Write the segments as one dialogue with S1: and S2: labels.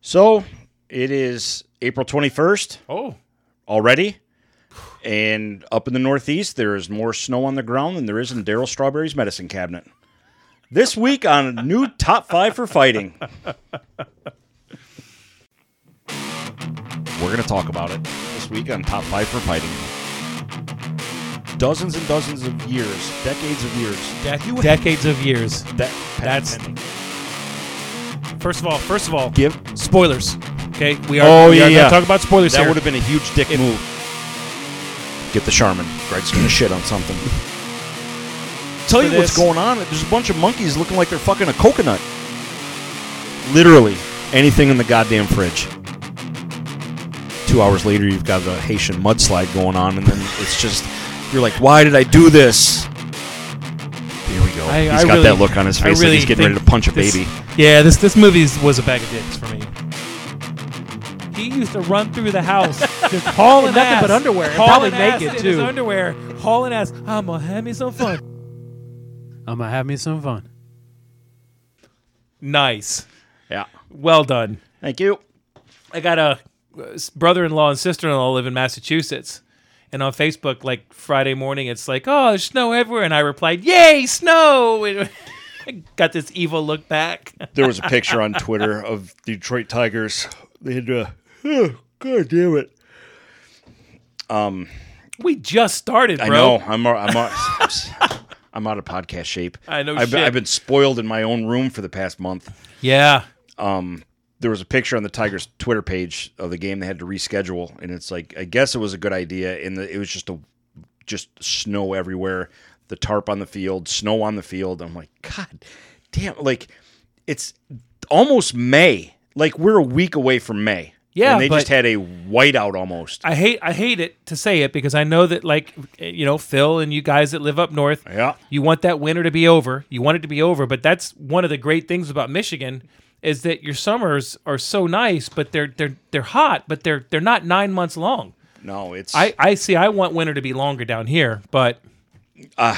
S1: So it is April 21st
S2: Oh,
S1: already. And up in the Northeast, there is more snow on the ground than there is in Daryl Strawberry's medicine cabinet. This week on a new top five for fighting. We're going to talk about it this week on Top Five for Fighting. Dozens and dozens of years, decades of years.
S3: Decades of years.
S1: That,
S3: That's- First of all, first of all,
S1: give.
S3: spoilers. Okay, we are.
S1: Oh,
S3: we
S1: yeah,
S3: are
S1: yeah.
S3: Not talking about spoilers
S1: That
S3: here.
S1: would have been a huge dick move. Get the Charmin. Greg's gonna shit on something. Tell you what's
S3: this.
S1: going on. There's a bunch of monkeys looking like they're fucking a coconut. Literally anything in the goddamn fridge. Two hours later, you've got the Haitian mudslide going on, and then it's just you're like, why did I do this? Here we go.
S3: I-
S1: He's got
S3: I really-
S1: that look on his
S3: I
S1: face like
S3: really
S1: he's getting ready to
S3: think
S1: punch a
S3: this-
S1: baby.
S3: Yeah, this this movie is- was a bag of dicks for me. He used to run through the house, just hauling
S4: nothing
S3: ass,
S4: but underwear, and
S3: hauling
S4: probably
S3: ass
S4: naked,
S3: in his
S4: too.
S3: underwear, hauling ass. I'm gonna have me some fun.
S4: I'm gonna have me some fun.
S3: nice,
S1: Yeah.
S3: well done.
S1: Thank you.
S3: I got a uh, s- brother-in-law and sister-in-law live in Massachusetts, and on Facebook, like Friday morning, it's like, "Oh, there's snow everywhere," and I replied, "Yay, snow!" And I got this evil look back.
S1: there was a picture on Twitter of the Detroit Tigers. They had to, God damn it.
S3: we just started, bro.
S1: I know. I'm out- I'm out, I'm out of podcast shape.
S3: I know
S1: I've,
S3: shit.
S1: I've been spoiled in my own room for the past month.
S3: Yeah,
S1: There was a picture on the Tigers Twitter page of the game they had to reschedule, and it's like I guess it was a good idea. And the, it was just a just snow everywhere, the tarp on the field, snow on the field. I'm like, God damn! Like it's almost May. Like we're a week away from May.
S3: Yeah,
S1: and they
S3: but-
S1: just had a whiteout almost.
S3: I hate I hate it to say it because I know that like eh, you know Phil and you guys that live up north,
S1: Yeah.
S3: you want that winter to be over. You want it to be over, but that's one of the great things about Michigan is that your summers are so nice, but they're they're they're hot, but they're they're not nine months long.
S1: No, it's
S3: I I see. I want winter to be longer down here, but
S1: uh,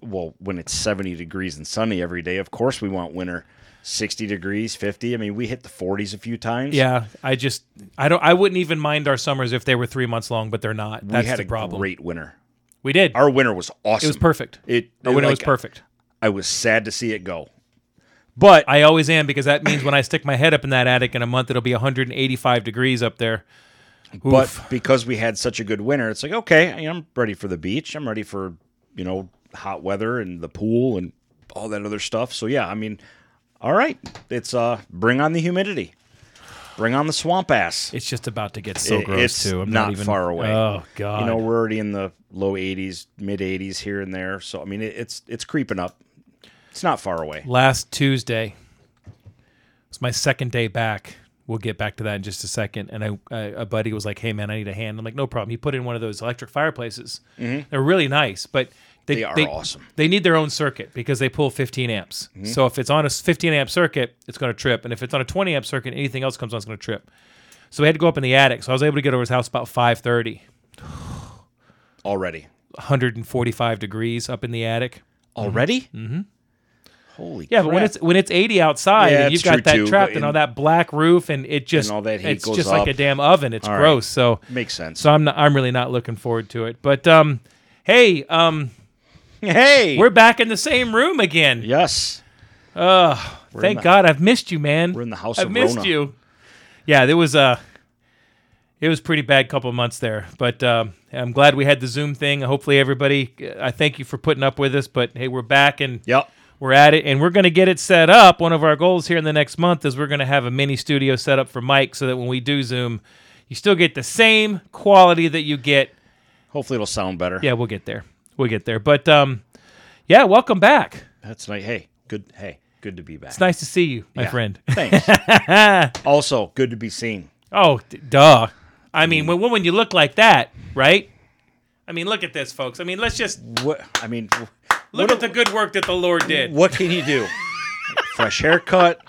S1: well, when it's 70 degrees and sunny every day, of course we want winter. 60 degrees, 50. I mean, we hit the 40s a few times.
S3: yeah, I just I don't I wouldn't even mind our summers if they were three months long, but they're not.
S1: we
S3: That's
S1: had
S3: the
S1: a
S3: problem.
S1: great winter.
S3: we did.
S1: Our winter was awesome.
S3: it was perfect.
S1: It,
S3: our winter was
S1: like,
S3: perfect.
S1: I was sad to see it go. But
S3: I always am because that means when I stick my head up in that attic in a month, it'll be 185 degrees up there.
S1: but because we had such a good winter, it's like okay, I- I'm ready for the beach. I'm ready for you know hot weather and the pool and all that other stuff. So yeah, I mean, all right, it's uh, bring on the humidity, bring on the swamp ass.
S3: It's just about to get so
S1: It-
S3: gross
S1: it's
S3: too. I'm
S1: not
S3: even,
S1: far away.
S3: Oh god.
S1: you know we're already in the low 80s mid 80s here and there so i mean it, it's it's creeping up it's not far away
S3: Last Tuesday was my second day back. We'll get back to that in just a second. And I, I a buddy was like, "Hey man, I need a hand." I'm like, "No problem." He put in one of those electric fireplaces. They're really nice, but they,
S1: Mm-hmm. They are awesome. Mm-hmm.
S3: They need their own circuit because they pull 15 amps. So if it's on a s- 15 amp circuit, it's going to trip, and if it's on a 20 amp circuit, anything else comes on, it's going to trip. So we had to go up in the attic. So I was able to get over his house about 5:30.
S1: already
S3: 145 degrees up in the attic.
S1: already mm-hmm holy
S3: Yeah, but when
S1: crap.
S3: it's when it's 80 outside
S1: Yeah,
S3: and you've
S1: it's true
S3: got that
S1: too,
S3: trapped
S1: but
S3: and
S1: in-
S3: all that black roof and it just
S1: all that heat
S3: it's
S1: goes
S3: just
S1: up.
S3: like a damn oven. It's
S1: All right.
S3: gross. So
S1: makes sense
S3: so I'm not, I'm really not looking forward to it. But um hey, um
S1: hey
S3: we're back in the same room again.
S1: yes in
S3: Thank
S1: the-
S3: God I've missed you, man.
S1: we're in the house
S3: I've
S1: of
S3: missed
S1: Rona.
S3: you. Yeah, there was a it was pretty bad couple months there, but um, I'm glad we had the Zoom thing. Hopefully, everybody, I thank you for putting up with us. But hey, we're back and
S1: yep
S3: we're at it and we're going to get it set up one of our goals here in the next month is we're going to have a mini studio set up for mike so that when we do zoom you still get the same quality that you get
S1: hopefully it'll sound better
S3: yeah we'll get there we'll get there but um yeah welcome back
S1: that's nice hey good hey good to be back
S3: it's nice to see you my
S1: Yeah.
S3: friend
S1: thanks also good to be seen
S3: oh d- duh i mean
S1: Mm.
S3: when, when you look like that right i mean look at this folks i mean let's just
S1: what i mean
S3: look at the good work that the lord did
S1: what can you do fresh haircut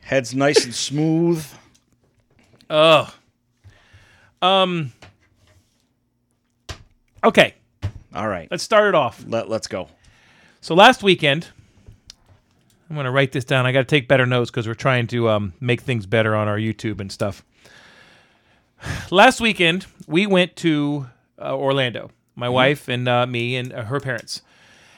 S1: head's nice and smooth
S3: oh um okay
S1: all right
S3: let's start it off
S1: let, let's go
S3: So last weekend, I'm gonna write this down. I got to take better notes because we're trying to um, make things better on our YouTube and stuff. Last weekend we went to uh, Orlando. My
S1: Mm-hmm.
S3: wife and uh, me and uh, her parents,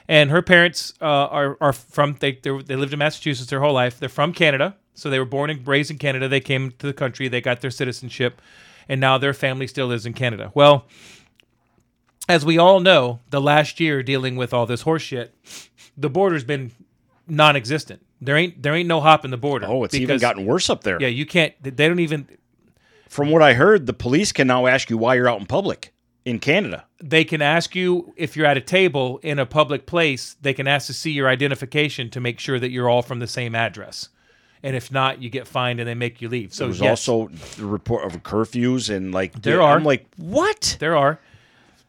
S3: and her parents uh, are are from they they're- they lived in Massachusetts their whole life. They're from Canada, so they were born and raised in Canada. They came to the country, they got their citizenship, and now their family still lives in Canada. Well, as we all know, the last year dealing with all this horse shit, the border's been non-existent. There ain't there ain't no hop in the border.
S1: Oh, it's even
S3: because-
S1: gotten worse up there.
S3: Yeah, you can't. They don't even.
S1: From what I heard, the police can now ask you why you're out in public in Canada.
S3: They can ask you if you're at a table in a public place. They can ask to see your identification to make sure that you're all from the same address, and if not, you get fined and they make you leave. So
S1: There's
S3: yes,
S1: also the report of curfews and like
S3: There
S1: I'm
S3: are.
S1: like, what?
S3: There are.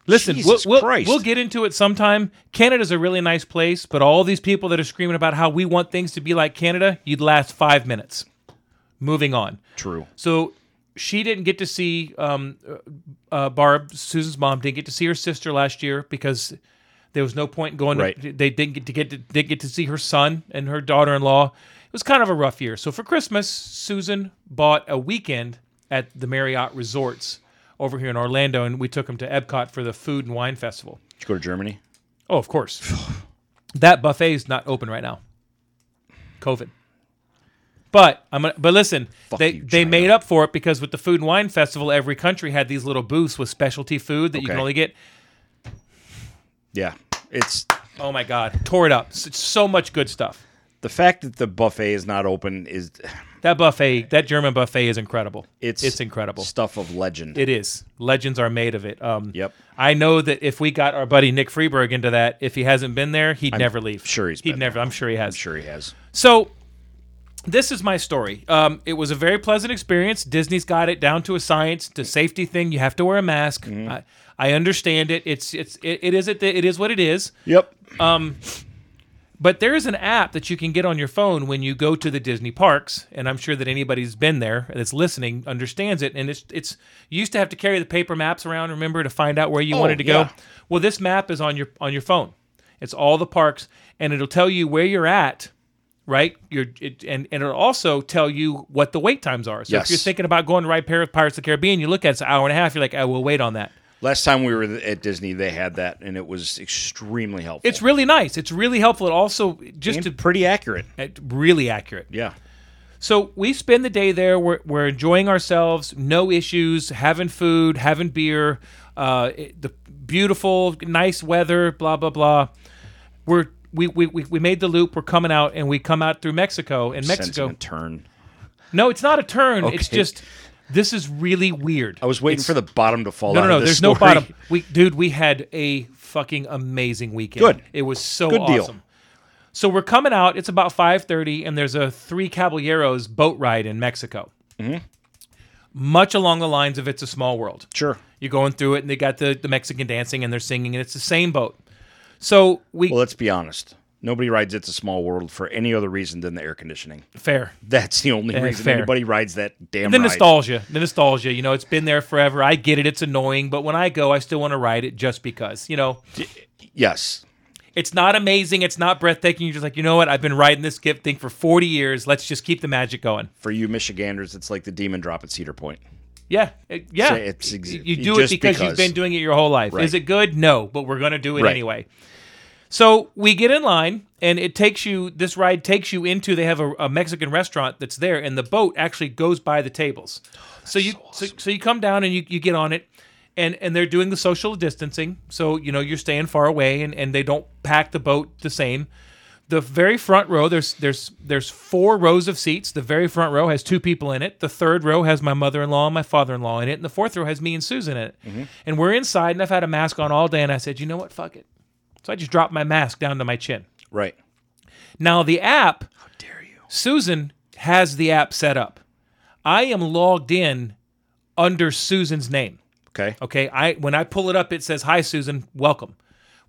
S3: Listen, we'll,
S1: Jesus
S3: we'll,
S1: Christ.
S3: we'll get into it sometime. Canada's a really nice place, but all these people that are screaming about how we want things to be like Canada, you'd last five minutes. Moving on.
S1: True.
S3: So she didn't get to see um, uh, Barb, Susan's mom, didn't get to see her sister last year because there was no point in going. to-
S1: Right.
S3: they didn't get to get to, didn't get to see her son and her daughter-in-law. It was kind of a rough year. So for Christmas, Susan bought a weekend at the Marriott Resorts over here in Orlando, and we took him to Epcot for the food and wine festival.
S1: Did you go to Germany?
S3: Oh, of course. that buffet is not open right now. COVID. But I'm gonna, but listen,
S1: Fuck
S3: they
S1: you,
S3: they
S1: China.
S3: made up for it because with the food and wine festival, every country had these little booths with specialty food that you can
S1: Okay.
S3: only get.
S1: Yeah. It's
S3: Oh my god, tore it up. S- so much good stuff.
S1: the fact that the buffet is not open is
S3: That buffet, that German buffet, is incredible.
S1: it's
S3: it's incredible.
S1: stuff of legend.
S3: It is. Legends are made of it. Um,
S1: Yep.
S3: I know that if we got our buddy Nick Freeberg into that, if he hasn't been there, he'd never leave.
S1: sure he's
S3: he'd
S1: been
S3: never. I'm sure he has.
S1: I'm sure he has.
S3: So this is my story. Um, it was a very pleasant experience. Disney's got it down to a science, to safety thing. You have to wear a mask. I, I understand it. It's it's it, it is it, it is what it is.
S1: Yep.
S3: But there is an app that you can get on your phone when you go to the Disney parks, and I'm sure that anybody's been there that's listening understands it. And it's it's you used to have to carry the paper maps around, remember, to find out where you
S1: Oh,
S3: wanted to
S1: yeah.
S3: go. Well, this map is on your on your phone. It's all the parks, and it'll tell you where you're at, right? Your it, and and it'll also tell you what the wait times are. So
S1: Yes.
S3: if you're thinking about going to ride Pir- Pirates of the Caribbean, you look at it, it's an hour and a half. You're like, I will wait on that.
S1: Last time we were at Disney, they had that, and it was extremely helpful.
S3: It's really nice. It's really helpful. It also just
S1: And
S3: to
S1: pretty accurate.
S3: it- really accurate.
S1: Yeah.
S3: So we spend the day there. We're, we're enjoying ourselves, no issues, having food, having beer, uh, it- the beautiful, nice weather, blah blah blah. We're we, we, we we made the loop. We're coming out, and we come out through Mexico. And Mexico,
S1: Sentiment turn.
S3: no, it's not a turn. It's
S1: Okay.
S3: just this is really weird.
S1: I was waiting for the bottom to fall
S3: no,
S1: out
S3: no, no.
S1: of this
S3: There's no
S1: story.
S3: bottom. We, dude, we had a fucking amazing weekend.
S1: Good.
S3: It was so
S1: Good
S3: awesome.
S1: deal.
S3: So we're coming out. It's about five thirty, and there's a Three Caballeros boat ride in Mexico.
S1: Mm-hmm.
S3: Much along the lines of It's a Small World.
S1: Sure.
S3: You're going through it, and they got the, the Mexican dancing, and they're singing, and it's the same boat. So we
S1: Well, let's be honest. Nobody rides It's a Small World for any other reason than the air conditioning.
S3: fair.
S1: That's the only reason
S3: Eh, fair.
S1: anybody rides that damn
S3: the
S1: ride.
S3: nostalgia, the nostalgia. You know, it's been there forever. I get it. It's annoying, but when I go, I still want to ride it just because. You know,
S1: Yes.
S3: It's not amazing. It's not breathtaking. You're just like, you know what? I've been riding this gift thing for 40 years. Let's just keep the magic going.
S1: For you Michiganders, it's like the demon drop at Cedar Point.
S3: Yeah. It- yeah.
S1: So it's ex-
S3: you
S1: you
S3: do it
S1: just
S3: because, you've
S1: because.
S3: been doing it your whole life.
S1: Right.
S3: Is it good? No, but we're going to do it
S1: Right.
S3: anyway. So we get in line, and it takes you, this ride takes you into, they have a, a Mexican restaurant that's there, and the boat actually goes by the tables.
S1: Oh,
S3: so you, so, so you come down and you, you get on it. And, and they're doing the social distancing. So, you know, you're staying far away and, and they don't pack the boat the same. the very front row there's there's there's four rows of seats the very front row has two people in it the third row has my mother-in-law and my father-in-law in it and the fourth row has me and susan in it and we're inside and i've had a mask on all day and i said you know what fuck it so i just dropped my mask down to my chin
S1: Right.
S3: now the app
S1: How dare you?
S3: susan has the app set up i am logged in under susan's name
S1: Okay.
S3: Okay, I when I pull it up, it says "Hi Susan, welcome."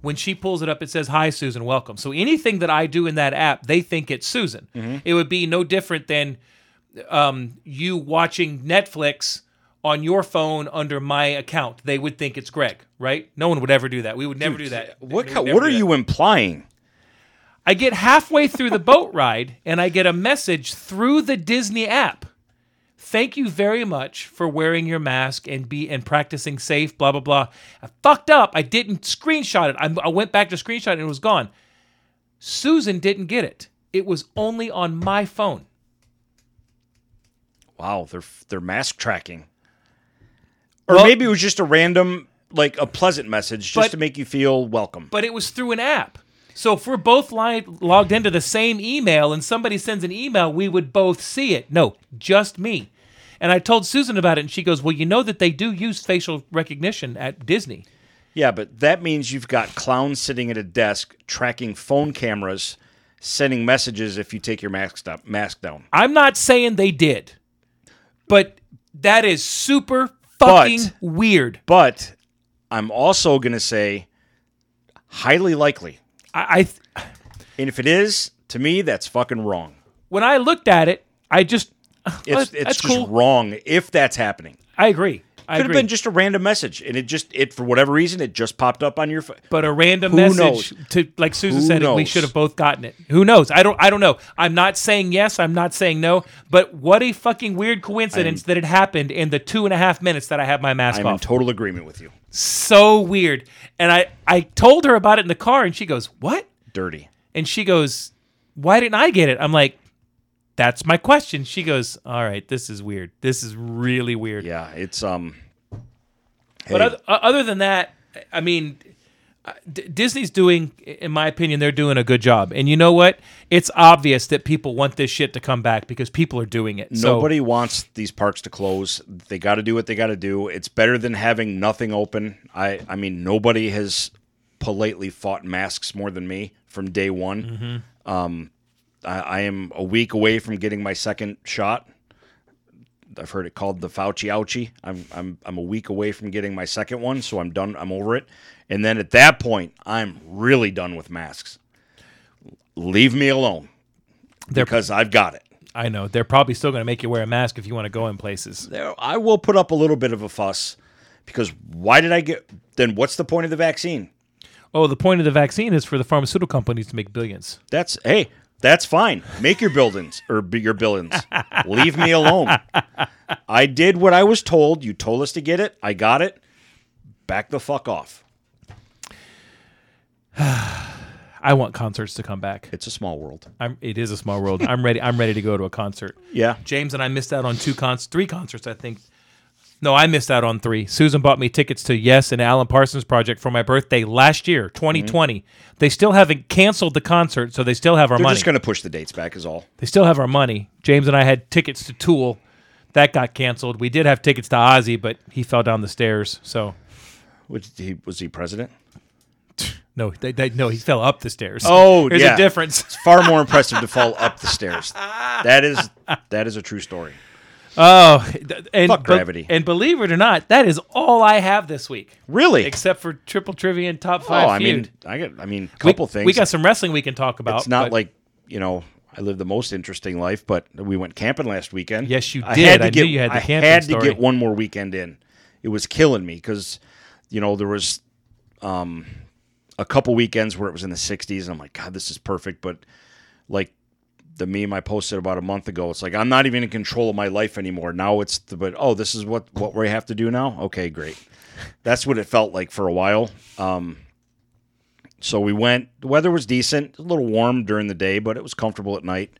S3: When she pulls it up, it says "Hi Susan, welcome." So anything that I do in that app, they think it's Susan.
S1: Mm-hmm.
S3: It would be no different than um, you watching Netflix on your phone under my account. They would think it's Greg, right? No one would ever do that. We would never do that.
S1: What
S3: We would
S1: co-
S3: never
S1: what
S3: do
S1: are
S3: that.
S1: you implying?
S3: I get halfway through the boat ride and I get a message through the Disney app. Thank you very much for wearing your mask and be and practicing safe. Blah blah blah. I fucked up. I didn't screenshot it. I, I went back to screenshot it and it was gone. Susan didn't get it. It was only on my phone.
S1: Wow, they're they're mask tracking. Or
S3: Well-
S1: maybe it was just a random, like a pleasant message, just
S3: But-
S1: to make you feel welcome.
S3: but it was through an app. So if we're both li- logged into the same email and somebody sends an email, we would both see it. No, just me. And I told Susan about it, and she goes, "Well, you know that they do use facial recognition at Disney."
S1: yeah, but that means you've got clowns sitting at a desk tracking phone cameras, sending messages if you take your mask up, mask down.
S3: I'm not saying they did, but that is super fucking
S1: But-
S3: weird.
S1: But I'm also gonna say highly likely.
S3: I, I th-
S1: And if it is, to me, that's fucking wrong.
S3: when I looked at it, I just
S1: It's
S3: that's
S1: it's just
S3: cool.
S1: wrong if that's happening.
S3: I agree. I
S1: Could
S3: agree.
S1: have been just a random message, and it just it for whatever reason it just popped up on your phone.
S3: but a random
S1: Who
S3: message
S1: knows?
S3: to like Susan
S1: Who
S3: said we
S1: knows?
S3: should have both gotten it. Who knows? I don't I don't know. I'm not saying yes, I'm not saying no, but what a fucking weird coincidence that it happened in the two and a half minutes that I had my mask
S1: I'm in
S3: off.
S1: total agreement with you.
S3: so weird. And I I told her about it in the car and she goes, "What?"
S1: Dirty.
S3: And she goes, "Why didn't I get it?" I'm like, "That's my question." She goes, "All right, this is weird. This is really weird."
S1: Yeah, it's um.
S3: But
S1: hey,
S3: oth- o- other than that, I mean, uh, D- Disney's doing, in my opinion, they're doing a good job. And you know what? It's obvious that people want this shit to come back because people are doing it. So-
S1: nobody wants these parks to close. They got to do what they got to do. It's better than having nothing open. I I mean, nobody has politely fought masks more than me from day one. Um,
S3: Mm-hmm.
S1: I, I am a week away from getting my second shot. I've heard it called the Fauci ouchie. I'm I'm I'm a week away from getting my second one, so I'm done. I'm over it. And then at that point, I'm really done with masks. Leave me alone.
S3: They're-
S1: because I've got it.
S3: I know they're probably still going to make you wear a mask if you want to go in places.
S1: there I will put up a little bit of a fuss because why did I get then what's the point of the vaccine?
S3: Oh, the point of the vaccine is for the pharmaceutical companies to make billions.
S1: That's hey, that's fine. Make your buildings or be your buildings. Leave me alone. I did what I was told. You told us to get it. I got it. Back the fuck off.
S3: I want concerts to come back.
S1: It's a small world.
S3: I'm, it is a small world. I'm ready. I'm ready to go to a concert.
S1: Yeah.
S3: James and I missed out on two cons, three concerts, I think. No, I missed out on three. Susan bought me tickets to Yes and Alan Parsons Project for my birthday last year, 2020. They still haven't canceled the concert, so they still have our
S1: We're
S3: money.
S1: Mm-hmm. just going to push the dates back is all.
S3: they still have our money. James and I had tickets to Tool. That got canceled. We did have tickets to Ozzy, but he fell down the stairs. So,
S1: Which he was he president?
S3: no, they, they, no, he fell up the stairs.
S1: Oh,
S3: There's
S1: yeah.
S3: a difference.
S1: It's far more impressive to fall up the stairs. That is that is a true story.
S3: Oh, th- and
S1: Fuck
S3: be-
S1: gravity.
S3: and believe it or not, that is all I have this week,
S1: Really?
S3: except for triple trivia and top
S1: Oh,
S3: five.
S1: I
S3: feud.
S1: mean, I got I mean,
S3: We-
S1: couple things.
S3: We got some wrestling we can talk about.
S1: It's not
S3: but-
S1: like you know I live the most interesting life, but we went camping last weekend.
S3: Yes, you
S1: I
S3: did.
S1: had to
S3: I
S1: get
S3: knew you had the
S1: I
S3: camping
S1: had to
S3: story.
S1: get one more weekend in. It was killing me because you know there was um, a couple weekends where it was in the 60s, and I'm like, God, this is perfect. But like the meme I posted about a month ago, it's like I'm not even in control of my life anymore. Now it's the but oh, this is what what we have to do now. Okay, great. That's what it felt like for a while. um, So we went. The weather was decent, a little warm during the day, but it was comfortable at night.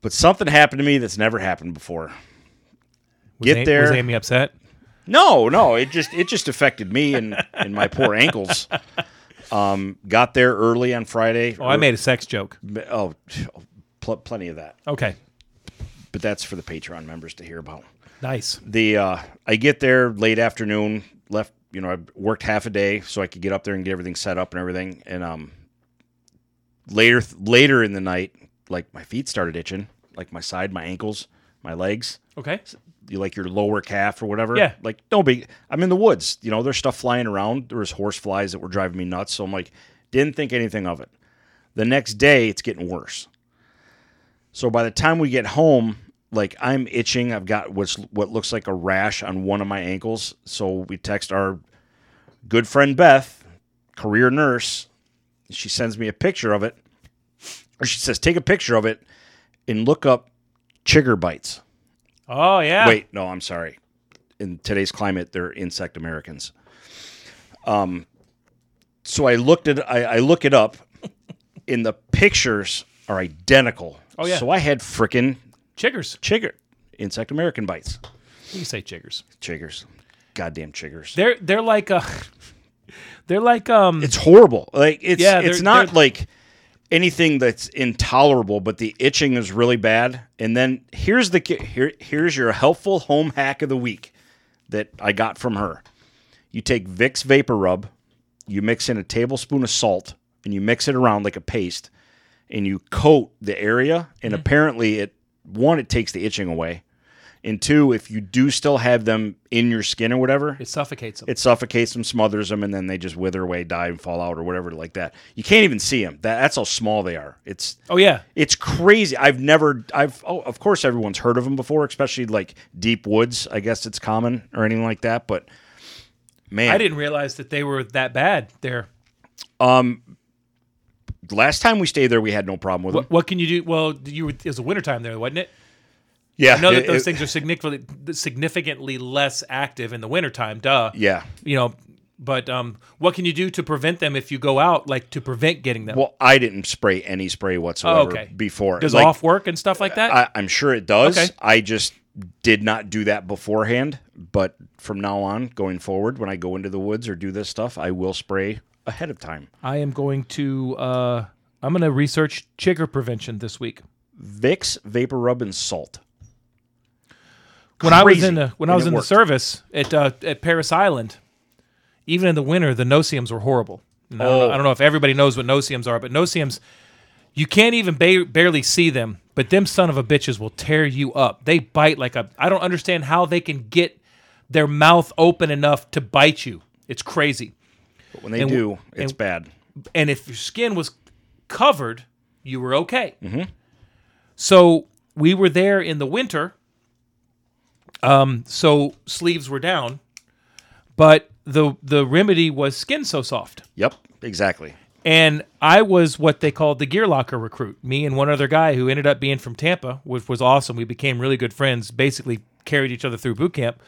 S1: But something happened to me that's never happened before.
S3: was
S1: get
S3: Am-
S1: there.
S3: Was Amy upset?
S1: No, no, it just it just affected me and and my poor ankles. Um, got there early on Friday.
S3: Oh, I made a sex joke.
S1: oh, pl- plenty of that,
S3: Okay,
S1: but that's for the Patreon members to hear about.
S3: nice.
S1: the uh, I get there late afternoon. Left, you know, I worked half a day so I could get up there and get everything set up and everything. And um, later later in the night, like my feet started itching, like my side, my ankles, my legs,
S3: Okay,
S1: you like your lower calf or whatever.
S3: Yeah.
S1: Like no big. I'm in the woods. You know, there's stuff flying around. There was horse flies that were driving me nuts. So I'm like, didn't think anything of it. The next day, it's getting worse. So by the time we get home, like I'm itching. I've got what's what looks like a rash on one of my ankles. So we text our good friend Beth, career nurse. she sends me a picture of it, or she says, take a picture of it and look up chigger bites.
S3: Oh yeah.
S1: Wait, no, I'm sorry. In today's climate, they're insect Americans. Um, so I looked at I, I look it up, and the pictures are identical.
S3: Oh, yeah.
S1: So I had frickin'
S3: Chiggers.
S1: chigger insect American bites,
S3: You say chiggers.
S1: chiggers, goddamn chiggers.
S3: They're they're like uh they're like um
S1: It's horrible. Like it's
S3: Yeah,
S1: it's
S3: they're-
S1: not
S3: they're-
S1: like anything that's intolerable, but the itching is really bad. And then here's the ki- here here's your helpful home hack of the week that I got from her. You take Vicks Vapor Rub, you mix in a tablespoon of salt, and you mix it around like a paste, and you coat the area. And
S3: Mm-hmm.
S1: apparently, it one it takes the itching away, and two, if you do still have them in your skin or whatever,
S3: it suffocates them.
S1: it suffocates them, smothers them, and then they just wither away, die, and fall out, or whatever like that. You can't even see them. That, that's how small they are. It's
S3: oh yeah.
S1: it's crazy. I've never. I've oh, of course everyone's heard of them before, especially like deep woods. I guess it's common or anything like that. But man,
S3: I didn't realize that they were that bad there.
S1: Last time we stayed there, we had no problem with them.
S3: What, what can you do? Well, you were, it was a wintertime there, wasn't it?
S1: Yeah,
S3: I know that
S1: it-
S3: those
S1: it-
S3: things are significantly significantly less active in the wintertime, duh.
S1: Yeah.
S3: You know, but um, what can you do to prevent them if you go out, like to prevent getting them?
S1: Well, I didn't spray any spray whatsoever
S3: Oh, okay.
S1: before.
S3: Does
S1: Like,
S3: off work and stuff like that?
S1: I, I'm sure it does.
S3: Okay.
S1: I just did not do that beforehand. But from now on, going forward, when I go into the woods or do this stuff, I will spray ahead of time.
S3: I am going to uh, I'm going to research chigger prevention this week.
S1: Vicks vapor rub and salt.
S3: When I was
S1: Crazy.
S3: in the when I
S1: And
S3: was
S1: it
S3: in
S1: worked.
S3: the service at uh, at Paris Island, even in the winter, the noceums were horrible. And I, don't know,
S1: Oh.
S3: I don't know if everybody knows what noceums are, but noceums you can't even ba- barely see them, but them son of a bitches will tear you up. They bite like a I don't understand how they can get their mouth open enough to bite you. It's crazy.
S1: But when they
S3: And w-
S1: do, it's
S3: and-
S1: bad.
S3: and if your skin was covered, you were okay. So we were there in the winter. Um, so sleeves were down, but the the remedy was skin so soft.
S1: Yep, exactly.
S3: And I was what they called the gear locker recruit. Me and one other guy who ended up being from Tampa, which was awesome. We became really good friends. Basically, carried each other through boot camp,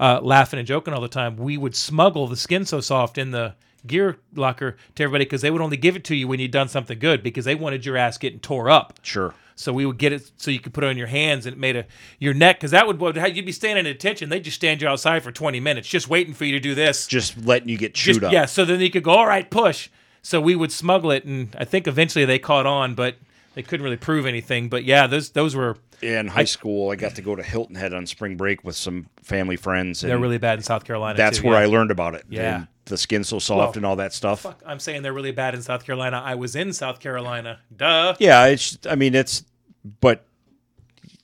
S3: uh, laughing and joking all the time. We would smuggle the skin so soft in the gear locker to everybody because they would only give it to you when you'd done something good because they wanted your ass getting tore up.
S1: Sure.
S3: So we would get it so you could put it on your hands and it made a your neck because that would what- you'd be standing at attention. They'd just stand you outside for twenty minutes just waiting for you to do this
S1: Just letting you get chewed
S3: just-
S1: up.
S3: Yeah, so then you could go, all right, push. So we would smuggle it, and I think eventually they caught on, but they couldn't really prove anything. But yeah, those those were
S1: In high school, I got to go to Hilton Head on spring break with some family friends, and
S3: they're really bad in South Carolina.
S1: that's
S3: too,
S1: where I
S3: yeah.
S1: learned about it.
S3: Yeah.
S1: And the skin so soft
S3: Well,
S1: and all that stuff.
S3: I. am saying they're really bad in South Carolina. I was in South Carolina. Duh.
S1: Yeah, it's. I mean, it's. But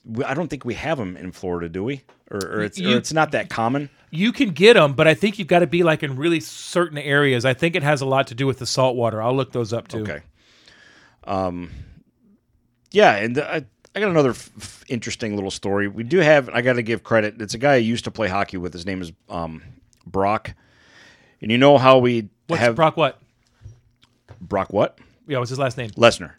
S1: we- I don't think we have them in Florida, do we? Or, or it's.
S3: You-
S1: or it's not that common.
S3: You can get them, but I think you've got to be like in really certain areas. I think it has a lot to do with the salt water. I'll look those up too.
S1: Okay. Um. Yeah, and I, I got another f- f- interesting little story. We do have. I got to give credit. It's a guy I used to play hockey with. His name is um, Brock. And you know how we
S3: What's
S1: have
S3: Brock? What?
S1: Brock what
S3: Yeah, what's his last name?
S1: Lesnar.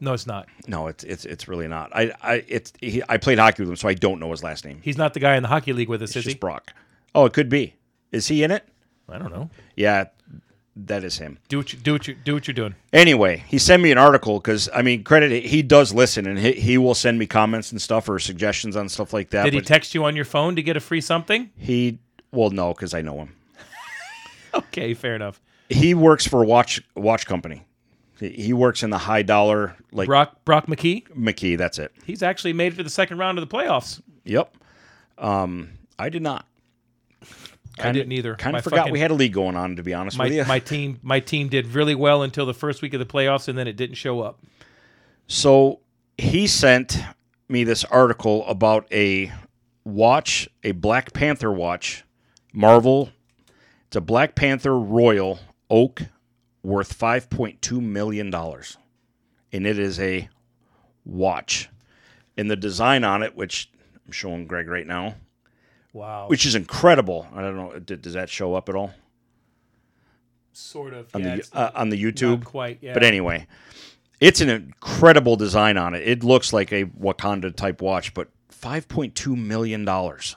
S3: No, it's not.
S1: No, it's it's it's really not. I I it's he, I played hockey with him, so I don't know his last name.
S3: He's not the guy in the hockey league with us,
S1: It's
S3: is he?
S1: just Brock. Oh, it could be. Is he in it?
S3: I don't know.
S1: Yeah, that is him.
S3: Do what you do what you do what you're doing.
S1: Anyway, he sent me an article because I mean, credit he does listen and he, he will send me comments and stuff or suggestions on stuff like that.
S3: Did he
S1: but
S3: text you on your phone to get a free something?
S1: he well, no, because I know him.
S3: Okay, fair enough.
S1: He works for a watch watch company. He he works in the high dollar like
S3: Brock Brock McKee,
S1: McKee. That's it.
S3: he's actually made it to the second round of the playoffs.
S1: Yep. Um, I did not.
S3: I didn't either.
S1: Kind
S3: My
S1: of forgot
S3: fucking-
S1: we had a league going on. To be honest with
S3: my,
S1: you,
S3: my team. My team did really well until the first week of the playoffs, and then it didn't show up.
S1: So he sent me this article about a watch, a Black Panther watch, Marvel. It's a Black Panther Royal Oak worth $5.2 million. And it is a watch. And the design on it, which I'm showing Greg right now,
S3: Wow.
S1: which is incredible. I don't know. d- Does that show up at all?
S3: Sort of.
S1: on
S3: yeah,
S1: the
S3: it's
S1: uh, on the
S3: not
S1: YouTube.
S3: quite. Yeah.
S1: But anyway, it's an incredible design on it. It looks like a Wakanda type watch, but five point two million dollars.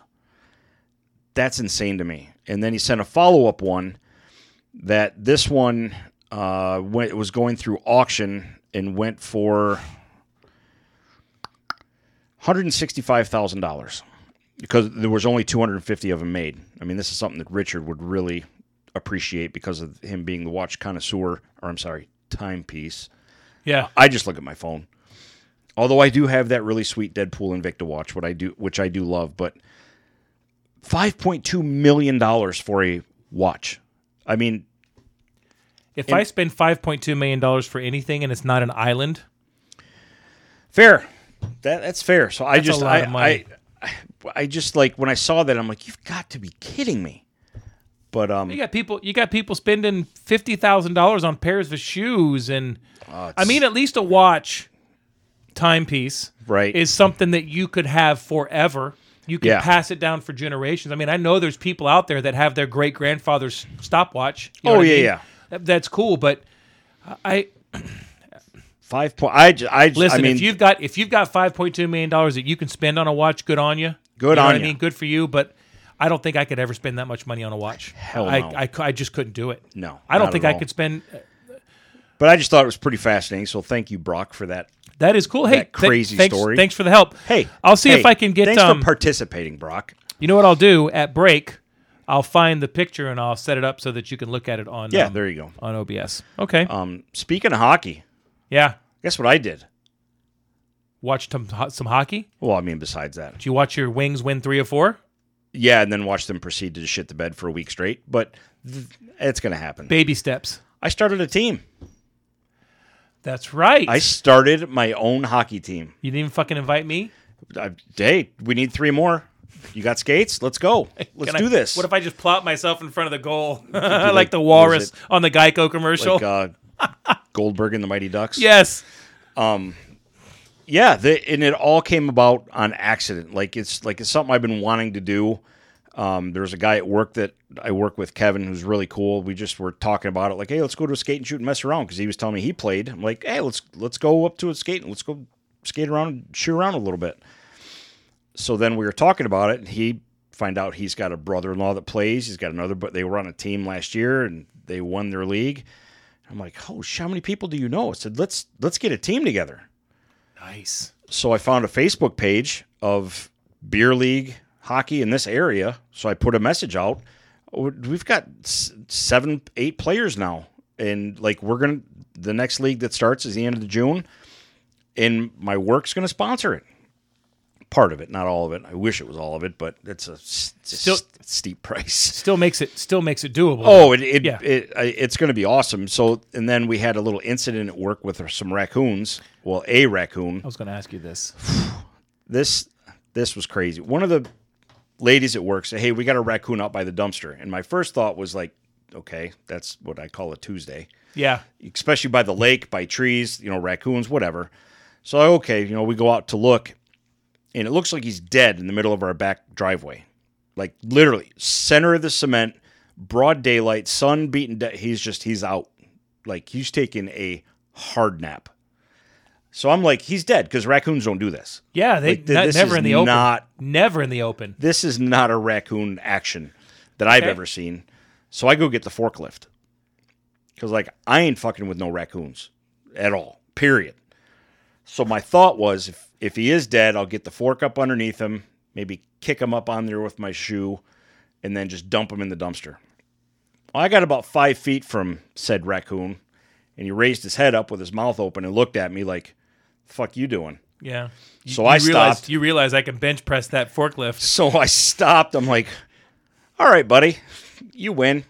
S1: That's insane to me. And then he sent a follow up one that this one uh, went, it was going through auction and went for hundred and sixty five thousand dollars because there was only 250 of them made. I mean, this is something that Richard would really appreciate because of him being the watch connoisseur, or I'm sorry, timepiece.
S3: yeah.
S1: I just look at my phone. Although I do have that really sweet Deadpool Invicta watch, what I do, which I do love, but 5.2 million dollars for a watch. I mean,
S3: If I spend five point two million dollars for anything and it's not an island,
S1: fair. That that's fair. So I
S3: That's a
S1: just
S3: lot
S1: I,
S3: of money.
S1: I I just like when I saw that I'm like, you've got to be kidding me. But um,
S3: you got people. You got people spending fifty thousand dollars on pairs of shoes, and I mean, at least a watch timepiece,
S1: Right.
S3: is something that you could have forever. You can
S1: Yeah.
S3: pass it down for generations. I mean, I know there's people out there that have their great grandfather's stopwatch. You know
S1: Oh,
S3: what I
S1: yeah,
S3: mean?
S1: yeah.
S3: That- That's cool, but I
S1: five point. I just, I just,
S3: listen.
S1: I mean,
S3: if you've got if you've got five point two million dollars that you can spend on a watch, good on you.
S1: Good
S3: you know
S1: on ya.
S3: what I mean, good for you. But I don't think I could ever spend that much money on a watch.
S1: Hell
S3: I,
S1: no.
S3: I, cou- I just couldn't do it.
S1: No,
S3: I don't
S1: not
S3: think
S1: at
S3: I
S1: all.
S3: could spend.
S1: But I just thought it was pretty fascinating. So thank you, Brock, for that.
S3: That is cool. Hey,
S1: That
S3: th-
S1: crazy
S3: thanks,
S1: story.
S3: Thanks for the help.
S1: Hey,
S3: I'll see
S1: hey,
S3: if I can get.
S1: Thanks
S3: Um,
S1: for participating, Brock.
S3: you know what I'll do at break? I'll find the picture and I'll set it up so that you can look at it on.
S1: Yeah,
S3: um,
S1: there you go.
S3: on OBS. Okay.
S1: Um, speaking of hockey,
S3: yeah.
S1: guess what I did?
S3: Watch some ho- some hockey.
S1: Well, I mean, besides that,
S3: Did you watch your Wings win three or four?
S1: yeah, and then watch them proceed to just shit the bed for a week straight. But th- it's gonna happen.
S3: Baby steps.
S1: I started a team.
S3: That's right.
S1: I started my own hockey team.
S3: you didn't even fucking invite me.
S1: I, hey, we need three more. You got skates? Let's go. Let's
S3: Can I-
S1: do this.
S3: What if I just plop myself in front of the goal, like, the walrus
S1: was
S3: on the Geico commercial?
S1: like uh, Goldberg and the Mighty Ducks?
S3: yes.
S1: yeah the, and it all came about on accident like it's like it's something i've been wanting to do um, there's a guy at work that i work with kevin who's really cool we just were talking about it like hey let's go to a skate and shoot and mess around because he was telling me he played i'm like hey let's let's go up to a skate and let's go skate around and shoot around a little bit so then we were talking about it and he find out he's got a brother-in-law that plays he's got another but they were on a team last year and they won their league i'm like oh sh- how many people do you know i said let's let's get a team together
S3: Nice.
S1: so I found a Facebook page of beer league hockey in this area. So I put a message out. Oh, We've got s- seven, eight players now, and like we're gonna the next league that starts is the end of the June, and my work's gonna sponsor it. Part of it, not all of it. I wish it was all of it, but it's a, s- it's a
S3: Still-
S1: s- steep price.
S3: Still makes it. Still makes it doable.
S1: Oh, it, it,
S3: Yeah.
S1: it, I it's going to be awesome. So, and then we had a little incident at work with some raccoons. Well, a raccoon
S3: I was going to ask you this.
S1: this this was crazy. One of the ladies at work said, "Hey, we got a raccoon out by the dumpster." And my first thought was like, "Okay, that's what I call a Tuesday,
S3: Yeah.
S1: especially by the lake, by trees, you know, raccoons, whatever." So okay, you know, we go out to look, and it looks like he's dead in the middle of our back driveway, like literally center of the cement, broad daylight, sun beaten. De- he's just he's out, like he's taking a hard nap. So I'm like, he's dead because raccoons don't do this
S3: Yeah. They
S1: Like, th-
S3: not-
S1: this
S3: never
S1: is
S3: in the open.
S1: not-
S3: Never in the open.
S1: this is not a raccoon action that I've
S3: Okay.
S1: ever seen. So I go get the forklift because, like, I ain't fucking with no raccoons at all. Period. So my thought was, if if he is dead, I'll get the fork up underneath him, maybe kick him up on there with my shoe, and then just dump him in the dumpster. Well, I got about five feet from said raccoon, and he raised his head up with his mouth open and looked at me like, "Fuck you doing?"
S3: Yeah.
S1: So I
S3: realize,
S1: stopped.
S3: You realize I can bench press that forklift.
S1: So I stopped. I'm like, all right, buddy, you win.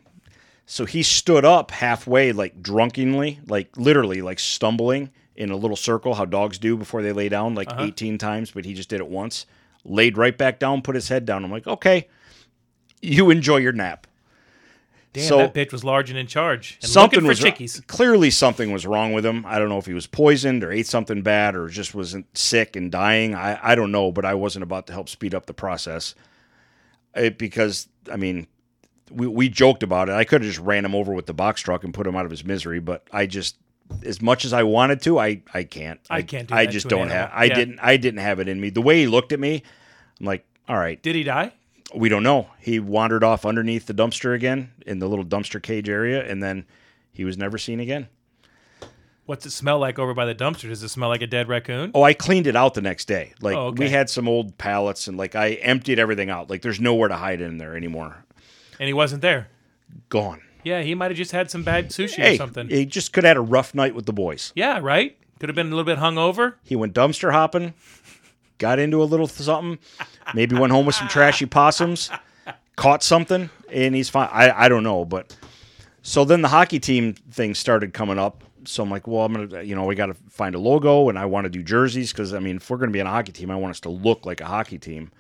S1: So he stood up halfway, like drunkenly, like literally, like stumbling in a little circle, how dogs do before they lay down, like 18 times, but he just did it once, laid right back down, put his head down. I'm like, okay, you enjoy your nap.
S3: Damn,
S1: So-
S3: that bitch was large and in charge. And
S1: something
S3: looking
S1: was
S3: for chickies.
S1: clearly something was wrong with him. I don't know if he was poisoned or ate something bad or just wasn't sick and dying. I, I don't know, but I wasn't about to help speed up the process it, because I mean, we, we joked about it. I could have just ran him over with the box truck and put him out of his misery, but I just as much as I wanted to, I I can't.
S3: I can't do
S1: I
S3: that
S1: just
S3: to an
S1: don't have.
S3: animal.
S1: I
S3: Yeah.
S1: didn't. I didn't have it in me. The way he looked at me, I'm like, all right,
S3: Did he die?
S1: we don't know. He wandered off underneath the dumpster again in the little dumpster cage area, and then he was never seen again.
S3: What's it smell like over by the dumpster? Does it smell like a dead raccoon?
S1: Oh, I cleaned it out the next day. Like
S3: Oh, okay.
S1: we had some old pallets, and like I emptied everything out. Like there's nowhere to hide in there anymore.
S3: And he wasn't there.
S1: Gone.
S3: Yeah, he might have just had some bad sushi or
S1: Hey,
S3: something.
S1: he just could have had a rough night with the boys.
S3: yeah, right? Could have been a little bit hungover.
S1: He went dumpster hopping, got into a little something, maybe went home with some trashy possums, caught something, and he's fine. I, I don't know, but so then the hockey team thing started coming up. So I'm like, well, I'm gonna, you know, we got to find a logo, and I want to do jerseys because I mean, if we're gonna be on a hockey team, I want us to look like a hockey team.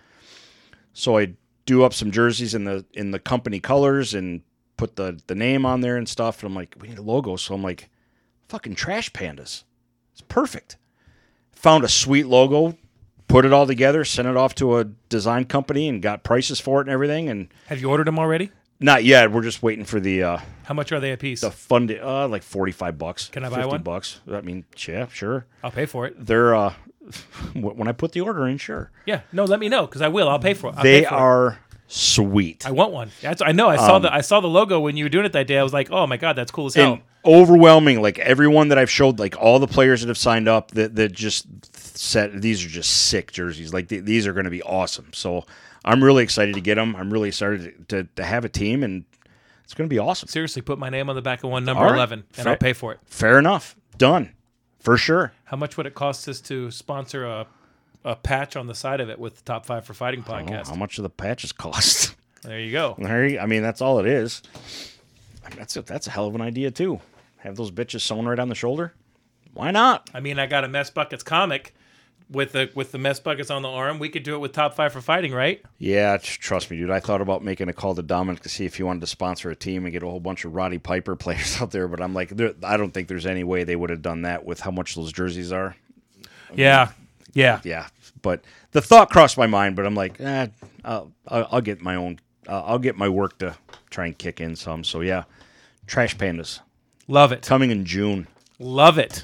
S1: So I do up some jerseys in the in the company colors and put the the name on there and stuff. And I'm like, we need a logo. So I'm like, fucking trash pandas. It's perfect found a sweet logo, put it all together, sent it off to a design company, and got prices for it and everything. And
S3: Have you ordered them already?
S1: not yet. We're just waiting for the uh,
S3: How much are they a piece?
S1: the funding. Uh, like forty five bucks.
S3: Can I buy one?
S1: Bucks. I mean, yeah, sure.
S3: I'll pay for it.
S1: They're uh, when I put the order in, sure.
S3: Yeah, no, let me know because I will. I'll pay for it. I'll pay
S1: They
S3: for it.
S1: are sweet
S3: I want one. That's, I know. I saw the I saw the logo when you were doing it that day. I was like, oh my god, that's cool as hell.
S1: and overwhelming. Like everyone that I've showed, like all the players that have signed up, that that just set these are just sick jerseys. Like th- these are going to be awesome. So I'm really excited to get them. I'm really excited to, to, to have a team, and it's going to be awesome.
S3: Seriously, put my name on the back of one number
S1: All right.
S3: eleven, and
S1: Fair-
S3: I'll pay for it.
S1: Fair enough. Done for sure.
S3: How much would it cost us to sponsor a a patch on the side of it with the top five for fighting
S1: Oh,
S3: podcast?
S1: how much do the patches cost?
S3: there you go.
S1: There you- I mean, that's all it is. I mean, that's a, that's a hell of an idea too. Have those bitches sewn right on the shoulder. Why not?
S3: I mean, I got a mess buckets comic with the with the mess buckets on the arm. We could do it with top five for fighting, right?
S1: Yeah, tr- trust me, dude. I thought about making a call to Dominic to see if he wanted to sponsor a team and get a whole bunch of Roddy Piper players out there, but I'm like, there- I don't think there's any way they would have done that with how much those jerseys are.
S3: Yeah, yeah.
S1: Yeah, but the thought crossed my mind, but I'm like, eh, I'll, I'll I'll get my own. Uh, I'll get my work to try and kick in some. So yeah, Trash Pandas
S3: Love it,
S1: coming in June,
S3: love it.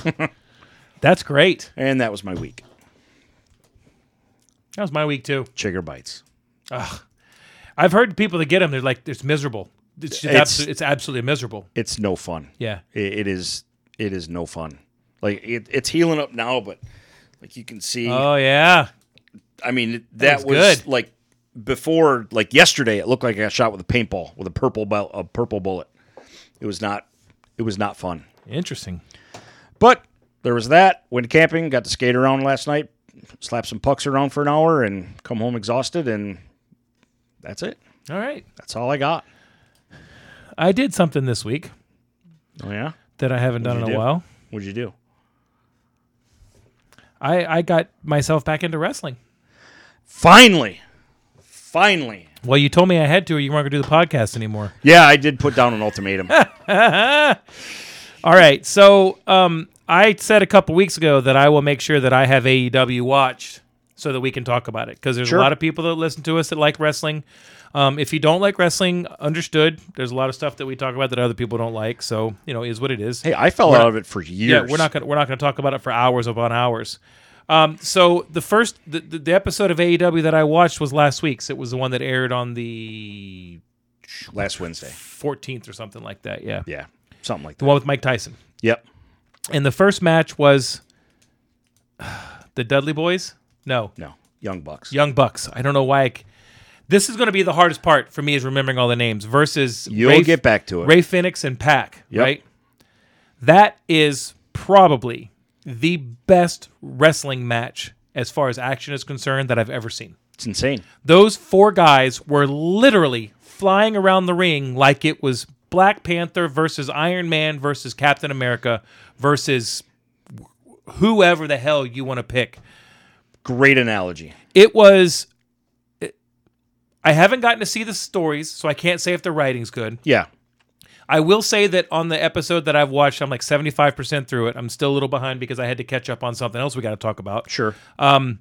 S3: that's great.
S1: and that was my week.
S3: That was my week too.
S1: Chigger bites.
S3: I've heard people that get them. They're like, it's miserable. It's just
S1: It's-
S3: abso- it's absolutely miserable.
S1: It's no fun.
S3: Yeah.
S1: It, it is. It is no fun. Like it, it's healing up now, but like you can see,
S3: Oh yeah.
S1: I mean
S3: that
S1: that,
S3: was
S1: was,
S3: good.
S1: like before, like yesterday. It looked like I got shot with a paintball with a purple bel- a purple bullet. It was not. It was not fun.
S3: Interesting.
S1: But there was that. Went camping, got to skate around last night, slap some pucks around for an hour, and come home exhausted. And that's it.
S3: All right.
S1: That's all I got.
S3: I did something this week
S1: Oh yeah,
S3: that I haven't done in
S1: you
S3: a
S1: do?
S3: while.
S1: what'd you do?
S3: I, I got myself back into wrestling.
S1: Finally, finally.
S3: Well, you told me I had to, or you weren't going to do the podcast anymore.
S1: Yeah, I did put down an ultimatum.
S3: All right. So um, I said a couple weeks ago that I will make sure that I have AEW watched so that we can talk about it because there's
S1: Sure.
S3: a lot of people that listen to us that like wrestling. Um, if you don't like wrestling, understood. There's a lot of stuff that we talk about that other people don't like. So you know, is what it is.
S1: hey, I fell out of it for years.
S3: Yeah, we're not gonna we're not gonna talk about it for hours upon hours. Um, so the first the, the, the episode of AEW that I watched was last week's. It was the one that aired on the
S1: last Wednesday.
S3: 14th or something like that. Yeah,
S1: Yeah, something like
S3: the
S1: that.
S3: one with Mike Tyson.
S1: Yep.
S3: And the first match was the Dudley Boys. No,
S1: No, Young Bucks.
S3: Young Bucks. I don't know why. I c- this is going to be the hardest part for me is remembering all the names versus
S1: You'll
S3: Ray-
S1: get back to it.
S3: Ray Phoenix and Pac,
S1: Yep.
S3: right? That is probably the best wrestling match as far as action is concerned that I've ever seen.
S1: It's insane.
S3: Those four guys were literally flying around the ring like it was Black Panther versus Iron Man versus Captain America versus whoever the hell you want to pick
S1: Great analogy.
S3: it was i haven't gotten to see the stories so i can't say if the writing's good
S1: Yeah.
S3: i will say that on the episode that i've watched i'm like 75% through it i'm still a little behind because i had to catch up on something else we got to talk about
S1: Sure.
S3: Um,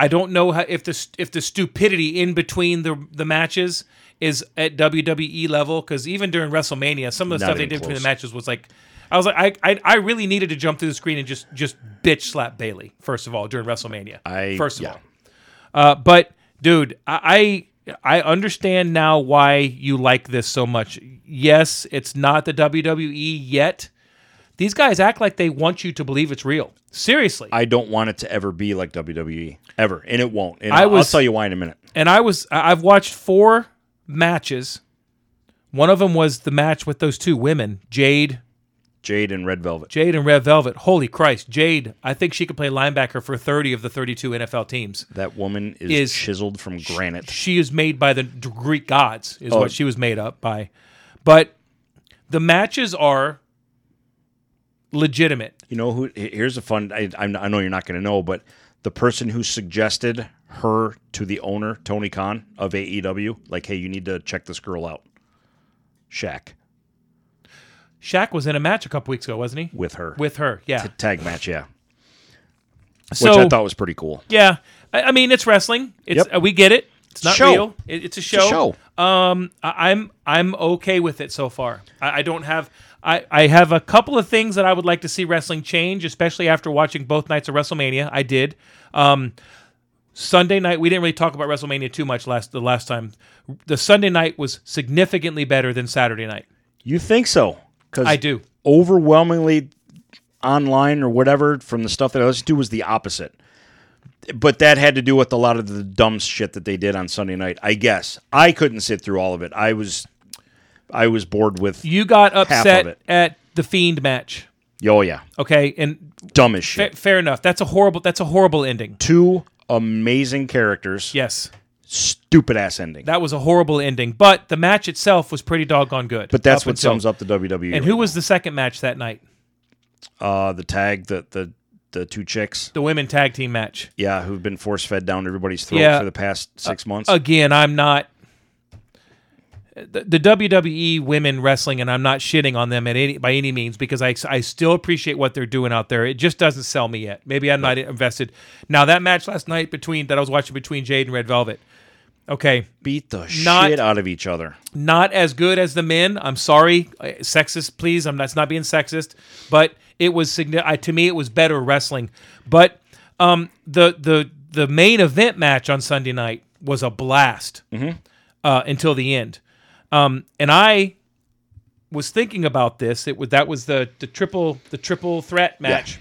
S3: I don't know how, if the st- if the stupidity in between the the matches is at WWE level because even during WrestleMania, some of the
S1: Not
S3: stuff they
S1: even
S3: did between the
S1: close.
S3: matches was like, I was like, I, I I really needed to jump through the screen and just just bitch slap Bailey first of all during WrestleMania.
S1: I-
S3: first of
S1: yeah.
S3: all, uh, but dude, I I I understand now why you like this so much. Yes, it's not the WWE yet. These guys act like they want you to believe it's real. Seriously.
S1: I don't want it to ever be like WWE ever, and it won't. And
S3: I
S1: I will
S3: was-
S1: tell you why in a minute.
S3: and I was I- I've watched four matches. One of them was the match with those two women, Jade,
S1: Jade and Red Velvet.
S3: Jade and Red Velvet. Holy Christ, Jade! I think she could play linebacker for thirty of the thirty-two NFL teams.
S1: That woman is,
S3: Is-
S1: chiseled from granite.
S3: She is made by the d- Greek gods, is
S1: Oh.
S3: what she was made up by. But the matches are legitimate.
S1: You know who? he- Here's a fun. I, I'm- I know you're not going to know, but the person who suggested her to the owner, Tony Khan of AEW, like, hey, you need to check this girl out. Shaq
S3: Shaq was in a match a couple weeks ago, wasn't he?
S1: with her
S3: With her, yeah.
S1: T- tag match, yeah,
S3: so
S1: which I thought was pretty cool.
S3: yeah, I, I mean it's wrestling. It's
S1: Yep.
S3: uh, we get it. It's not
S1: Show.
S3: real. It- it's a show.
S1: show.
S3: Um, I, I'm I'm okay with it so far. I, I don't have. I, I have a couple of things that I would like to see wrestling change, especially after watching both nights of WrestleMania. I did. Um, Sunday night, we didn't really talk about WrestleMania too much last the last time. The Sunday night was significantly better than Saturday night.
S1: You think so? Because
S3: I do.
S1: Overwhelmingly, online or whatever from the stuff that I listened to was the opposite. But that had to do with a lot of the dumb shit that they did on Sunday night. I guess I couldn't sit through all of it. I was, I was bored with.
S3: You got
S1: of
S3: upset
S1: it.
S3: at the Fiend match,
S1: Oh yeah,
S3: okay? And
S1: dumb as
S3: fa-
S1: shit.
S3: fair enough. That's a horrible. That's a horrible ending.
S1: Two amazing characters.
S3: Yes.
S1: Stupid ass ending.
S3: That was a horrible ending, but the match itself was pretty doggone good.
S1: but that's
S3: Up
S1: what
S3: until-
S1: sums up the WWE.
S3: And who was the second match that night?
S1: uh, the tag? The the the two chicks.
S3: The women tag team match.
S1: Yeah, who've been force fed down everybody's throat
S3: Yeah. Uh,
S1: for the past six months.
S3: Again, I'm not the, the WWE women wrestling, and I'm not shitting on them at any, by any means because I I still appreciate what they're doing out there. It just doesn't sell me yet. Maybe I'm not invested. Now that match last night between that I was watching between Jade and Red Velvet. Okay,
S1: Beat the
S3: Not-
S1: shit out of each other.
S3: not as good as the men. I'm sorry, Uh, sexist, please. I'm that's not being sexist, but it was signi- I, to me it was better wrestling. But um, the the the main event match on Sunday night was a blast
S1: Mm-hmm.
S3: uh, until the end, um, and I was thinking about this. It was that was the the triple the triple threat match.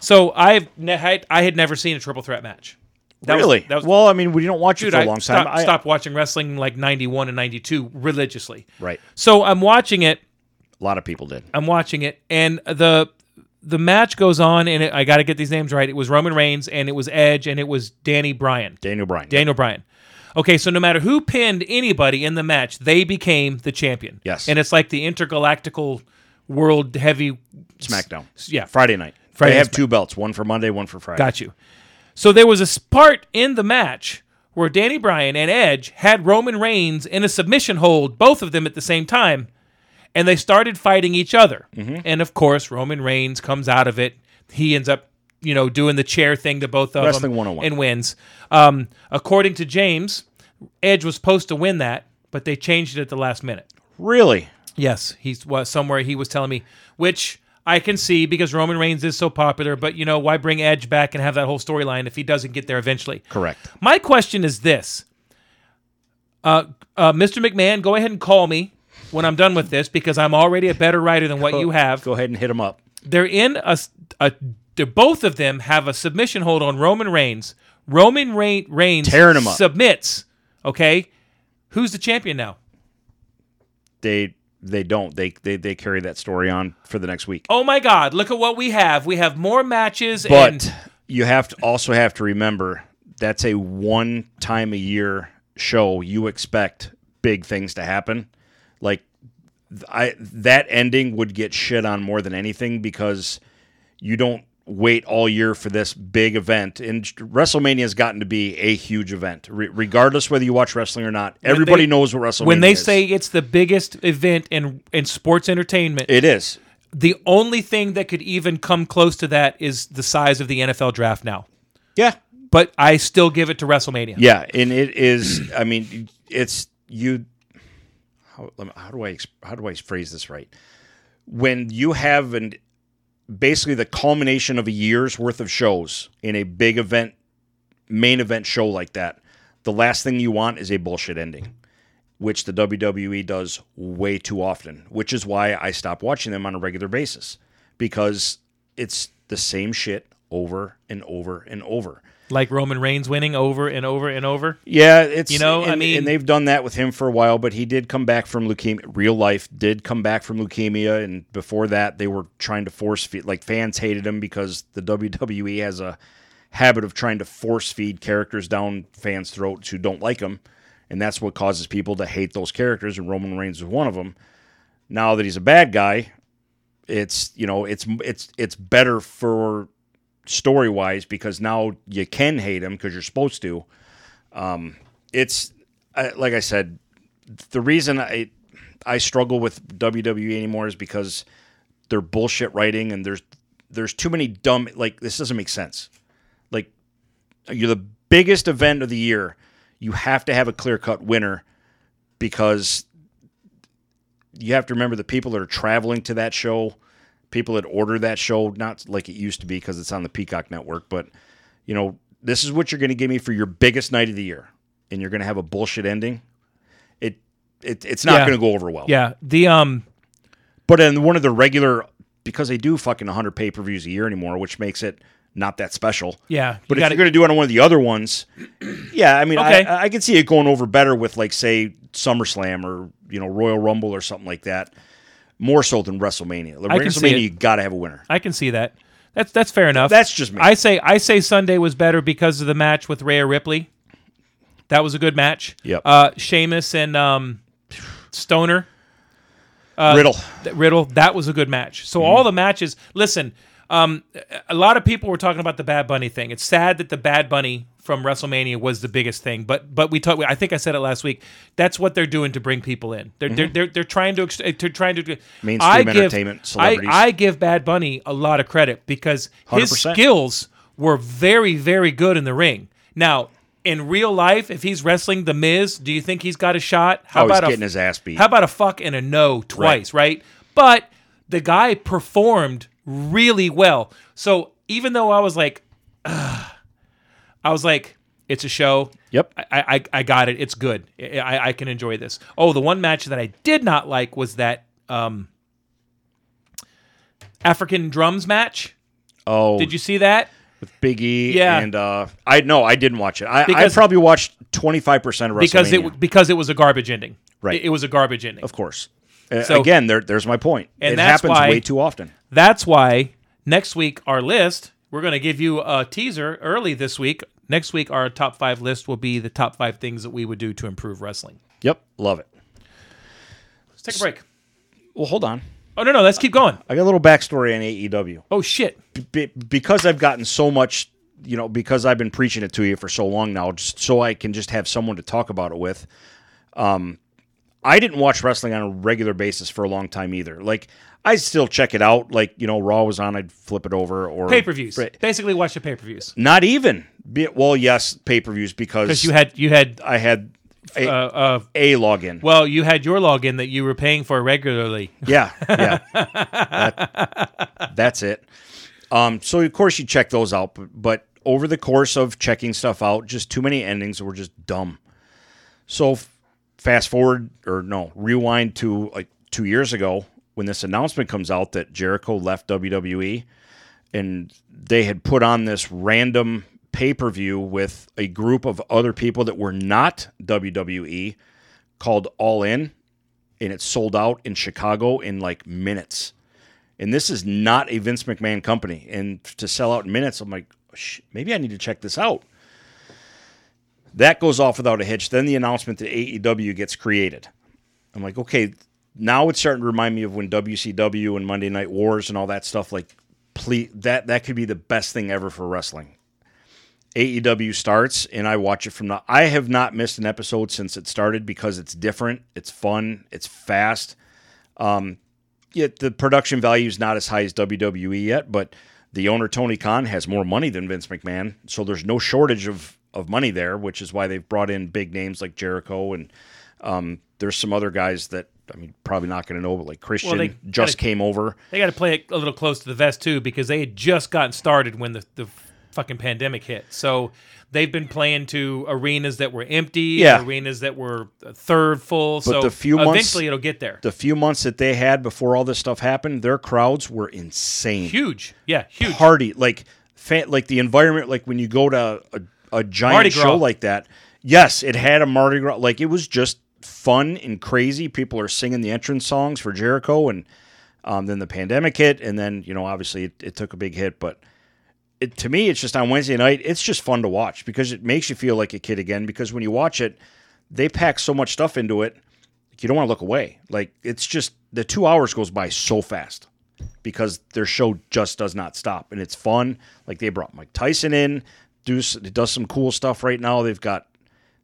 S3: So I've ne- had, I had never seen a triple threat match. That was-
S1: really?
S3: that was
S1: well, I mean, we don't watch it
S3: dude,
S1: for a
S3: I
S1: long
S3: stopped,
S1: time. I-
S3: stopped watching wrestling in, like 91 and 92 religiously.
S1: Right.
S3: So I'm watching it.
S1: A lot of people did.
S3: I'm watching it, and the the match goes on, and it, I got to get these names right. It was Roman Reigns, and it was Edge, and it was Danny Bryan.
S1: Daniel Bryan.
S3: Daniel Bryan. Okay, so no matter who pinned anybody in the match, they became the champion.
S1: Yes.
S3: And it's like the intergalactical world heavy.
S1: SmackDown.
S3: Yeah.
S1: Friday night.
S3: Friday
S1: they
S3: night
S1: have two belts, one for Monday, one for Friday.
S3: Got you. So there was a s- part in the match where Danny Bryan and Edge had Roman Reigns in a submission hold, both of them at the same time, and they started fighting each other. And of course, Roman Reigns comes out of it. He ends up, you know, doing the chair thing to both of
S1: Wrestling
S3: them
S1: 101.
S3: and wins. Um, according to James, Edge was supposed to win that, but they changed it at the last minute.
S1: Really?
S3: Yes, he's was somewhere he was telling me, which I can see because Roman Reigns is so popular. But you know, why bring Edge back and have that whole storyline if he doesn't get there eventually?
S1: Correct.
S3: My question is this: uh, uh, Mr. McMahon, go ahead and call me when I'm done with this because I'm already a better writer than what you have.
S1: Go ahead and hit them up.
S3: They're in a, s- a- they're- both of them have a submission hold on Roman Reigns. Roman Reign, Reigns
S1: Tearing him up.
S3: submits. Okay, who's the champion now?
S1: They they don't. They they, they carry that story on for the next week.
S3: Oh my God! Look at what we have. We have more matches.
S1: But
S3: and
S1: you have to also have to remember that's a one time a year show. You expect big things to happen. Like th- I that ending would get shit on more than anything because you don't wait all year for this big event. And WrestleMania has gotten to be a huge event, re- regardless whether you watch wrestling or not. Everybody
S3: they-
S1: knows what WrestleMania
S3: when they
S1: is.
S3: say it's the biggest event in in sports entertainment,
S1: it is.
S3: the only thing that could even come close to that is the size of the NFL draft now.
S1: Yeah.
S3: but I still give it to WrestleMania.
S1: Yeah, and it is. I mean, it's you. How, let me- how do I ex- how do I phrase this right? When you have an basically the culmination of a year's worth of shows in a big event, main event show like that, the last thing you want is a bullshit ending, which the WWE does way too often. Which is why I stop watching them on a regular basis because it's the same shit over and over and over.
S3: Like Roman Reigns winning over and over and over.
S1: Yeah, it's
S3: You know, I
S1: and,
S3: mean-
S1: and they've done that with him for a while, but he did come back from leukemia. Real life did come back from leukemia, and before that, they were trying to force feed. Like fans hated him because the WWE has a habit of trying to force feed characters down fans' throats who don't like them, and that's what causes people to hate those characters. And Roman Reigns was one of them. Now that he's a bad guy, it's you know it's it's it's better for story wise because now you can hate him because you're supposed to it's I, like I said, the reason I I struggle with WWE anymore is because they're bullshit writing and there's there's too many dumb like this doesn't make sense. Like you're the biggest event of the year, you have to have a clear cut winner because you have to remember the people that are traveling to that show, people that order that show, not like it used to be because it's on the Peacock network, but you know, this is what you're going to give me for your biggest night of the year, and you're going to have a bullshit ending. It, it it's not
S3: Yeah.
S1: going to go over well.
S3: Yeah. The um
S1: But in one of the regular, because they do fucking 100 pay per views a year anymore, which makes it not that special.
S3: yeah.
S1: But
S3: you
S1: if
S3: gotta-
S1: you're going to do it on one of the other ones, yeah, I mean,
S3: Okay.
S1: I, I can see it going over better with like say SummerSlam or you know Royal Rumble or something like that, more so than WrestleMania. Like,
S3: I can see
S1: WrestleMania,
S3: it.
S1: you got to have a winner.
S3: I can see that. That's that's fair enough.
S1: That's just me.
S3: I say I say Sunday was better because of the match with Rhea Ripley. That was a good match.
S1: Yep.
S3: Uh, Sheamus and um, Stoner Uh,
S1: Riddle,
S3: th- Riddle. That was a good match. So
S1: Mm-hmm.
S3: all the matches. Listen, um, a- a lot of people were talking about the Bad Bunny thing. It's sad that the Bad Bunny from WrestleMania was the biggest thing, but but we talked. I think I said it last week. That's what they're doing to bring people in. They're they're, they're they're trying to ex- eh, they're trying to do-
S1: Mm-hmm. Mainstream
S3: I give-
S1: entertainment, celebrities.
S3: I, I give Bad Bunny a lot of credit because his
S1: 100%.
S3: skills were very very good in the ring. Now. In real life, if he's wrestling The Miz, do you think he's got a shot? How
S1: Oh, he's
S3: a-
S1: getting his ass beat.
S3: How about a fuck and a no twice, right. But the guy performed really well. So even though I was like, "Ugh," I was like, it's a show.
S1: Yep.
S3: I, I, I got it. It's good. I, I, I can enjoy this. Oh, the one match that I did not like was that um, African drums match.
S1: oh,
S3: Did you see that?
S1: with Big E,
S3: Yeah.
S1: and uh, I no, I didn't watch it. I, I
S3: Because-
S1: probably watched 25 percent of WrestleMania.
S3: Because it w- because it was a garbage ending.
S1: Right.
S3: It, it was a garbage ending.
S1: of course. Uh,
S3: So-
S1: Again, there, there's my point.
S3: And
S1: it
S3: that's
S1: happens
S3: why-
S1: way too often.
S3: That's why next week our list, we're going to give you a teaser early this week. Next week our top 5 list will be the top 5 things that we would do to improve wrestling.
S1: Yep, love it.
S3: Let's take a break.
S1: Well, hold on.
S3: Oh no no, let's keep going.
S1: I got a little backstory on AEW.
S3: Oh shit.
S1: be, because I've gotten so much, you know, because I've been preaching it to you for so long now, just so I can just have someone to talk about it with. Um, I didn't watch wrestling on a regular basis for a long time either. Like, I still check it out. Like, you know, Raw was on, I'd flip it over or
S3: Pay-per-views.
S1: Right.
S3: Basically watch the pay-per-views.
S1: Not even. Be, well, yes, pay per views because
S3: Cuz you had you had
S1: I had a,
S3: uh, uh
S1: a login.
S3: well, you had your login that you were paying for regularly.
S1: Yeah, yeah. That- that's it. Um, so of course you check those out, but, but over the course of checking stuff out, just too many endings were just dumb. So f- fast forward or no, rewind to like two years ago when this announcement comes out that Jericho left WWE, and they had put on this random pay per view with a group of other people that were not WWE called All In and it sold out in Chicago in like minutes. And this is not a Vince McMahon company. And to sell out in minutes, I'm like, Shh, maybe I need to check this out. That goes off without a hitch. Then the announcement that AEW gets created. I'm like, okay, now it's starting to remind me of when WCW and Monday Night Wars and all that stuff. Like, please, that that could be the best thing ever for wrestling. AEW E starts and I watch it from the I have not missed an episode since it started because it's different, it's fun, it's fast. Um yet the production value is not as high as WWE yet, but The owner Tony Khan has more money than Vince McMahon, so there's no shortage of of money there, which is why they've brought in big names like Jericho and um, there's some other guys that I mean probably not going to know, but like Christian
S3: they
S1: just
S3: gotta-
S1: came over.
S3: They got to play it a little close to the vest too, because they had just gotten started when the, the fucking pandemic hit. So they've been playing to arenas that were empty,
S1: Yeah.
S3: arenas that were a third full. so
S1: the few months-
S3: eventually it'll get there.
S1: The few months that they had before all this stuff happened, their crowds were insane.
S3: huge, yeah, huge.
S1: party like fa- like the environment like when you go to a, a giant
S3: Mardi Gras.
S1: show like that yes it had a Mardi Gras like it was just fun and crazy people are singing the entrance songs for Jericho and um, then the pandemic hit and then you know obviously it, it took a big hit but it, to me it's just on Wednesday night it's just fun to watch because it makes you feel like a kid again because when you watch it they pack so much stuff into it you don't want to look away like it's just the two hours goes by so fast because their show just does not stop and it's fun. Like they brought Mike Tyson in, do s- does some cool stuff right now. They've got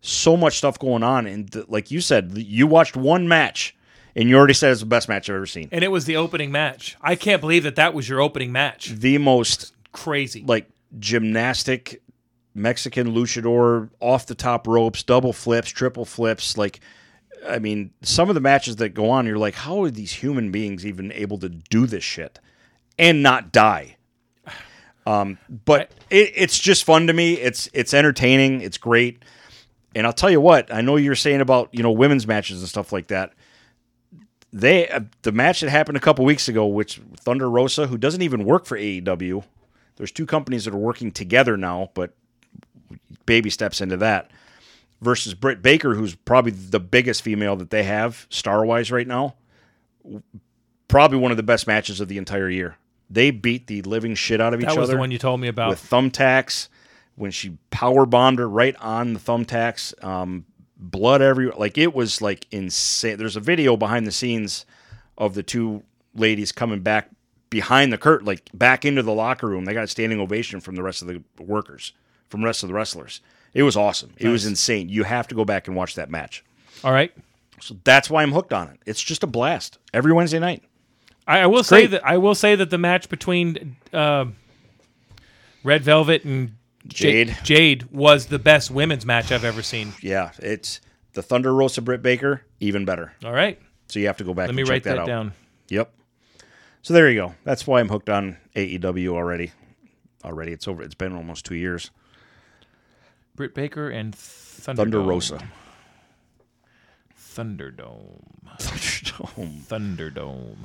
S1: so much stuff going on, and th- like you said, you watched one match and you already said it's the best match I've ever seen.
S3: And it was the opening match. I can't believe that that was your opening match.
S1: The most
S3: Crazy.
S1: like gymnastic Mexican luchador off the top ropes, double flips, triple flips, like. I mean, some of the matches that go on, you're like, how are these human beings even able to do this shit and not die? Um, but it, it's just fun to me. It's it's entertaining. It's great. And I'll tell you what. I know you're saying about you know women's matches and stuff like that. They uh, the match that happened a couple weeks ago, which Thunder Rosa, who doesn't even work for AEW, there's two companies that are working together now, but baby steps into that versus Britt Baker, who's probably the biggest female that they have star wise right now. Probably one of the best matches of the entire year. They beat the living shit out of each
S3: that was
S1: other
S3: the one you told me about.
S1: with thumbtacks. When she power bombed her right on the thumbtacks, um, blood everywhere. Like it was like insane. There's a video behind the scenes of the two ladies coming back behind the curtain, like back into the locker room. They got a standing ovation from the rest of the workers, from the rest of the wrestlers. It was awesome. It was insane. You have to go back and watch that match.
S3: All right.
S1: So that's why I'm hooked on it. It's just a blast every Wednesday night.
S3: I, I will say
S1: great.
S3: that I will say that the match between um Red Velvet and Ja-
S1: Jade.
S3: Jade was the best women's match I've ever seen.
S1: Yeah, it's the Thunder Rosa Britt Baker, even better.
S3: All right.
S1: So you have to go back
S3: Let
S1: and
S3: me
S1: check
S3: write that,
S1: out.
S3: down.
S1: Yep. So there you go. That's why I'm hooked on AEW already. Already, it's over. It's been almost two years.
S3: Britt Baker and Thunder
S1: Thunder Rosa.
S3: Thunderdome. Oh.
S1: Thunderdome.
S3: Thunderdome.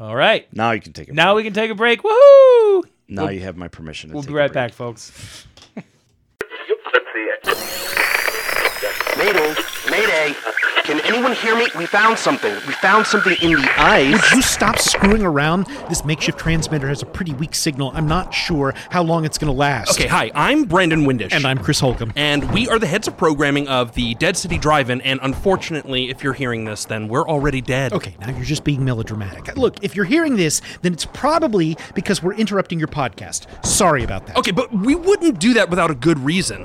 S3: All right.
S1: now you can take it.
S3: Now we can take a break. Woohoo!
S1: now you have my permission. To
S3: We'll
S1: take
S3: be
S1: a
S3: right
S1: break.
S3: back, folks.
S2: Mayday, mayday. Can anyone hear me? We found something. We found something in the ice.
S5: Would you stop screwing around? This makeshift transmitter has a pretty weak signal. I'm not sure how long it's going to last.
S6: Okay, hi, I'm Brandon Windish.
S5: And I'm Chris Holcomb.
S6: And we are the heads of programming of the Dead City Drive In. And unfortunately, if you're hearing this, then we're already dead.
S5: Okay, now you're just being melodramatic. Look, if you're hearing this, then it's probably because we're interrupting your podcast. Sorry about that.
S6: Okay, but we wouldn't do that without a good reason.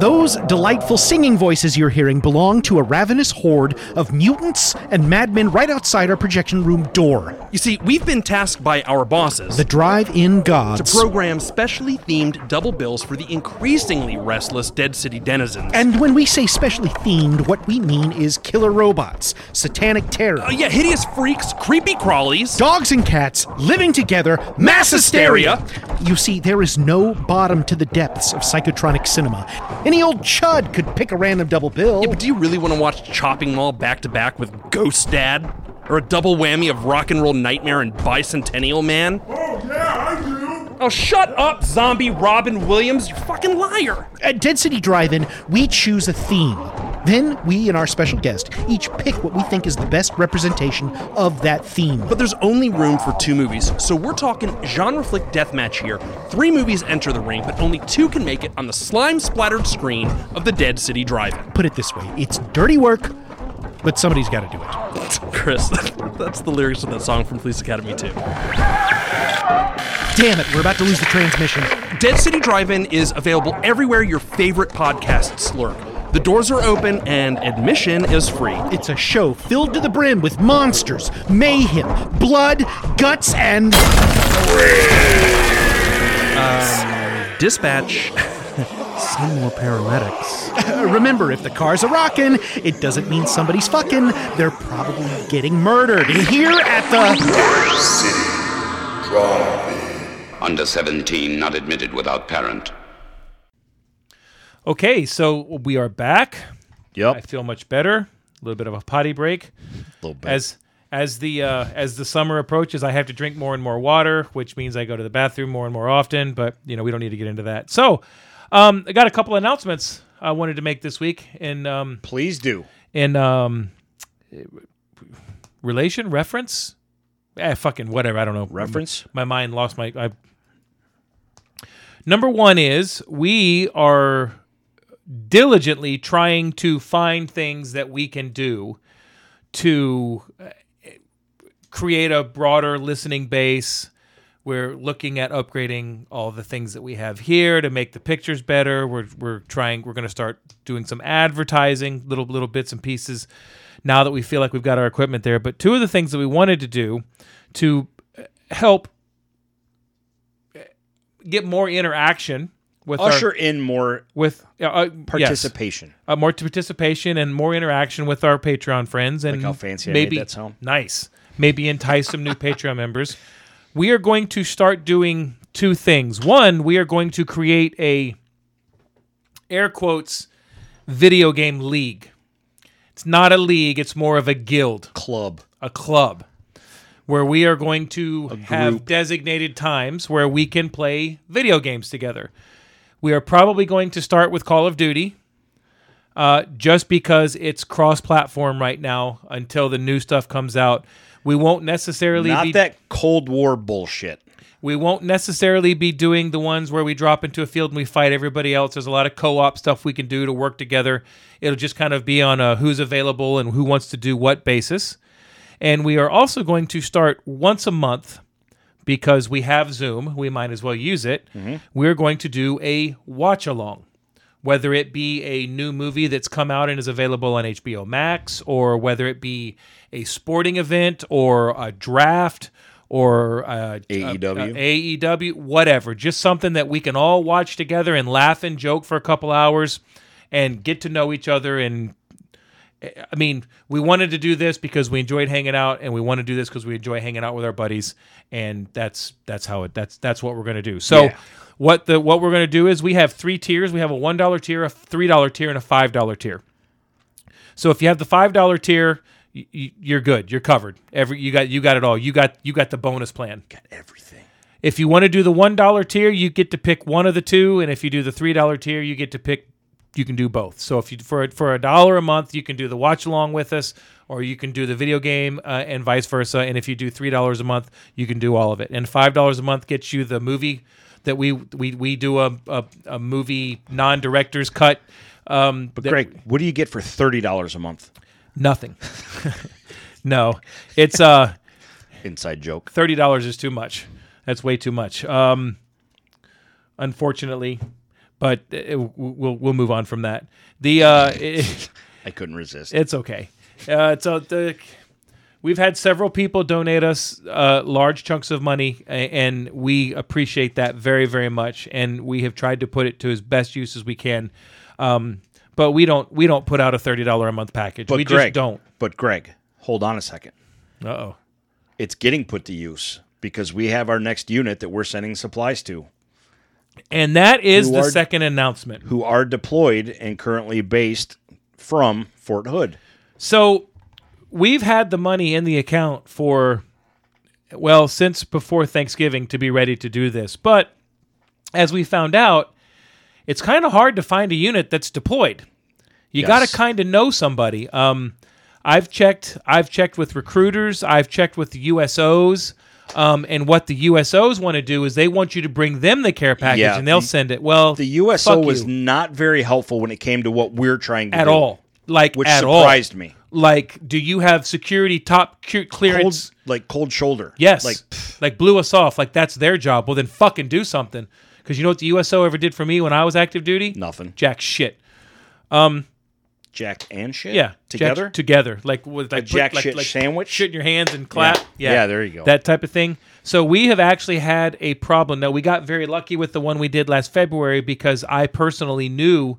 S5: Those delightful singing voices you're hearing belong to a ravenous horde of mutants and madmen right outside our projection room door.
S6: You see, we've been tasked by our bosses
S5: The drive in
S6: to
S5: gods.
S6: program specially themed double bills for the increasingly restless Dead City denizens.
S5: and when we say specially themed, what we mean is killer robots, satanic terror,
S6: Uh, yeah, hideous freaks, creepy crawlies.
S5: dogs and cats living together, mass hysteria. You see, there is no bottom to the depths of psychotronic cinema. Any old chud could pick a random double bill.
S6: Yeah, but do you really want to watch Chopping Mall back to back with Ghost Dad? Or a double whammy of Rock and Roll Nightmare and Bicentennial Man? Oh, yeah, I do! Oh, shut up, zombie Robin Williams, you fucking liar!
S5: At Dead City Drive-In, we choose a theme. Then we and our special guest each pick what we think is the best representation of that theme.
S6: But there's only room for two movies, so we're talking genre flick deathmatch here. Three movies enter the ring, but only two can make it on the slime splattered screen of the Dead City Drive In.
S5: Put it this way, it's dirty work, but somebody's got to do it.
S6: Chris, that's the lyrics of that song from Police Academy 2.
S5: Damn it, we're about to lose the transmission.
S6: Dead City Drive In is available everywhere your favorite podcasts lurk. The doors are open and admission is free.
S5: It's a show filled to the brim with monsters, mayhem, blood, guts, and.
S6: Dispatch. Send more paramedics.
S5: Remember, if the cars are rocking, it doesn't mean somebody's fucking. They're probably getting murdered. And here at the.
S7: Under 17, not admitted without parent.
S3: Okay, so we are back. I
S1: Yep.
S3: feel much better. A little bit of a potty break.
S1: Little bit.
S3: As as the uh, as the summer approaches, I have to drink more and more water, which means I go to the bathroom more and more often. But you know, we don't need to get into that. So, um, I got a couple announcements I wanted to make this week in um,
S1: Please do.
S3: in um, relation reference. Eh, fucking whatever. I don't know.
S1: Reference?
S3: My mind lost my. I... Number one is we are diligently trying to find things that we can do to uh, create a broader listening base. We're looking at upgrading all the things that we have here to make the pictures better. We're, we're trying. We're going to start doing some advertising, little little bits and pieces. Now that we feel like we've got our equipment there, but two of the things that we wanted to do to uh, help uh, get more interaction with our-
S1: Usher in more
S3: with uh, uh, yes
S1: participation.
S3: uh, more t- participation and more interaction with our Patreon friends, and
S1: Like how fancy I made
S3: maybe
S1: that sound.
S3: nice, maybe entice some new Patreon members. We are going to start doing two things. One, we are going to create a air quotes video game league. It's not a league; it's more of a guild,
S1: Club.
S3: a club, where we are going to have
S1: group.
S3: designated times where we can play video games together. We are probably going to start with Call of Duty uh, just because it's cross platform right now until the new stuff comes out. We won't necessarily
S1: Not
S3: be,
S1: that Cold War bullshit.
S3: we won't necessarily be doing the ones where we drop into a field and we fight everybody else. There's a lot of co-op stuff we can do to work together. It'll just kind of be on a who's available and who wants to do what basis. And we are also going to start once a month because we have Zoom, we might as well use it.
S1: Mm-hmm.
S3: We're going to do a watch along, whether it be a new movie that's come out and is available on HBO Max, or whether it be a sporting event or a draft or a,
S1: AEW.
S3: Uh, a- a- AEW, whatever. Just something that we can all watch together and laugh and joke for a couple hours and get to know each other and eh, I mean, we wanted to do this because we enjoyed hanging out, and we want to do this because we enjoy hanging out with our buddies, and that's that's how it that's that's what we're gonna do. So, what the what we're gonna do is we have three tiers. We have a one dollar tier, a three dollar tier, and a five dollar tier. So if you have the five dollar tier, y- y- you're good. You're covered. Every you got you got it all. You got you got the bonus plan.
S1: Everything.
S3: If you want to do the one dollar tier, you get to pick one of the two, and if you do the three dollar tier, you get to pick. You can do both. So if you for for a dollar a month, you can do the watch along with us, or you can do the video game, uh, and vice versa. And if you do three dollars a month, you can do all of it. And five dollars a month gets you the movie that we we we do a a, a movie non director's cut. Um, but
S1: Greg, what do you get for thirty dollars a month?
S3: nothing. no, it's uh.
S1: Inside joke.
S3: thirty dollars is too much. That's way too much. Um, unfortunately, but it, we'll we'll move on from that. The uh, it-
S1: I couldn't resist.
S3: it's okay. Uh, so the we've had several people donate us uh, large chunks of money, a- and we appreciate that very very much. And we have tried to put it to as best use as we can. Um, but we don't we don't put out a thirty dollar a month package.
S1: but
S3: we
S1: Greg,
S3: just don't.
S1: But Greg, hold on a second.
S3: Uh oh.
S1: It's getting put to use because we have our next unit that we're sending supplies to,
S3: And that is
S1: You
S3: the
S1: are-
S3: second announcement.
S1: who are deployed and currently based from Fort Hood.
S3: So we've had the money in the account for well since before Thanksgiving to be ready to do this. But as we found out, it's kind of hard to find a unit that's deployed. You got to kind of know somebody. Um, I've checked. I've checked with recruiters. I've checked with the USOs. Um, and what the USOs want to do is they want you to bring them the care package
S1: Yeah,
S3: and they'll
S1: the-
S3: send it. Well,
S1: The USO
S3: fuck
S1: was
S3: you.
S1: not very helpful when it came to what we're trying to
S3: at
S1: do
S3: all. Like
S1: which
S3: at all.
S1: surprised me.
S3: Like, do you have security top cu-
S1: Cold,
S3: clearance?
S1: like cold shoulder.
S3: Yes.
S1: Like
S3: Like, blew us off. Like that's their job. Well, then fucking do something. Because you know what the USO ever did for me when I was active duty?
S1: Nothing.
S3: Jack shit. Um,
S1: jack and shit?
S3: Yeah, jack-
S1: Together?
S3: together, like with like
S1: jack
S3: like,
S1: shit
S3: like
S1: sandwich?
S3: shit in your hands and clap.
S1: Yeah.
S3: Yeah.
S1: Yeah, there you go.
S3: That type of thing. So we have actually had a problem. Now we got very lucky with the one we did last February because I personally knew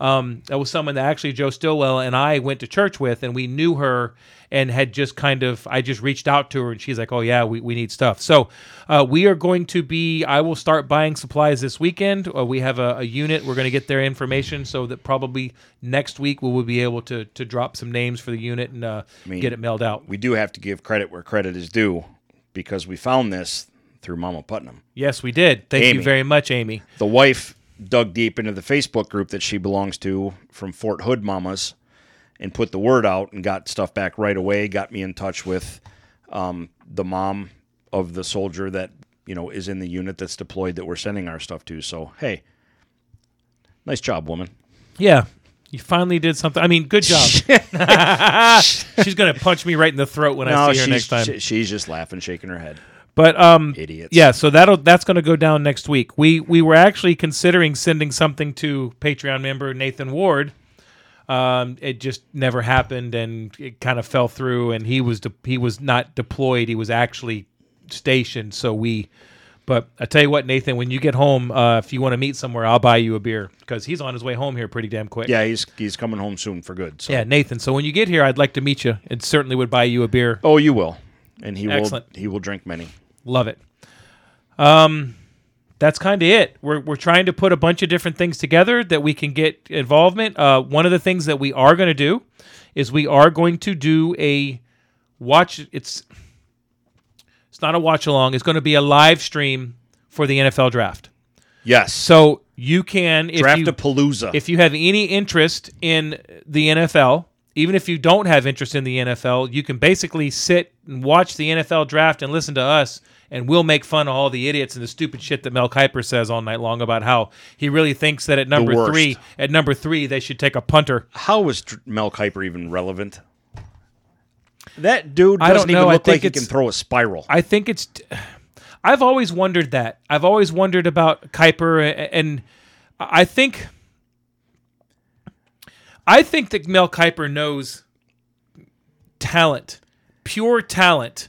S3: um, that was someone that actually Joe Stillwell and I went to church with, and we knew her and had just kind of I just reached out to her, and she's like, "Oh yeah, we, we need stuff." So uh, we are going to be. I will start buying supplies this weekend. Uh, we have a, a unit. We're going to get their information so that probably next week we will be able to to drop some names for the unit and uh, get it mailed out.
S1: we do have to give credit where credit is due because we found this through Mama Putnam.
S3: Yes, we did. Thank
S1: Amy.
S3: you very much, Amy.
S1: The wife dug deep into the Facebook group that she belongs to from Fort Hood Mamas and put the word out and got stuff back right away. Got me in touch with um, the mom of the soldier that you know is in the unit that's deployed that we're sending our stuff to. So hey, nice job, woman.
S3: Yeah. You finally did something. I mean, good job. she's gonna punch me right in the throat when I see her
S1: she's,
S3: next time.
S1: she- she's just laughing, shaking her head.
S3: But um,
S1: Idiots.
S3: Yeah, so that'll that's going to go down next week. We we were actually considering sending something to Patreon member Nathan Ward. Um, it just never happened, and it kind of fell through. And he was de- he was not deployed; he was actually stationed. So we, but I tell you what, Nathan, when you get home, uh, if you want to meet somewhere, I'll buy you a beer because he's on his way home here pretty damn quick.
S1: Yeah, he's he's coming home soon for good. So.
S3: yeah, Nathan. So when you get here, I'd like to meet you, and certainly would buy you a beer.
S1: Oh, you will, and he
S3: Excellent.
S1: will he will drink many.
S3: Love it. Um, that's kind of it. We're, we're trying to put a bunch of different things together that we can get involvement. Uh, one of the things that we are going to do is we are going to do a watch. It's it's not a watch along. It's going to be a live stream for the NFL draft.
S1: Yes.
S3: So you can if
S1: draft
S3: you,
S1: a palooza.
S3: if you have any interest in the NFL, even if you don't have interest in the NFL, you can basically sit and watch the NFL draft and listen to us, and we'll make fun of all the idiots and the stupid shit that Mel Kiper says all night long about how he really thinks that at number
S1: worst.
S3: three, at number three, they should take a punter.
S1: How was Dr- Mel Kiper even relevant? That dude
S3: I don't
S1: doesn't even
S3: know. I
S1: look
S3: think
S1: like he
S3: it's-
S1: can throw a spiral.
S3: I think it's. I've always wondered that. I've always wondered about Kuiper, a- and I think. I think that Mel Kiper knows talent, pure talent,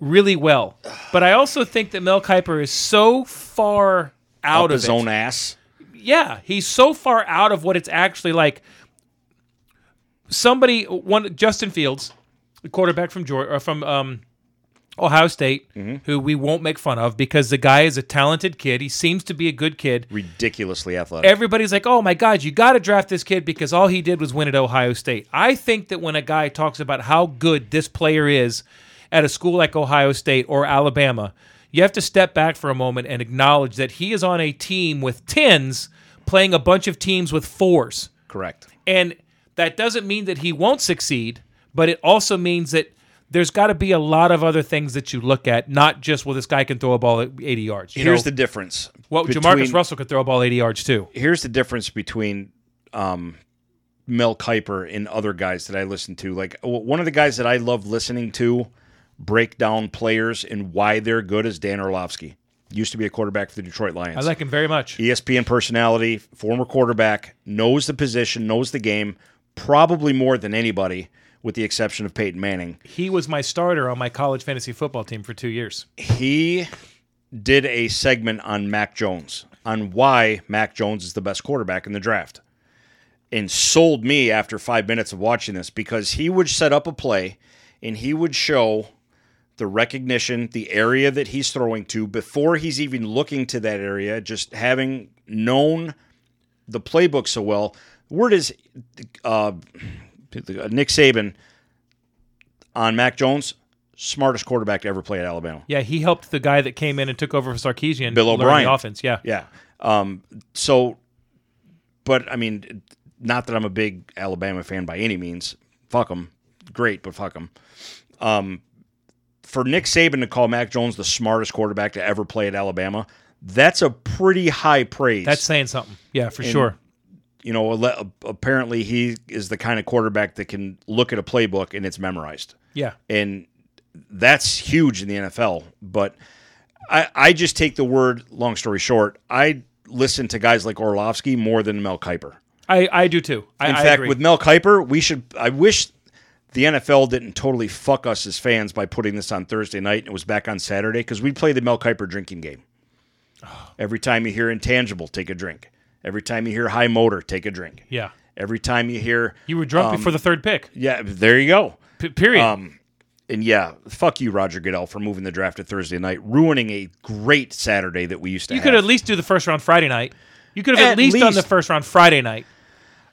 S3: really well. But I also think that Mel Kiper is so far out
S1: Up
S3: of
S1: his
S3: it.
S1: own ass.
S3: Yeah, he's so far out of what it's actually like. Somebody, one Justin Fields, the quarterback from Georgia, or from um, Ohio State, who we won't make fun of because the guy is a talented kid. He seems to be a good kid.
S1: Ridiculously athletic.
S3: Everybody's like, "Oh my God, you got to draft this kid because all he did was win at Ohio State." I think that when a guy talks about how good this player is at a school like Ohio State or Alabama, you have to step back for a moment and acknowledge that he is on a team with tens playing a bunch of teams with fours.
S1: Correct.
S3: And that doesn't mean that he won't succeed, but it also means that there's got to be a lot of other things that you look at, not just well, this guy can throw a ball at 80 yards. You
S1: Here's
S3: know,
S1: the difference.
S3: well, Jamarcus Russell could throw a ball 80 yards too.
S1: Here's the difference between um, Mel Kiper and other guys that I listen to. Like w- one of the guys that I love listening to break down players and why they're good is Dan Orlovsky. Used to be a quarterback for the Detroit Lions.
S3: I like him very much.
S1: ESPN personality, former quarterback, knows the position, knows the game, probably more than anybody, with the exception of Peyton Manning.
S3: He was my starter on my college fantasy football team for two years.
S1: He did a segment on Mac Jones, on why Mac Jones is the best quarterback in the draft, and sold me after five minutes of watching this because he would set up a play and he would show the recognition, the area that he's throwing to before he's even looking to that area, just having known the playbook so well. Word is, uh, Nick Saban on Mac Jones, smartest quarterback to ever play at Alabama.
S3: Yeah, he helped the guy that came in and took over for Sarkeesian.
S1: Bill
S3: learn
S1: O'Brien.
S3: the offense. Yeah.
S1: Yeah. Um, so, but I mean, not that I'm a big Alabama fan by any means. Fuck them. Great, but fuck them. Um, for Nick Saban to call Mac Jones the smartest quarterback to ever play at Alabama, that's a pretty high praise.
S3: that's saying something. Yeah, for sure.
S1: you know, ale- apparently he is the kind of quarterback that can look at a playbook and it's memorized
S3: Yeah,
S1: and that's huge in the NFL. But I, I just take the word. Long story short, I listen to guys like Orlovsky more than Mel Kiper.
S3: I, I do too. I,
S1: In
S3: I
S1: fact,
S3: agree.
S1: with Mel Kiper, we should. I wish the NFL didn't totally fuck us as fans by putting this on Thursday night and it was back on Saturday because we play the Mel Kiper drinking game.
S3: Oh.
S1: Every time you hear intangible, take a drink. Every time you hear high motor, take a drink.
S3: yeah,
S1: Every time you hear,
S3: you were
S1: Um,
S3: drunk before the third pick.
S1: yeah, there you go.
S3: P- period.
S1: um, And yeah, fuck you, Roger Goodell, for moving the draft to Thursday night, ruining a great Saturday that we used to
S3: you
S1: have.
S3: could at least do the first round Friday night. You could have at,
S1: At
S3: least, done the
S1: least.
S3: first round Friday night.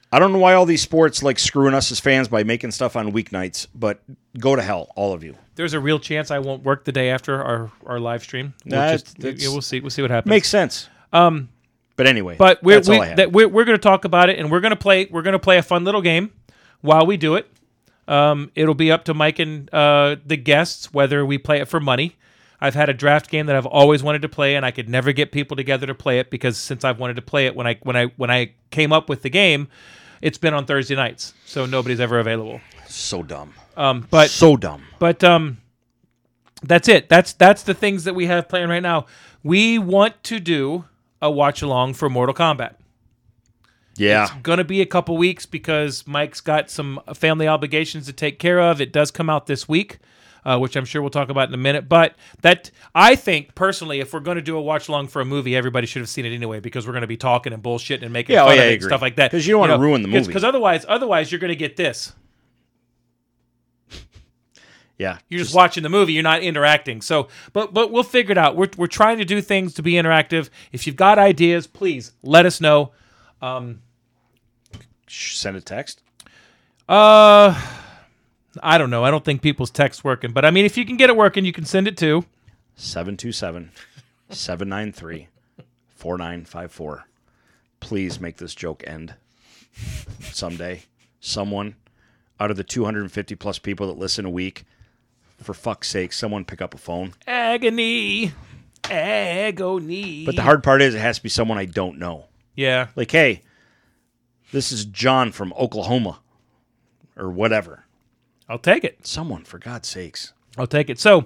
S1: I don't know why all these sports like screwing us as fans by making stuff on weeknights, but go to hell, all of you.
S3: There's a real chance I won't work the day after our, our live stream. We'll,
S1: Nah,
S3: just,
S1: it's-
S3: yeah, we'll see. We'll see what happens.
S1: Makes sense. Um, but anyway,
S3: But we're
S1: that's
S3: we,
S1: all I had.
S3: that we're, we're going to talk about it, and we're going to play we're going to play a fun little game while we do it. Um, it'll be up to Mike and uh, the guests whether we play it for money. I've had a draft game that I've always wanted to play, and I could never get people together to play it because since I've wanted to play it, when I when I when I came up with the game, it's been on Thursday nights, so nobody's ever available.
S1: so dumb.
S3: Um, but
S1: so dumb.
S3: but um, that's it. That's that's the things that we have planned right now. We want to do a watch along for Mortal Kombat.
S1: Yeah.
S3: Gonna be a couple weeks because Mike's got some family obligations to take care of. It does come out this week, uh, which I'm sure we'll talk about in a minute. But that I think personally, if we're gonna do a watch along for a movie, everybody should have seen it anyway because we're gonna be talking and bullshitting and making
S1: Yeah, oh,
S3: fun
S1: yeah,
S3: of
S1: I
S3: it and
S1: agree.
S3: stuff like that.
S1: 'Cause you don't wanna ruin the movie.
S3: Because otherwise, otherwise you're gonna get this.
S1: Yeah.
S3: You're just, watching the movie. You're not interacting. So, but but we'll figure it out. We're we're trying to do things to be interactive. If you've got ideas, please let us know.
S1: Sh- send a text.
S3: Uh, I don't know. I don't think people's text working, but I mean, if you can get it working, you can send it to.
S1: 727 793 4954. Please make this joke end someday. Someone out of the 250 plus people that listen a week, for fuck's sake, someone pick up a phone.
S3: Agony, agony.
S1: But the hard part is, it has to be someone I don't know.
S3: yeah,
S1: Like, hey, this is John from Oklahoma or whatever.
S3: I'll take it.
S1: Someone, for God's sakes.
S3: I'll take it. So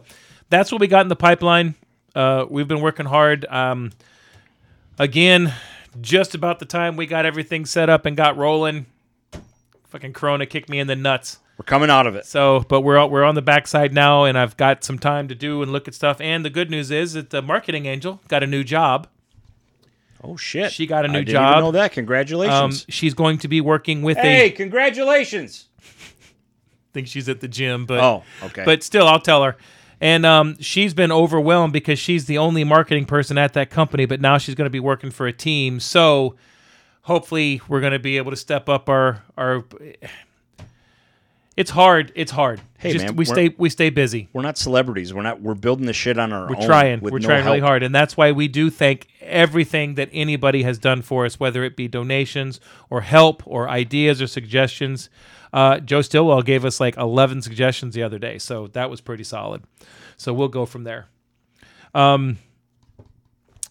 S3: that's what we got in the pipeline. Uh, we've been working hard. Um, again, just about the time we got everything set up and got rolling, fucking Corona kicked me in the nuts.
S1: We're coming out of it.
S3: So, but we're we're on the backside now, and I've got some time to do and look at stuff. And the good news is that the marketing angel got a new job.
S1: Oh shit!
S3: She got a new
S1: I didn't
S3: job.
S1: Even know that.
S3: Um,
S1: Congratulations.
S3: she's going to be working with
S1: hey,
S3: a. I
S1: congratulations.
S3: think she's at the gym, but
S1: Oh, okay.
S3: but still, I'll tell her. And um, she's been overwhelmed because she's the only marketing person at that company, but now she's going to be working for a team. So hopefully, we're going to be able to step up our our. eh, It's hard. It's hard.
S1: Hey,
S3: Just,
S1: man, we're-
S3: we stay we stay busy.
S1: We're not celebrities. We're not. We're building the shit on our
S3: We're
S1: own.
S3: trying.
S1: with
S3: We're
S1: no
S3: trying really
S1: help.
S3: hard, and that's why we do thank everything that anybody has done for us, whether it be donations or help or ideas or suggestions. Uh, Joe Stillwell gave us like 11 suggestions the other day, so that was pretty solid. So we'll go from there. Um,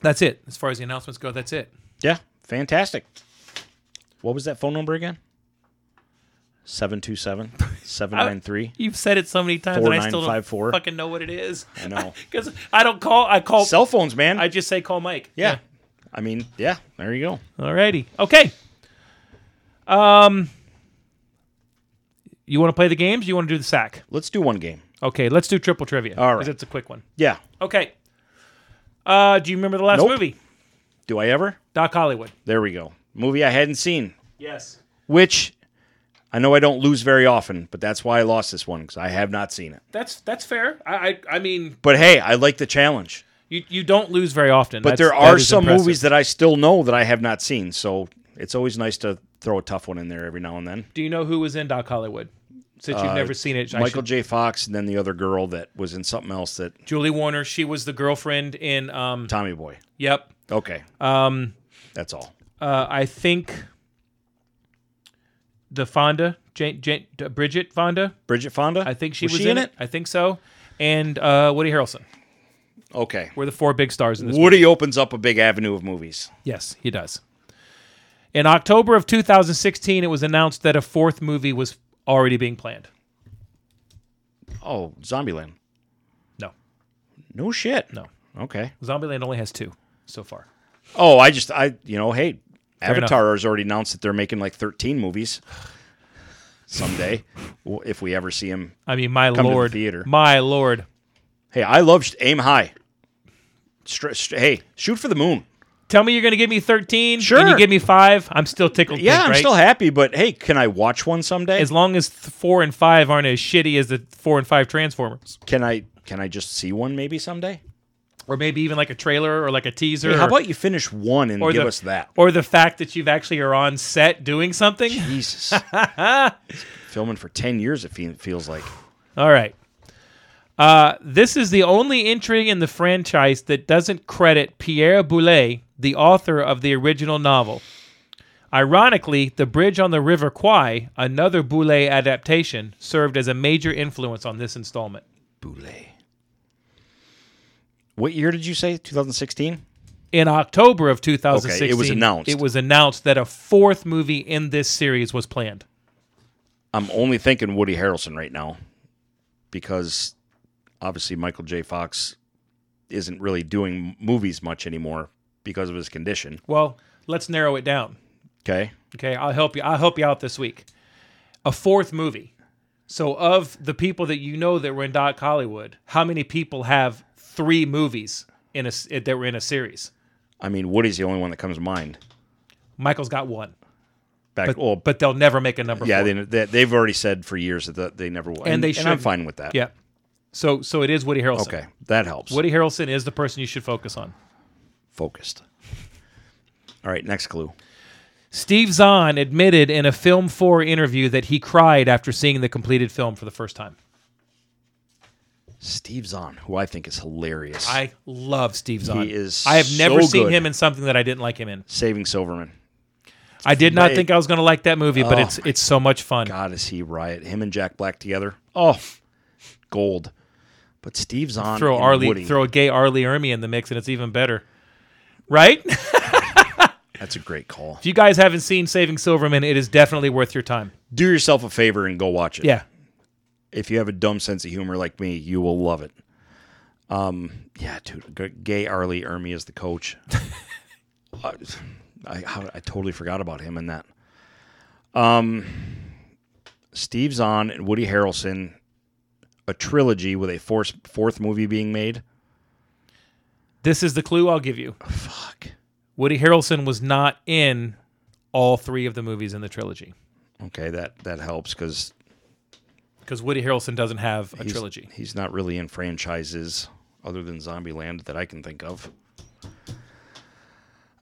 S3: that's it as far as the announcements go. That's it.
S1: Yeah, fantastic. What was that phone number again? 727 793
S3: You've said it so many times, and I still don't
S1: 4954.
S3: fucking know what it is. I
S1: know.
S3: because I don't call. I call.
S1: Cell phones, man.
S3: I just say call Mike.
S1: yeah. I mean, yeah, there you go.
S3: Alrighty. Okay. Um, you want to play the games? You want to do the sack?
S1: Let's do one game.
S3: Okay, let's do triple trivia.
S1: All right.
S3: because it's a quick one.
S1: Yeah.
S3: Okay. Uh, do you remember the last
S1: Nope.
S3: movie?
S1: Do I ever?
S3: Doc Hollywood.
S1: There we go. Movie I hadn't seen,
S3: Yes.
S1: which I know I don't lose very often, but that's why I lost this one because I have not seen it.
S3: That's that's fair. I I, I mean,
S1: But hey, I like the challenge.
S3: you, you don't lose very often.
S1: But there are some movies that I still know that I have not seen, so it's always nice to throw a tough one in there every now and then.
S3: Do you know who was in Doc Hollywood? Since you've never seen it, I
S1: Uh, Michael
S3: should-
S1: J. Fox and then the other girl that was in something else that
S3: Julie Warner. She was the girlfriend in. Um.
S1: Tommy Boy.
S3: Yep.
S1: Okay,
S3: Um.
S1: that's all.
S3: uh, I think the Fonda, Jane, Jane, uh, Bridget Fonda.
S1: Bridget Fonda.
S3: I think she
S1: was,
S3: was,
S1: she in it.
S3: I think so. And uh, Woody Harrelson
S1: Okay.
S3: were the four big stars in this.
S1: Woody opens up a big avenue of movies.
S3: Yes, he does. In October of 2016, it was announced that a fourth movie was already being planned.
S1: Oh, Zombieland.
S3: No,
S1: No shit.
S3: No.
S1: Okay.
S3: Zombieland only has two so far.
S1: Oh, I just I you know hey, Avatar has already announced that they're making like 13 movies someday, w- if we ever see him.
S3: I mean, my
S1: to the
S3: lord,
S1: theater.
S3: my lord.
S1: Hey, I love sh- aim high. Str- st- hey, shoot for the moon.
S3: Tell me you're going to give me 13.
S1: Sure.
S3: And you give me five. I'm still tickled.
S1: Yeah,
S3: pink,
S1: I'm
S3: right?
S1: still happy, but hey, can I watch one someday?
S3: As long as th- four and five aren't as shitty as the four and five Transformers,
S1: can I? Can I just see one maybe someday?
S3: or maybe even like a trailer or like a teaser.
S1: Hey,
S3: or-
S1: how about you finish one and
S3: or
S1: give
S3: the-
S1: us that?
S3: Or the fact that you've actually are on set doing something.
S1: Jesus, filming for 10 years it fe- feels like.
S3: All right. Uh, this is the only entry in the franchise that doesn't credit Pierre Boulez, the author of the original novel. Ironically, The Bridge on the River Kwai, another Boulez adaptation, served as a major influence on this installment.
S1: What year did you say? 2016.
S3: In October of 2016,
S1: Okay, it was announced.
S3: it was announced that a fourth movie in this series was planned.
S1: I'm only thinking Woody Harrelson right now because obviously Michael J. Fox isn't really doing movies much anymore because of his condition.
S3: Well, let's narrow it down.
S1: Okay.
S3: Okay, I'll help you. I'll help you out this week. A fourth movie. So, of the people that you know that were in Doc Hollywood, how many people have three movies in a s- eh, that were in a series?
S1: I mean, Woody's the only one that comes to mind.
S3: Michael's got one,
S1: Back,
S3: but
S1: well,
S3: but they'll never make a number.
S1: yeah,
S3: four.
S1: they, they, they've already said for years that th- they never will.
S3: And they
S1: And I'm
S3: should.
S1: fine with that.
S3: yeah. So so it is Woody Harrelson.
S1: Okay. That helps.
S3: Woody Harrelson is the person you should focus on.
S1: Focused. All right. Next clue.
S3: Steve Zahn admitted in a Film 4 interview that he cried after seeing the completed film for the first time.
S1: Steve Zahn, who I think is hilarious.
S3: I love Steve Zahn.
S1: is
S3: I have never
S1: so
S3: seen
S1: good.
S3: him in something that I didn't like him in.
S1: Saving Silverman.
S3: I did not
S1: Right. Oh
S3: think I was going to like that movie, but it's it's so much fun.
S1: God, is he riot? Him and Jack Black together. Oh, gold. But Steve Zahn.
S3: Throw
S1: and
S3: Arlie,
S1: Woody.
S3: throw a gay Arlie Ermy in the mix, and it's even better, right? if
S1: That's a great call.
S3: you guys haven't seen Saving Silverman, it is definitely worth your time.
S1: Do yourself a favor and go watch it.
S3: Yeah,
S1: If you have a dumb sense of humor like me, you will love it. Um, yeah, dude. g- Gay Arlie Ermy is the coach. I, I, how- I totally forgot about him in that. Um, Steve Zahn and Woody Harrelson, a trilogy with a fourth fourth movie being made.
S3: this is the clue I'll give you.
S1: Oh, Fuck.
S3: Woody Harrelson was not in all three of the movies in the trilogy
S1: Okay, that that helps because
S3: because Woody Harrelson doesn't have a
S1: he's,
S3: trilogy.
S1: He's not really in franchises other than Zombieland that I can think of.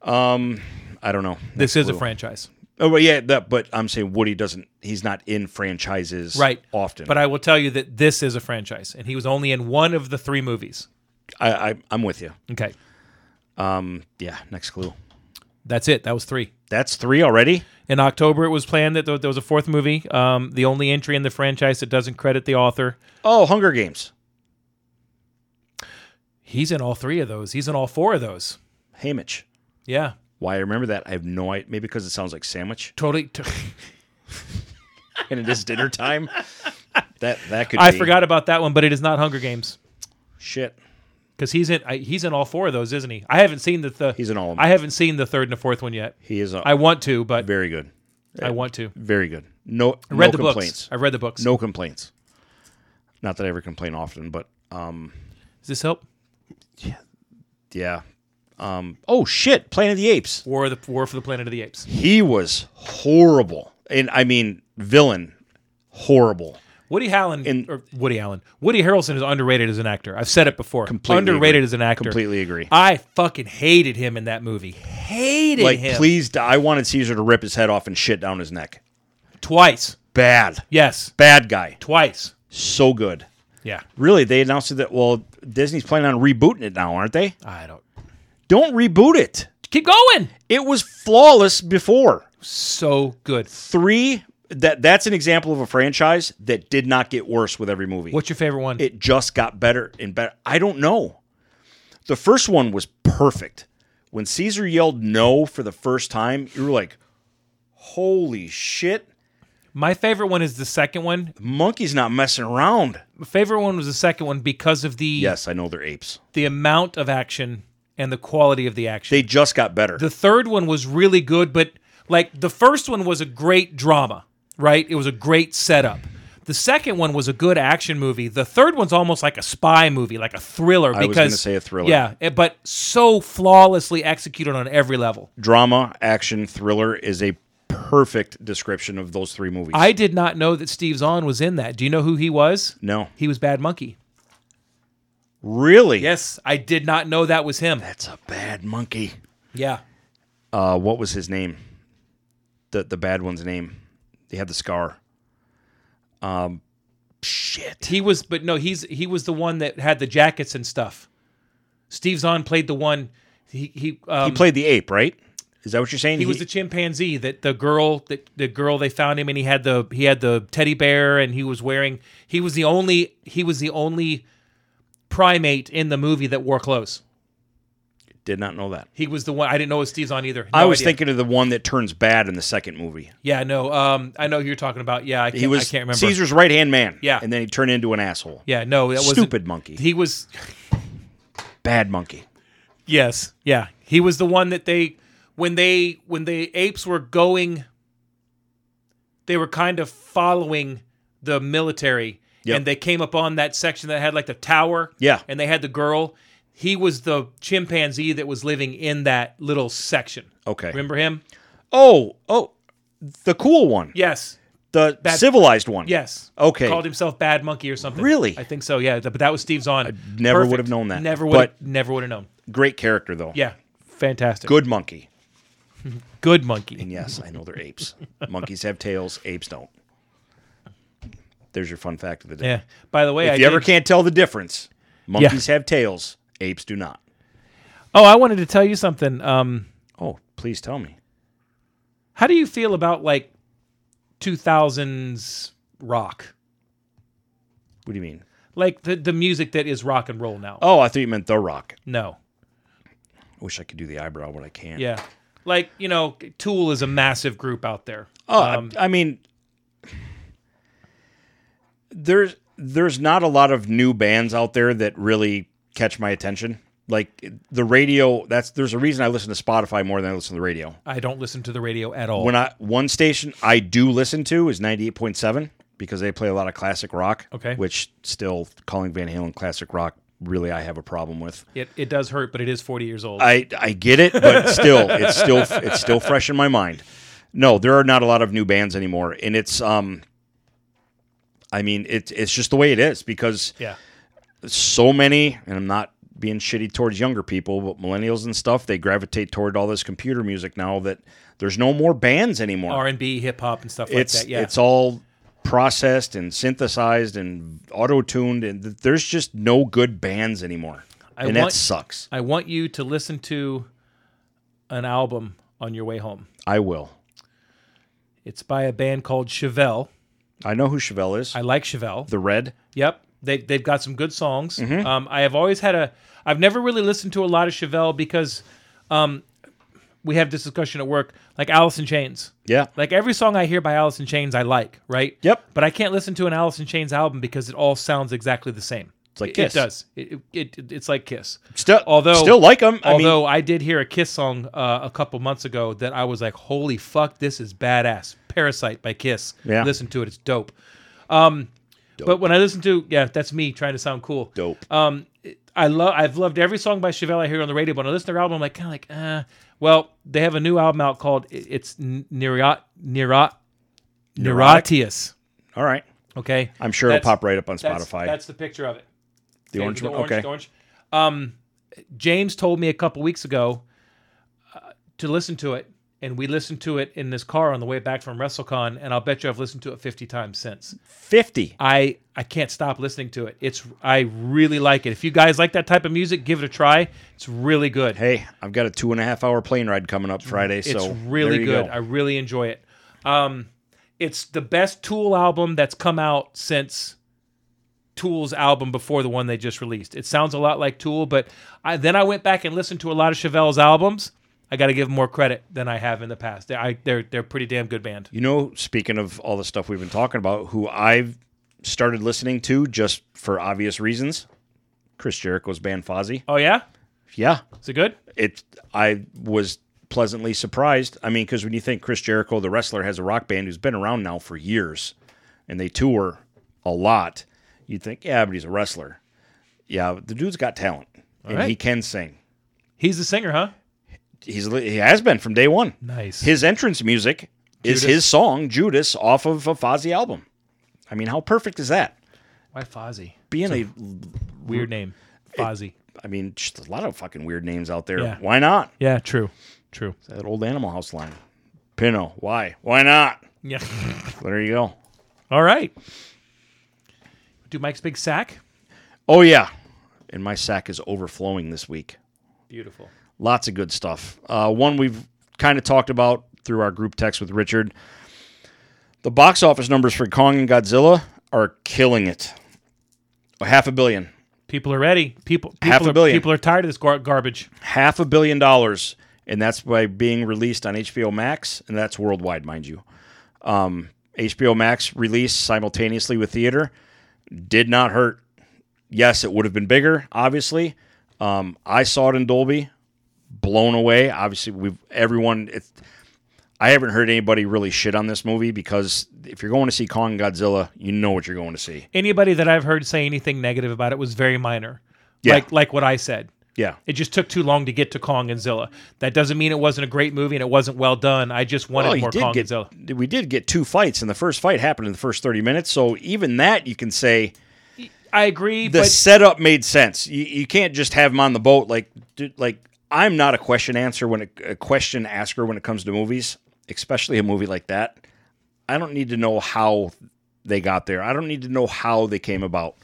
S1: Um, I don't know.
S3: This
S1: Next
S3: is a
S1: clue.
S3: franchise,
S1: Oh, well, yeah, that. But I'm saying Woody doesn't. He's not in franchises
S3: right?
S1: often.
S3: but I will tell you that this is a franchise, and he was only in one of the three movies.
S1: I, I I'm with you.
S3: Okay,
S1: Yeah. Next clue.
S3: that's it. That was three.
S1: That's three already.
S3: In October, it was planned that there there was a fourth movie, um, the only entry in the franchise that doesn't credit the author.
S1: Oh, Hunger Games.
S3: He's in all three of those. He's in all four of those.
S1: Hamish.
S3: Yeah,
S1: Why I remember that? I have no idea. Maybe because it sounds like sandwich,
S3: totally. t-
S1: and it is dinner time. that that could.
S3: I
S1: be.
S3: forgot about that one, but it is not Hunger Games
S1: Shit.
S3: because he's in I, he's in all four of those, isn't he? I haven't seen the, the
S1: He's in all of them.
S3: I haven't seen the third and the fourth one yet.
S1: He is. A,
S3: I want to, but
S1: very good.
S3: I want to.
S1: Very good. No.
S3: I read
S1: no
S3: the
S1: complaints.
S3: books. I read the books.
S1: No complaints. Not that I ever complain often, but um,
S3: Does this help?
S1: yeah. Um, oh shit! Planet of the Apes.
S3: War of the War for the Planet of the Apes.
S1: He was horrible, and I mean villain, horrible.
S3: Woody Allen
S1: In-
S3: or Woody Allen. Woody Harrelson is underrated as an actor. I've said it before.
S1: Completely
S3: underrated
S1: agree.
S3: as an actor.
S1: Completely agree.
S3: I fucking hated him in that movie. Hated
S1: like,
S3: him
S1: please, I wanted Caesar to rip his head off and shit down his neck.
S3: twice.
S1: Bad,
S3: Yes,
S1: bad guy.
S3: twice.
S1: So good.
S3: Yeah,
S1: Really, they announced that. Well, Disney's planning on rebooting it now, aren't they?
S3: I don't
S1: Don't reboot it.
S3: keep going.
S1: It was flawless before.
S3: So good.
S1: Three. That that's an example of a franchise that did not get worse with every movie.
S3: What's your favorite one?
S1: it just got better and better. I don't know. The first one was perfect. When Caesar yelled no for the first time, you were like, holy shit,
S3: My favorite one is the second one.
S1: monkey's not messing around.
S3: My favorite one was the second one because of the
S1: Yes, I know they're apes.
S3: the amount of action and the quality of the action.
S1: They just got better.
S3: The third one was really good, but like the first one was a great drama, right? It was a great setup. The second one was a good action movie. The third one's almost like a spy movie, like a thriller.
S1: I was
S3: Because
S1: gonna say a thriller.
S3: yeah, eh, but so flawlessly executed on every level.
S1: Drama, action, thriller is a perfect description of those three movies.
S3: I did not know that Steve Zahn was in that. Do you know who he was?
S1: no.
S3: He was Bad Monkey.
S1: Really?
S3: Yes, I did not know that was him.
S1: That's a bad monkey.
S3: Yeah,
S1: Uh, what was his name? The the bad one's name. He had the scar. Um, shit.
S3: he was, but no, he's he was the one that had the jackets and stuff. Steve Zahn played the one. He he um,
S1: He played the ape, right? Is that what you're saying?
S3: he was the chimpanzee that the girl that the girl they found him and he had the he had the teddy bear and he was wearing he was the only he was the only primate in the movie that wore clothes.
S1: did not know that.
S3: He was the one I didn't know it was Steve's on either.
S1: I
S3: No
S1: was
S3: idea.
S1: thinking of the one that turns bad in the second movie.
S3: Yeah, no. Um, I know who you're talking about. Yeah, I can't,
S1: He was
S3: I can't remember.
S1: Caesar's right hand man.
S3: Yeah.
S1: and then he turned into an asshole.
S3: Yeah, no. That was
S1: Stupid monkey.
S3: He was.
S1: bad monkey.
S3: Yes. Yeah. He was the one that they when they when the apes were going they were kind of following the military
S1: Yep.
S3: and they came up on that section that had like the tower.
S1: Yeah.
S3: And they had the girl. He was the chimpanzee that was living in that little section.
S1: Okay.
S3: Remember him?
S1: Oh, oh, the cool one,
S3: Yes.
S1: the
S3: Bad-
S1: civilized one.
S3: Yes.
S1: Okay.
S3: Called himself Bad Monkey or something.
S1: Really?
S3: I think so. Yeah. Th- But that was Steve's on.
S1: never would have known that,
S3: Never would.
S1: but-
S3: Never would have known.
S1: great character though.
S3: Yeah. Fantastic.
S1: good monkey.
S3: Good monkey.
S1: And yes, I know they're apes. Monkeys have tails. Apes don't. There's your fun fact of the day.
S3: Yeah. By the way, I
S1: If you ever
S3: did-
S1: can't tell the difference, monkeys have tails, apes do not.
S3: Oh, I wanted to tell you something. Um,
S1: Oh, please tell me.
S3: how do you feel about like 2000s rock?
S1: What do you mean?
S3: Like the, the music that is rock and roll now?
S1: Oh, I thought you meant The Rock.
S3: No.
S1: I wish I could do the eyebrow, but I can't.
S3: Yeah. Like, you know, Tool is a massive group out there.
S1: Oh, I- I, mean, there's there's not a lot of new bands out there that really catch my attention. Like the radio, that's there's a reason I listen to Spotify more than I listen to the radio.
S3: I don't listen to the radio at all.
S1: When I one station I do listen to is 98.7 because they play a lot of classic rock.
S3: Okay.
S1: Which still calling Van Halen classic rock really I have a problem with.
S3: it, it does hurt, but it is 40 years old.
S1: I I get it, but still it's still it's still fresh in my mind. No, there are not a lot of new bands anymore and it's um I mean it's it's just the way it is because
S3: yeah.
S1: so many, and I'm not being shitty towards younger people, but millennials and stuff, they gravitate toward all this computer music now that there's no more bands anymore.
S3: R&B, hip hop and stuff
S1: it's
S3: like that. Yeah.
S1: it's all processed and synthesized and auto-tuned and th- there's just no good bands anymore. and that
S3: want-
S1: sucks.
S3: I want you to listen to an album on your way home.
S1: I will.
S3: It's by a band called Chevelle.
S1: I know who Chevelle is.
S3: I like Chevelle.
S1: the Red.
S3: Yep. They they've got some good songs. Um, I have always had a I've never really listened to a lot of Chevelle because um, we have this discussion at work, like Alice in Chains.
S1: Yeah.
S3: Like every song I hear by Alice in Chains I like, right?
S1: Yep.
S3: But I can't listen to an Alice in Chains album because it all sounds exactly the same. It's
S1: like
S3: it,
S1: Kiss.
S3: It does. It, it, it it's like Kiss.
S1: Still-
S3: although
S1: still like 'em. I mean-
S3: although I did hear a Kiss song uh, a couple months ago that I was like, "Holy fuck, this is badass!" Parasite by Kiss.
S1: Yeah.
S3: Listen to it. It's dope. Um, But when I listen to, yeah, that's me trying to sound cool.
S1: Dope.
S3: Um, it- I love, I've loved every song by Chevelle I hear on the radio. But when I listen to their album, I'm like, kind of like, uh, well, they have a new album out called i- it's N- Neurot Neurot Neurotius.
S1: all right.
S3: Okay,
S1: I'm sure it'll
S3: That's-
S1: pop right up on
S3: that's,
S1: Spotify.
S3: That's the picture of it.
S1: the orange
S3: the
S1: one.
S3: orange,
S1: okay.
S3: the orange. Um, James told me a couple weeks ago uh, to listen to it, and we listened to it in this car on the way back from WrestleCon, and I'll bet you I've listened to it 50 times since.
S1: 50.
S3: I I can't stop listening to it. It's I really like it. If you guys like that type of music, give it a try. It's really good.
S1: Hey, I've got a two and a half hour plane ride coming up Friday.
S3: it's
S1: so
S3: really
S1: there you
S3: good.
S1: go.
S3: I really enjoy it. Um, it's the best Tool album that's come out since Tool's album before the one they just released. It sounds a lot like Tool, but I, then I went back and listened to a lot of Chevelle's albums. I got to give 'em more credit than I have in the past. They, I, they're they're a pretty damn good band.
S1: You know, speaking of all the stuff we've been talking about, who I've started listening to just for obvious reasons, Chris Jericho's band Fozzy.
S3: Oh yeah,
S1: Yeah,
S3: Is it good?
S1: it I was pleasantly surprised. I mean, because when you think Chris Jericho, the wrestler, has a rock band who's been around now for years, and they tour a lot, you'd think, yeah, but he's a wrestler. Yeah, but the dude's got talent, and
S3: right.
S1: he can sing.
S3: He's the singer, huh?
S1: He's he has been from day one.
S3: Nice.
S1: His entrance music is his song Judas off of a Fozzy album. I mean, how perfect is that?
S3: Why Fozzy?
S1: Being a,
S3: Weird name. Fozzy.
S1: I mean, just a lot of fucking weird names out there.
S3: Yeah.
S1: Why not?
S3: Yeah, true. True.
S1: That old Animal House line. Pino, why? Why not?
S3: Yeah.
S1: There you go.
S3: All right. Do Mike's big sack?
S1: Oh yeah, and my sack is overflowing this week.
S3: Beautiful.
S1: Lots of good stuff. Uh, one we've kind of talked about through our group text with Richard. The box office numbers for Kong and Godzilla are killing it. A half a billion,
S3: People are ready. People, people
S1: Half a
S3: are,
S1: billion.
S3: People are tired of this gar- garbage.
S1: half a billion dollars, and that's by being released on HBO Max, and that's worldwide, mind you. Um, HBO Max release simultaneously with theater did not hurt. Yes, it would have been bigger, obviously. Um, I saw it in Dolby, blown away. Obviously, we've everyone. It's, I haven't heard anybody really shit on this movie because if you're going to see Kong and Godzilla, you know what you're going to see.
S3: Anybody that I've heard say anything negative about it was very minor.
S1: Yeah.
S3: Like like what I said.
S1: Yeah,
S3: It just took too long to get to Kong and Zilla. That doesn't mean it wasn't a great movie and it wasn't well done. I just wanted
S1: Well, you
S3: more
S1: did
S3: Kong
S1: get-
S3: and Zilla.
S1: We did get two fights, and the first fight happened in the first 30 minutes. So even that, you can say
S3: I agree,
S1: the
S3: but
S1: setup made sense. You, you can't just have him on the boat like dude, like I'm not a question answer when it, a question asker when it comes to movies, especially a movie like that. I don't need to know how they got there. I don't need to know how they came about.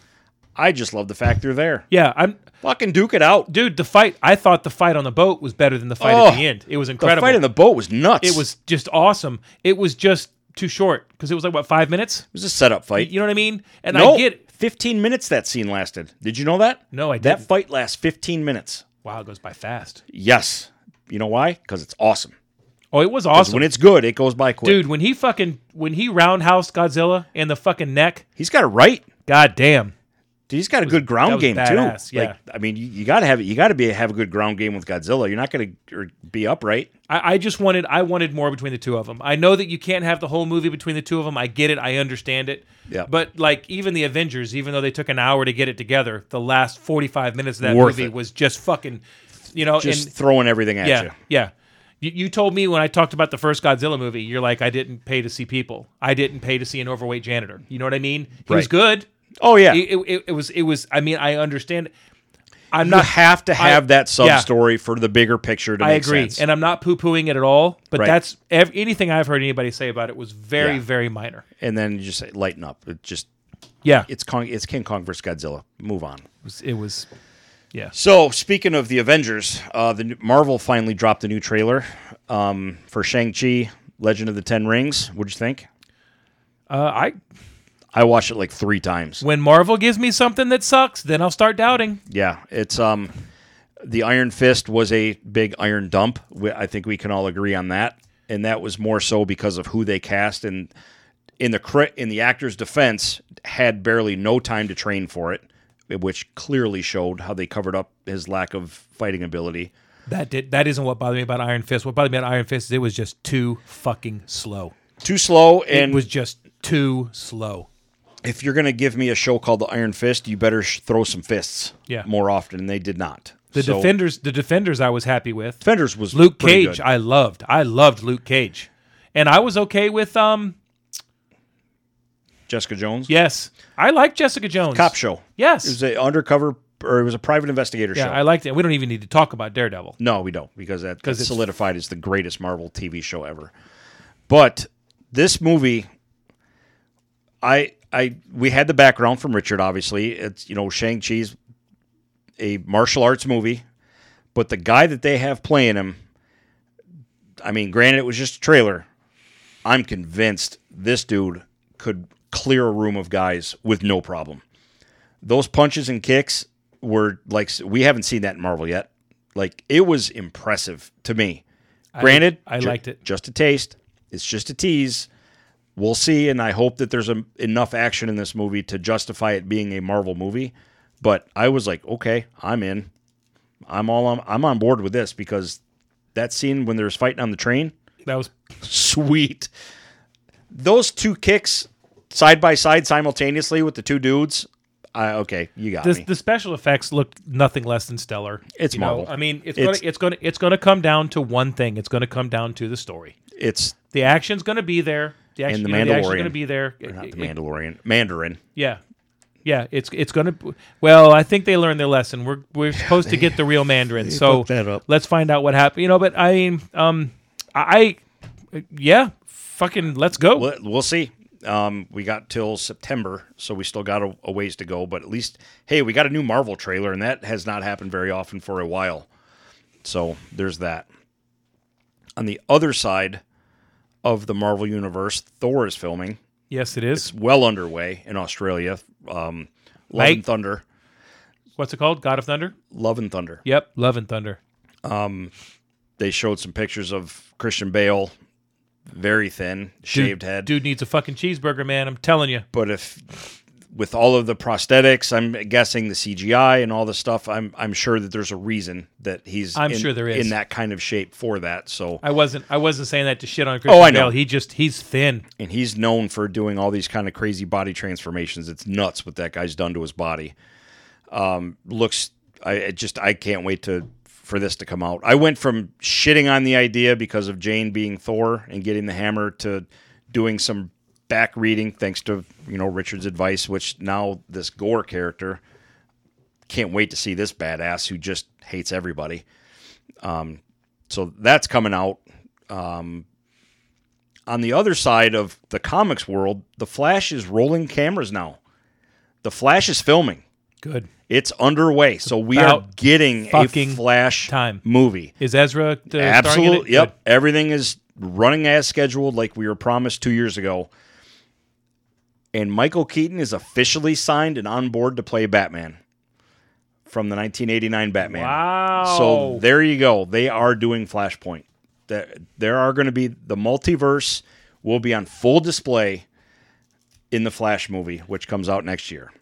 S1: I just love the fact they're there.
S3: yeah, I'm
S1: Fucking duke it out.
S3: dude. The fight. I thought the fight on the boat was better than the fight
S1: Oh,
S3: at the end. It was incredible.
S1: The fight in the boat was nuts.
S3: it was just awesome. It was just too short because it was like what five minutes.
S1: it was a setup fight.
S3: You know what I mean? And
S1: no,
S3: I get
S1: 15 minutes that scene lasted. Did you know that?
S3: No, I
S1: That
S3: didn't.
S1: fight lasts 15 minutes.
S3: wow, it goes by fast.
S1: Yes. You know why? Because it's awesome. 'Cause
S3: Oh, it was awesome,
S1: When it's good, it goes by quick.
S3: dude. When he fucking when he roundhouse Godzilla in the fucking neck.
S1: he's got it right.
S3: God damn.
S1: Dude, he's got a good ground
S3: was
S1: game
S3: badass,
S1: too.
S3: yeah.
S1: Like, I mean, you, you got to have it. You got to be have a good ground game with Godzilla. You're not going to be upright.
S3: I, I just wanted I wanted more between the two of them. I know that you can't have the whole movie between the two of them. I get it. I understand it.
S1: Yeah.
S3: But like even the Avengers, even though they took an hour to get it together, the last forty five minutes of that
S1: Worth
S3: movie
S1: it.
S3: was just fucking, you know,
S1: Just
S3: and
S1: throwing everything at
S3: yeah,
S1: you.
S3: yeah. You, you told me when I talked about the first Godzilla movie, you're like, I didn't pay to see people. I didn't pay to see an overweight janitor. You know what I mean? He was
S1: Right.
S3: good.
S1: Oh yeah.
S3: It, it, it was it was. I mean, I understand. I'm
S1: you
S3: not
S1: have to have
S3: I-
S1: that sub
S3: yeah.
S1: story for the bigger picture to
S3: I
S1: make
S3: agree,
S1: sense.
S3: and I'm not poo pooing it at all. But
S1: Right.
S3: that's ev- anything I've heard anybody say about it was very,
S1: Yeah.
S3: very minor.
S1: and then you just say, lighten up. It just
S3: Yeah, it
S1: it's Kong. It's King Kong versus Godzilla. Move on.
S3: was. It was
S1: So, speaking of the Avengers, uh, the new- Marvel finally dropped a new trailer um, for Shang Chi, Legend of the Ten Rings. What'd you think?
S3: uh, I
S1: I watched it like three times.
S3: when Marvel gives me something that sucks, then I'll start doubting.
S1: Yeah, it's um, the Iron Fist was a big iron dump. We- I think we can all agree on that, and that was more so because of who they cast and in the cri- in the actor's defense had barely no time to train for it, which clearly showed how they covered up his lack of fighting ability.
S3: That did that isn't what bothered me about Iron Fist. What bothered me about Iron Fist is it was just too fucking slow.
S1: Too slow
S3: It
S1: and
S3: was just too slow.
S1: if you're going to give me a show called the Iron Fist, you better sh- throw some fists
S3: Yeah.
S1: more often. And they did not.
S3: The
S1: So,
S3: defenders, the defenders, I was happy with.
S1: Defenders was
S3: Luke
S1: pretty
S3: Cage,
S1: good.
S3: I loved. I loved Luke Cage, and I was okay with um.
S1: Jessica Jones.
S3: Yes, I like Jessica Jones.
S1: Cop show.
S3: Yes.
S1: It was an undercover or it was a private investigator
S3: Yeah,
S1: show.
S3: I liked it. We don't even need to talk about Daredevil.
S1: no, we don't because that, that's
S3: it's-
S1: solidified as the greatest Marvel TV show ever. But this movie, I I we had the background from Richard. Obviously, it's you know Shang Chi's a martial arts movie, but the guy that they have playing him, I mean, granted it was just a trailer. I'm convinced this dude could clear a room of guys with no problem. Those punches and kicks were like we haven't seen that in Marvel yet. Like it was impressive to me. Granted,
S3: I
S1: ju-
S3: liked it.
S1: Just a taste. It's just a tease. We'll see, and I hope that there's a, enough action in this movie to justify it being a Marvel movie. But I was like, okay, I'm in. I'm all on, I'm on board with this because that scene when there's fighting on the train,
S3: That was
S1: sweet. Those two kicks side by side simultaneously with the two dudes. I, okay, you got
S3: this,
S1: me.
S3: the special effects looked nothing less than stellar.
S1: It's
S3: you know?
S1: Marvel.
S3: I mean, it's
S1: It's-
S3: gonna it's gonna it's gonna come down to one thing. It's gonna come down to the story.
S1: it's
S3: The action's gonna be there. The action,
S1: the
S3: you know, the action's
S1: Mandalorian.
S3: gonna be there.
S1: or not
S3: It-
S1: the
S3: it-
S1: Mandalorian, Mandarin.
S3: yeah, yeah. It's it's gonna. Well, I think they learned their lesson. We're we're supposed to get the real Mandarin. So
S1: fucked that up.
S3: let's find out what happened. You know, but I mean, um, I, I- yeah, fucking let's go.
S1: We'll, we'll see. Um, we got till September, so we still got a, a ways to go. But at least, hey, we got a new Marvel trailer, and that has not happened very often for a while. So there's that. On the other side of the Marvel universe, Thor is filming.
S3: Yes, it is.
S1: well underway in Australia. Um, Love and
S3: Right.
S1: Thunder.
S3: What's it called? God of Thunder.
S1: Love and Thunder.
S3: Yep, Love and Thunder.
S1: They showed some pictures of Christian Bale, very thin, shaved head.
S3: Dude needs a fucking cheeseburger, man. I'm telling you.
S1: But if with all of the prosthetics, I'm guessing the CGI and all the stuff, I'm I'm sure that there's a reason that he's
S3: I'm
S1: in,
S3: sure there is.
S1: in that kind of shape for that. So
S3: I wasn't. I wasn't saying that to shit on Christian
S1: Oh, I know.
S3: Bale. He just he's thin.
S1: and he's known for doing all these kind of crazy body transformations. It's nuts what that guy's done to his body. Um, looks, I it just I can't wait to for this to come out. I went from shitting on the idea because of Jane being Thor and getting the hammer to doing some back reading thanks to you know Richard's advice, which now this Gore character can't wait to see this badass who just hates everybody. Um, so that's coming out on the other side of the comics world, the Flash is rolling cameras now. The Flash is filming.
S3: Good.
S1: It's underway. So we are
S3: About
S1: getting a
S3: fucking
S1: Flash
S3: time.
S1: movie.
S3: Is Ezra the starring in it?
S1: Absolutely. Yep.
S3: Good.
S1: Everything is running as scheduled like we were promised 2 years ago. And Michael Keaton is officially signed and on board to play Batman from the 1989 Batman.
S3: Wow.
S1: So there you go. They are doing Flashpoint. That there are going to be the multiverse will be on full display in the Flash movie, which comes out next year,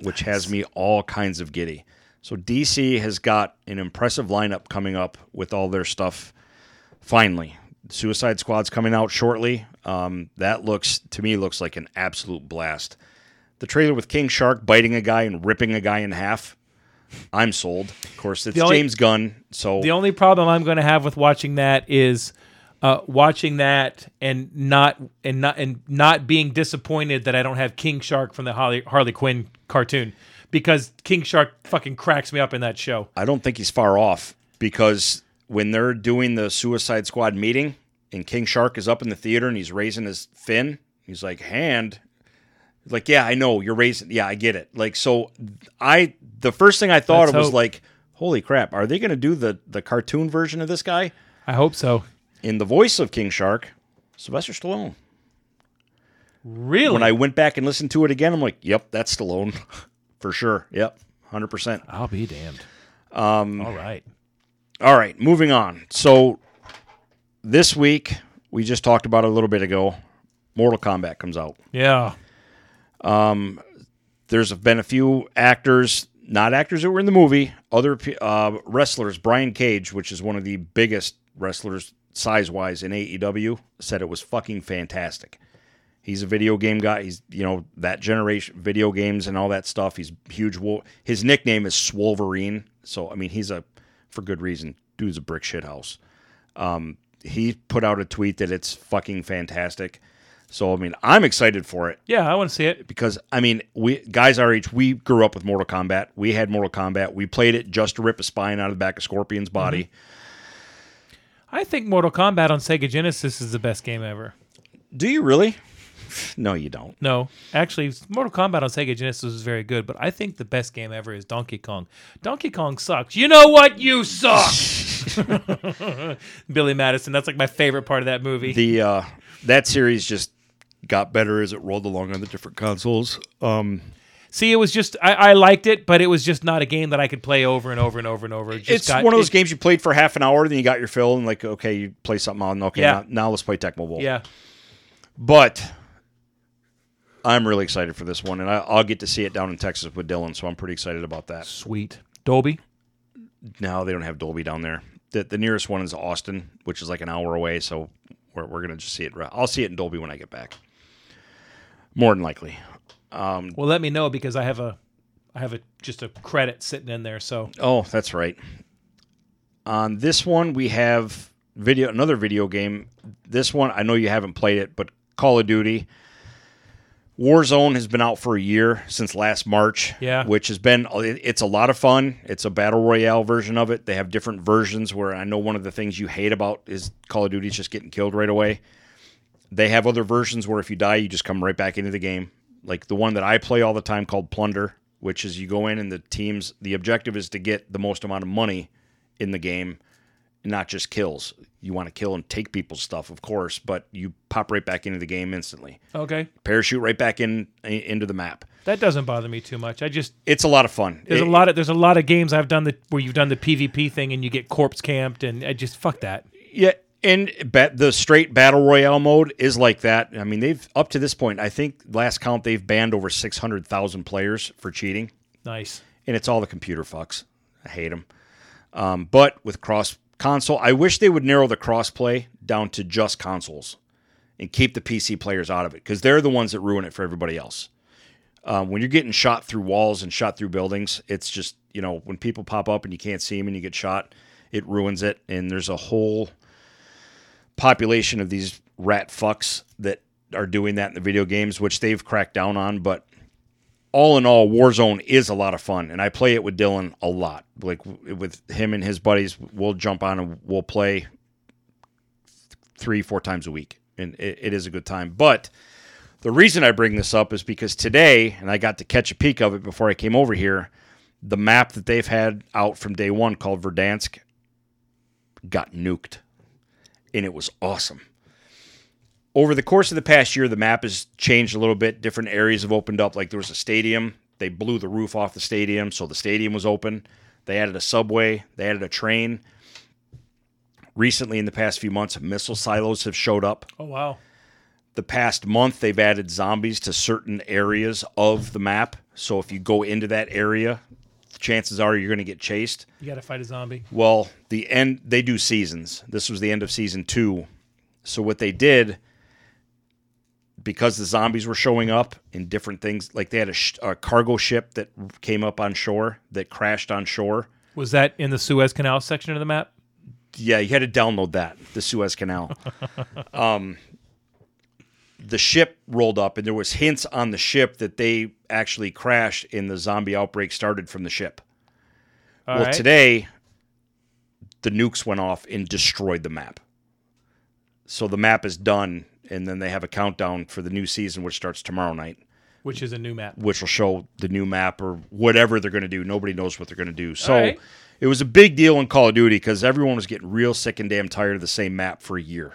S1: which has me all kinds of giddy. So DC has got an impressive lineup coming up with all their stuff. Finally, Suicide Squad's coming out shortly. Um, that looks to me looks like an absolute blast. The trailer with King Shark biting a guy and ripping a guy in half. I'm sold. Of course, it's
S3: The only-
S1: James Gunn, so
S3: The only problem I'm going to have with watching that is uh, watching that and not and not and not being disappointed that I don't have King Shark from the Harley, Harley Quinn cartoon because King Shark fucking cracks me up in that show.
S1: I don't think he's far off because when they're doing the Suicide Squad meeting and King Shark is up in the theater and he's raising his fin, he's like, hand. He's like, yeah, I know. You're raising. Yeah, I get it. Like, so I, the first thing I thought
S3: Let's
S1: of was
S3: hope.
S1: like, holy crap, are they going to do the, the cartoon version of this guy?
S3: I hope so.
S1: In the voice of King Shark, Sylvester Stallone.
S3: Really?
S1: When I went back and listened to it again, I'm like, yep, that's Stallone for sure. Yep, 100%.
S3: I'll be damned. Um, All right.
S1: All right, moving on. So this week we just talked about it a little bit ago. Mortal Kombat comes out.
S3: Yeah.
S1: There's been a few actors, not actors that were in the movie, other pe- uh, wrestlers. Brian Cage, which is one of the biggest wrestlers size wise in AEW, said it was fucking fantastic. He's a video game guy. He's you know that generation video games and all that stuff. He's huge. Wo- His nickname is Swolverine. So I mean, he's a for good reason. Dude's a brick shit house. Um, he put out a tweet that it's fucking fantastic. So I mean, I'm excited for it
S3: Yeah, I want to see it.
S1: because I mean, we guys our age, we grew up with Mortal Kombat. We had Mortal Kombat. We played it just to rip a spine out of the back of Scorpion's body.
S3: I think Mortal Kombat on Sega Genesis is the best game ever.
S1: Do you really? no, you don't.
S3: No, actually, Mortal Kombat on Sega Genesis was very good, but I think the best game ever is Donkey Kong. Donkey Kong sucks. You know what? You suck. Billy Madison. That's like my favorite part of that movie.
S1: The uh, that series just got better as it rolled along on the different consoles. Um,
S3: See, it was just I, I liked it, but it was just not a game that I could play over and over and over and over. It just
S1: it's
S3: got-
S1: one of those
S3: it-
S1: games you played for half an hour, then you got your fill, and like, okay, you play something on. Okay,
S3: Yeah.
S1: now, now let's play Tecmo Bowl.
S3: Yeah,
S1: but I'm really excited for this one, and I, I'll get to see it down in Texas with Dylan, so I'm pretty excited about that.
S3: sweet Dolby.
S1: No, they don't have Dolby down there. The, the nearest one is Austin, which is like an hour away. So we're, we're going to just see it. I'll see it in Dolby when I get back. More than likely.
S3: Well, let me know because I have a, I have a just a credit sitting in there. So
S1: Oh, that's right. On this one, we have video another video game. This one, I know you haven't played it, but Call of Duty. Warzone has been out for a year since last March.
S3: Yeah.
S1: which has been it- it's a lot of fun. It's a battle royale version of it. They have different versions where I know one of the things you hate about is Call of Duty is just getting killed right away. They have other versions where if you die, you just come right back into the game. Like the one that I play all the time called Plunder, which is you go in and the teams, the objective is to get the most amount of money in the game, not just kills. You want to kill and take people's stuff, of course, but you pop right back into the game instantly.
S3: okay,
S1: Parachute right back in into the map.
S3: that doesn't bother me too much. I just
S1: It's a lot of fun.
S3: there's
S1: It-
S3: a lot of there's a lot of games I've done that where you've done the PvP thing and you get corpse camped and I just fuck that.
S1: Yeah, and ba- the straight battle royale mode is like that. I mean, they've up to this point, I think last count they've banned over 600,000 players for cheating.
S3: Nice.
S1: and it's all the computer fucks. I hate them. Um, but with cross console, I wish they would narrow the cross play down to just consoles and keep the PC players out of it because they're the ones that ruin it for everybody else. Um, when you're getting shot through walls and shot through buildings, it's just you know when people pop up and you can't see them and you get shot, it ruins it. And there's a whole population of these rat fucks that are doing that in the video games, which they've cracked down on. But all in all, Warzone is a lot of fun, and I play it with Dylan a lot. Like w- with him and his buddies, we'll jump on and we'll play three, four times a week, and it, it is a good time. But the reason I bring this up is because today, and I got to catch a peek of it before I came over here, the map that they've had out from day one called Verdansk got nuked, and it was awesome over the course of the past year, the map has changed a little bit. Different areas have opened up. Like there was a stadium. They blew the roof off the stadium, so the stadium was open. They added a subway. They added a train. Recently, in the past few months, missile silos have showed up
S3: Oh wow.
S1: the past month they've added zombies to certain areas of the map so if you go into that area chances are you're going to get chased
S3: You got to fight a zombie.
S1: well the end they do seasons this was the end of season two so what they did because the zombies were showing up in different things like they had a, sh- a cargo ship that came up on shore that crashed on shore
S3: Was that in the Suez Canal section of the map?
S1: yeah, you had to download that, the Suez Canal. um, the ship rolled up, and there was hints on the ship that they actually crashed, and the zombie outbreak started from the ship.
S3: All
S1: well,
S3: right.
S1: today, the nukes went off and destroyed the map. So the map is done, and then they have a countdown for the new season, which starts tomorrow night,
S3: which is a new map.
S1: which will show the new map or whatever they're going to do. Nobody knows what they're going to do. So
S3: All right.
S1: it was a big deal in Call of Duty because everyone was getting real sick and damn tired of the same map for a year.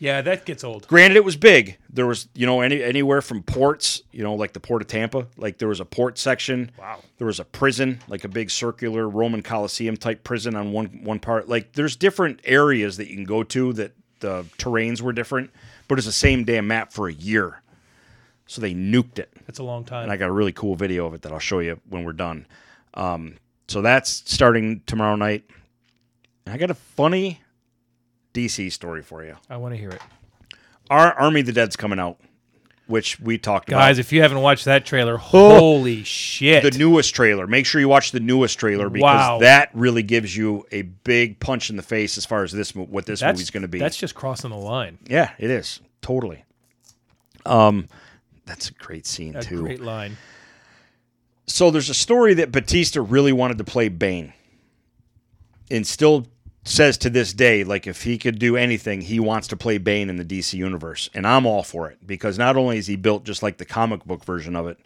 S3: Yeah, that gets old.
S1: Granted, it was big. There was, you know, any anywhere from ports, you know, like the port of Tampa, like there was a port section. Wow. There was a prison, like a big circular Roman Colosseum type prison on one one part. Like there's different areas that you can go to that the terrains were different, but it's the same damn map for a year. So they nuked it
S3: That's a long time.
S1: and I got a really cool video of it that I'll show you when we're done. Um, so that's starting tomorrow night. And I got a funny DC story for you.
S3: I want to hear it.
S1: Our Army of the Dead's coming out, which we talked
S3: Guys,
S1: about.
S3: if you haven't watched that trailer, holy shit.
S1: Oh, The newest trailer. Make sure you watch the newest trailer because
S3: Wow.
S1: that really gives you a big punch in the face as far as this mo- what this
S3: that's,
S1: movie's going to be.
S3: That's just crossing the line.
S1: yeah, it is totally. Um, that's a great scene
S3: A
S1: too.
S3: great line.
S1: so there's a story that Batista really wanted to play Bane and still says to this day like if he could do anything he wants to play Bane in the DC universe and I'm all for it because not only is he built just like the comic book version of it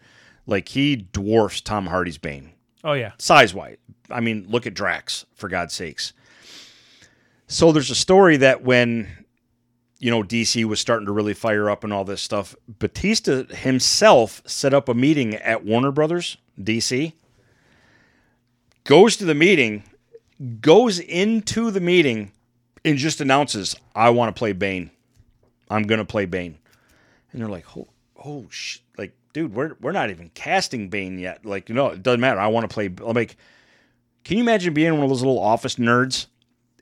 S1: like he dwarfs Tom Hardy's Bane
S3: Oh yeah.
S1: size wise. I mean, look at Drax, for God's sakes. So there's a story that when, you know, DC was starting to really fire up and all this stuff, Batista himself set up a meeting at Warner Brothers, DC, goes to the meeting, goes into the meeting, and just announces, I want to play Bane. I'm going to play Bane. And they're like, oh, oh, sh-. like, dude, we're we're not even casting Bane yet. Like, no, it doesn't matter. I want to play. I'm like, Can you imagine being one of those little office nerds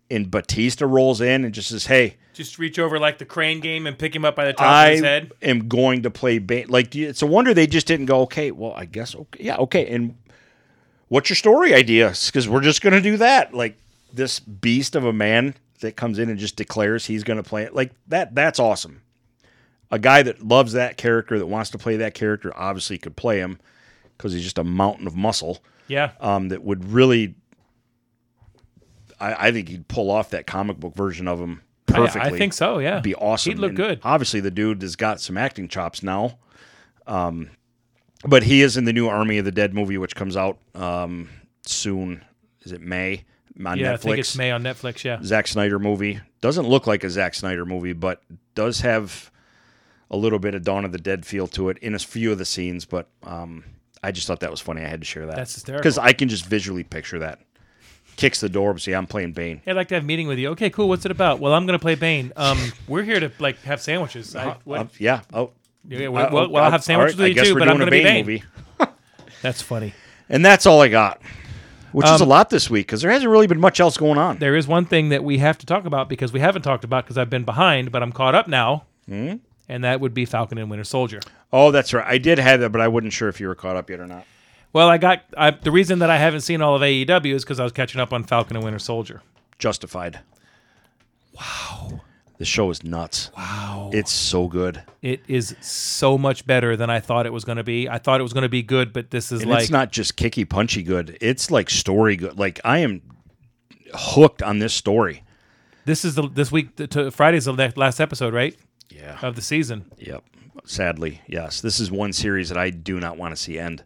S1: and Batista rolls in and just says, Hey,
S3: Just reach over like the crane game and pick him up by the top of his
S1: I
S3: head.
S1: am going to play Bane. Like, do you- it's a wonder they just didn't go, okay, well, I guess, okay, yeah, okay. And what's your story idea? Because we're just going to do that. Like, this beast of a man that comes in and just declares he's going to play it. Like, that. that's awesome. A guy that loves that character, that wants to play that character, obviously could play him because he's just a mountain of muscle
S3: Yeah.
S1: um, that would really. I, I think he'd pull off that comic book version of him
S3: I-
S1: perfectly.
S3: I, think so, yeah.
S1: Be awesome.
S3: He'd look
S1: And
S3: good.
S1: Obviously, the dude has got some acting chops now. Um, but he is in the new Army of the Dead movie, which comes out um, soon. Is it May on Netflix?
S3: yeah, I think it's May on Netflix, yeah.
S1: Zack Snyder movie. Doesn't look like a Zack Snyder movie, but does have a little bit of Dawn of the Dead feel to it in a few of the scenes. But um, I just thought that was funny. I had to share that.
S3: That's hysterical.
S1: Because I can just visually picture that. Kicks the door, but see, I'm playing Bane.
S3: Hey, I'd like to have a meeting with you. Okay, cool. What's it about? Well, I'm gonna play Bane. Um, we're here to like have sandwiches. I, what-
S1: Uh, yeah. Oh.
S3: yeah,
S1: Uh,
S3: well, well,
S1: oh,
S3: well, I'll have
S1: uh,
S3: sandwiches
S1: all right, I
S3: with you
S1: guess
S3: too,
S1: we're
S3: but I'm
S1: doing
S3: gonna
S1: a
S3: be
S1: Bane,
S3: Bane.
S1: movie.
S3: That's funny.
S1: And that's all I got, which is a lot this week because there hasn't really been much else going on.
S3: There is one thing that we have to talk about because we haven't talked about because I've been behind, but I'm caught up now,
S1: Hmm?
S3: and that would be Falcon and Winter Soldier.
S1: Oh, that's right. I did have that, but I wasn't sure if you were caught up yet or not.
S3: Well, I got I, the reason that I haven't seen all of AEW is because I was catching up on Falcon and Winter Soldier.
S1: Justified. Wow. The show is nuts. Wow. It's so good.
S3: It is so much better than I thought it was going to be. I thought it was going to be good, but this is
S1: And
S3: like
S1: it's not just kicky punchy good. It's like story good. Like I am hooked on this story.
S3: this is the this week the, to, Friday's the la- last episode, right,
S1: Yeah.
S3: of the season.
S1: yep. Sadly, yes. This is one series that I do not want to see end.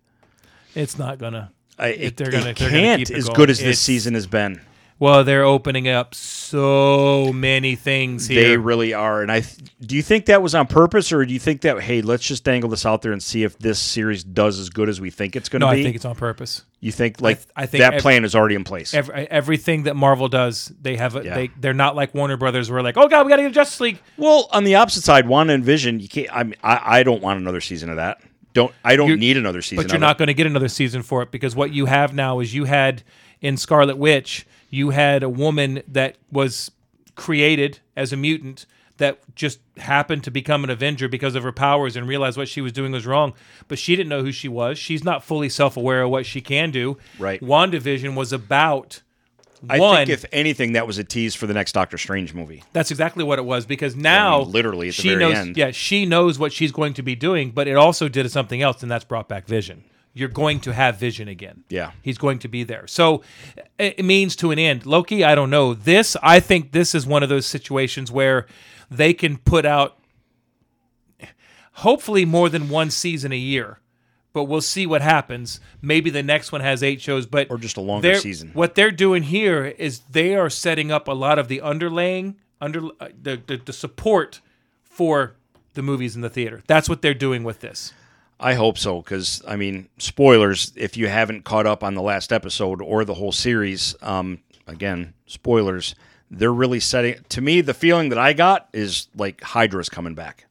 S3: It's not gonna.
S1: I,
S3: If
S1: it,
S3: they're
S1: it
S3: gonna- if they're gonna
S1: can't
S3: keep it
S1: as
S3: going.
S1: good as this
S3: It's-
S1: season has been.
S3: Well, they're opening up so many things here.
S1: They really are. And I th- do you think that was on purpose, or do you think that hey, let's just dangle this out there and see if this series does as good as we think it's going to
S3: no,
S1: be?
S3: I think it's on purpose.
S1: you think like
S3: I think
S1: that
S3: ev-
S1: plan is already in place.
S3: Every, everything that Marvel does, they have. A,
S1: Yeah.
S3: They they're not like Warner Brothers, where like, oh god, we got to get Justice League.
S1: Well, on the opposite side, Wanda and Vision, you can't. I mean, I, I don't want another season of that. Don't I don't
S3: You're-
S1: need another season.
S3: But you're
S1: of
S3: not
S1: It.
S3: going to get another season for it because what you have now is you had in Scarlet Witch, you had a woman that was created as a mutant that just happened to become an Avenger because of her powers and realized what she was doing was wrong, but she didn't know who she was. She's not fully self-aware of what she can do.
S1: Right.
S3: WandaVision was about
S1: I
S3: one.
S1: think if anything, that was a tease for the next Doctor Strange movie.
S3: That's exactly what it was because now
S1: literally at the
S3: she
S1: very
S3: knows,
S1: end.
S3: Yeah, she knows what she's going to be doing, but it also did something else, and that's brought back Vision. You're going to have Vision again.
S1: Yeah.
S3: he's going to be there. So it it means to an end. Loki, I don't know. This, I think, this is one of those situations where they can put out hopefully more than one season a year. But we'll see what happens. Maybe the next one has eight shows, but
S1: Or just a longer
S3: they're-
S1: season.
S3: What they're doing here is they are setting up a lot of the underlaying, under uh, the, the the support for the movies in the theater. That's what they're doing with this.
S1: I hope so, because I mean, spoilers. If you haven't caught up on the last episode or the whole series, um, again, spoilers. They're really setting. To me, the feeling that I got is like Hydra's coming back.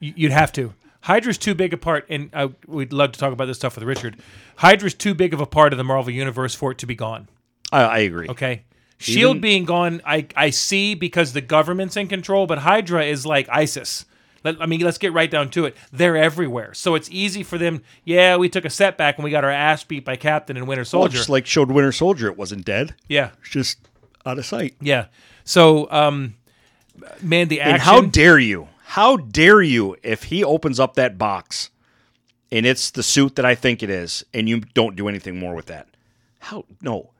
S3: You- You'd have to. Hydra's too big a part, and I, we'd love to talk about this stuff with Richard. Hydra's too big of a part of the Marvel universe for it to be gone.
S1: I, I agree.
S3: Okay. Shield being gone, I I see because the government's in control, but Hydra is like ISIS. Let, I mean, let's get right down to it. They're everywhere, so it's easy for them. Yeah, we took a setback and we got our ass beat by Captain and Winter
S1: Well,
S3: Soldier.
S1: just like showed Winter Soldier, it wasn't dead.
S3: yeah,
S1: It's just out of sight.
S3: yeah. So, um, man, the action.
S1: And how dare you? How dare you if he opens up that box and it's the suit that I think it is and you don't do anything more with that? How no.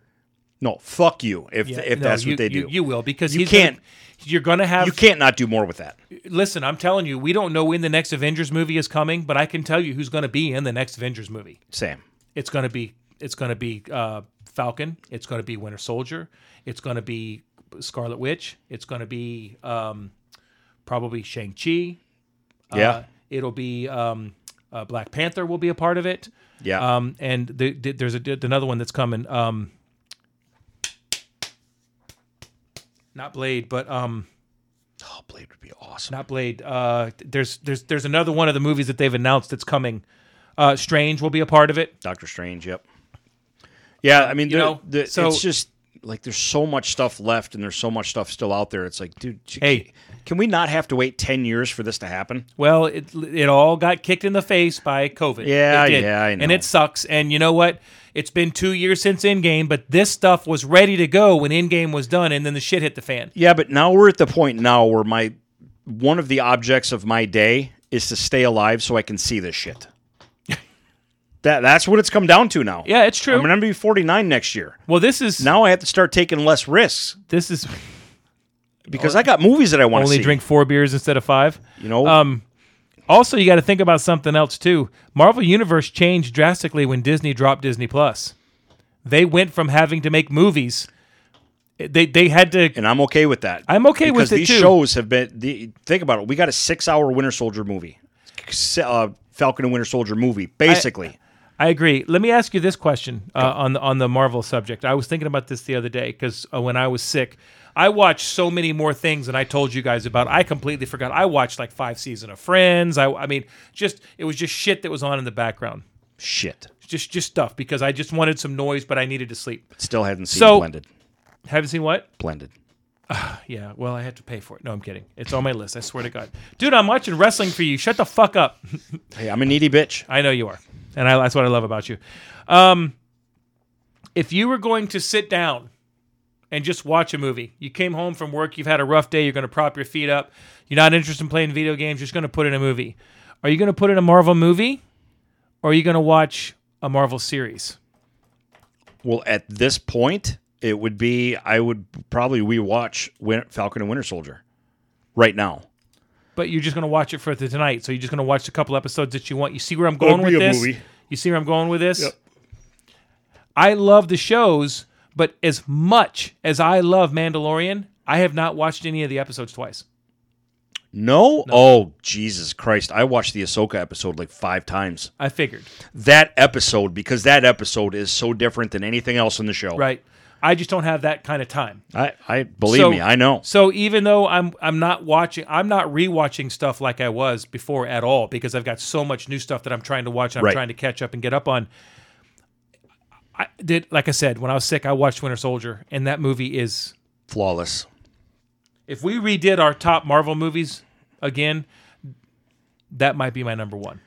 S1: No, fuck you if
S3: Yeah,
S1: if
S3: no,
S1: that's
S3: you,
S1: what they
S3: you-
S1: do.
S3: you will because
S1: You
S3: he's gonna-
S1: can't-
S3: you're gonna have
S1: you can't not do more with that.
S3: listen, I'm telling you, we don't know when the next Avengers movie is coming, but I can tell you who's going to be in the next Avengers movie.
S1: Sam.
S3: it's going to be it's going to be uh, Falcon. It's going to be Winter Soldier. It's going to be Scarlet Witch. It's going to be um, probably Shang Chi.
S1: Yeah.
S3: Uh, it'll be um, uh, Black Panther will be a part of it.
S1: yeah.
S3: Um, and the, the, there's a, another one that's coming. Um, not Blade, but um,
S1: oh, Blade would be awesome.
S3: not Blade. Uh, there's there's there's another one of the movies that they've announced that's coming. Uh, Strange will be a part of it.
S1: Doctor Strange, yep. Yeah, I mean,
S3: You
S1: there-
S3: know,
S1: the-
S3: so-
S1: it's just like there's so much stuff left, and there's so much stuff still out there. It's like, dude, j-
S3: Hey.
S1: can we not have to wait ten years for this to happen?
S3: Well, it it all got kicked in the face by COVID.
S1: Yeah,
S3: It did.
S1: yeah, I
S3: And
S1: know.
S3: it sucks. And you know what? It's been two years since Endgame, but this stuff was ready to go when Endgame was done, and then the shit hit the fan.
S1: Yeah, but now we're at the point now where my one of the objects of my day is to stay alive so I can see this shit. that that's what it's come down to now.
S3: Yeah, it's true.
S1: I'm gonna be 49 next year.
S3: well, this is
S1: Now I have to start taking less risks
S3: this is
S1: because I got movies that I want to
S3: only
S1: see.
S3: drink four beers instead of five.
S1: you know,
S3: Um, also, you got to think about something else too. Marvel Universe changed drastically when Disney dropped Disney Plus. They went from having to make movies. They they had to
S1: and I'm okay with that.
S3: I'm okay with
S1: because
S3: it,
S1: these
S3: too.
S1: shows have been. The, think about it. We got a six-hour Winter Soldier movie, S- uh, Falcon and Winter Soldier movie, basically.
S3: I agree. Let me ask you this question uh, on the on the Marvel subject. I was thinking about this the other day because uh, when I was sick, I watched so many more things than I told you guys about. I completely forgot. I watched like five season of Friends. I, I mean, just it was just shit that was on in the background,
S1: Shit,
S3: just just stuff because I just wanted some noise, but I needed to sleep.
S1: still haven't seen
S3: So-
S1: Blended.
S3: Haven't seen what?
S1: Blended.
S3: Yeah. Well, I had to pay for it. No, I'm kidding. It's on my list. I swear to God, dude, I'm watching wrestling for you. Shut the fuck up.
S1: Hey, I'm a needy bitch.
S3: I know you are, and I, that's what I love about you. Um, if you were going to sit down and just watch a movie, you came home from work, you've had a rough day, you're going to prop your feet up, you're not interested in playing video games, you're just going to put in a movie. Are you going to put in a Marvel movie, or are you going to watch a Marvel series?
S1: Well, at this point, it would be I would probably rewatch Win- Falcon and Winter Soldier right now.
S3: But you're just going to watch it for the tonight, so you're just going to watch a couple episodes that you want. You see where I'm going
S1: Ugly
S3: with
S1: a
S3: this?
S1: movie.
S3: You see where I'm going with this? I love the shows, but as much as I love Mandalorian, I have not watched any of the episodes twice.
S1: No? Oh, Jesus Christ. I watched the Ahsoka episode like five times.
S3: I figured,
S1: That episode, because that episode is so different than anything else in the show.
S3: right? I just don't have that kind of time.
S1: I, I believe
S3: So-
S1: me, I know.
S3: So even though I'm I'm not watching, I'm not rewatching stuff like I was before at all because I've got so much new stuff that I'm trying to watch and I'm
S1: Right.
S3: trying to catch up and get up on. I did like I said when I was sick, I watched Winter Soldier, and that movie is
S1: Flawless.
S3: if we redid our top Marvel movies again, that might be my number one.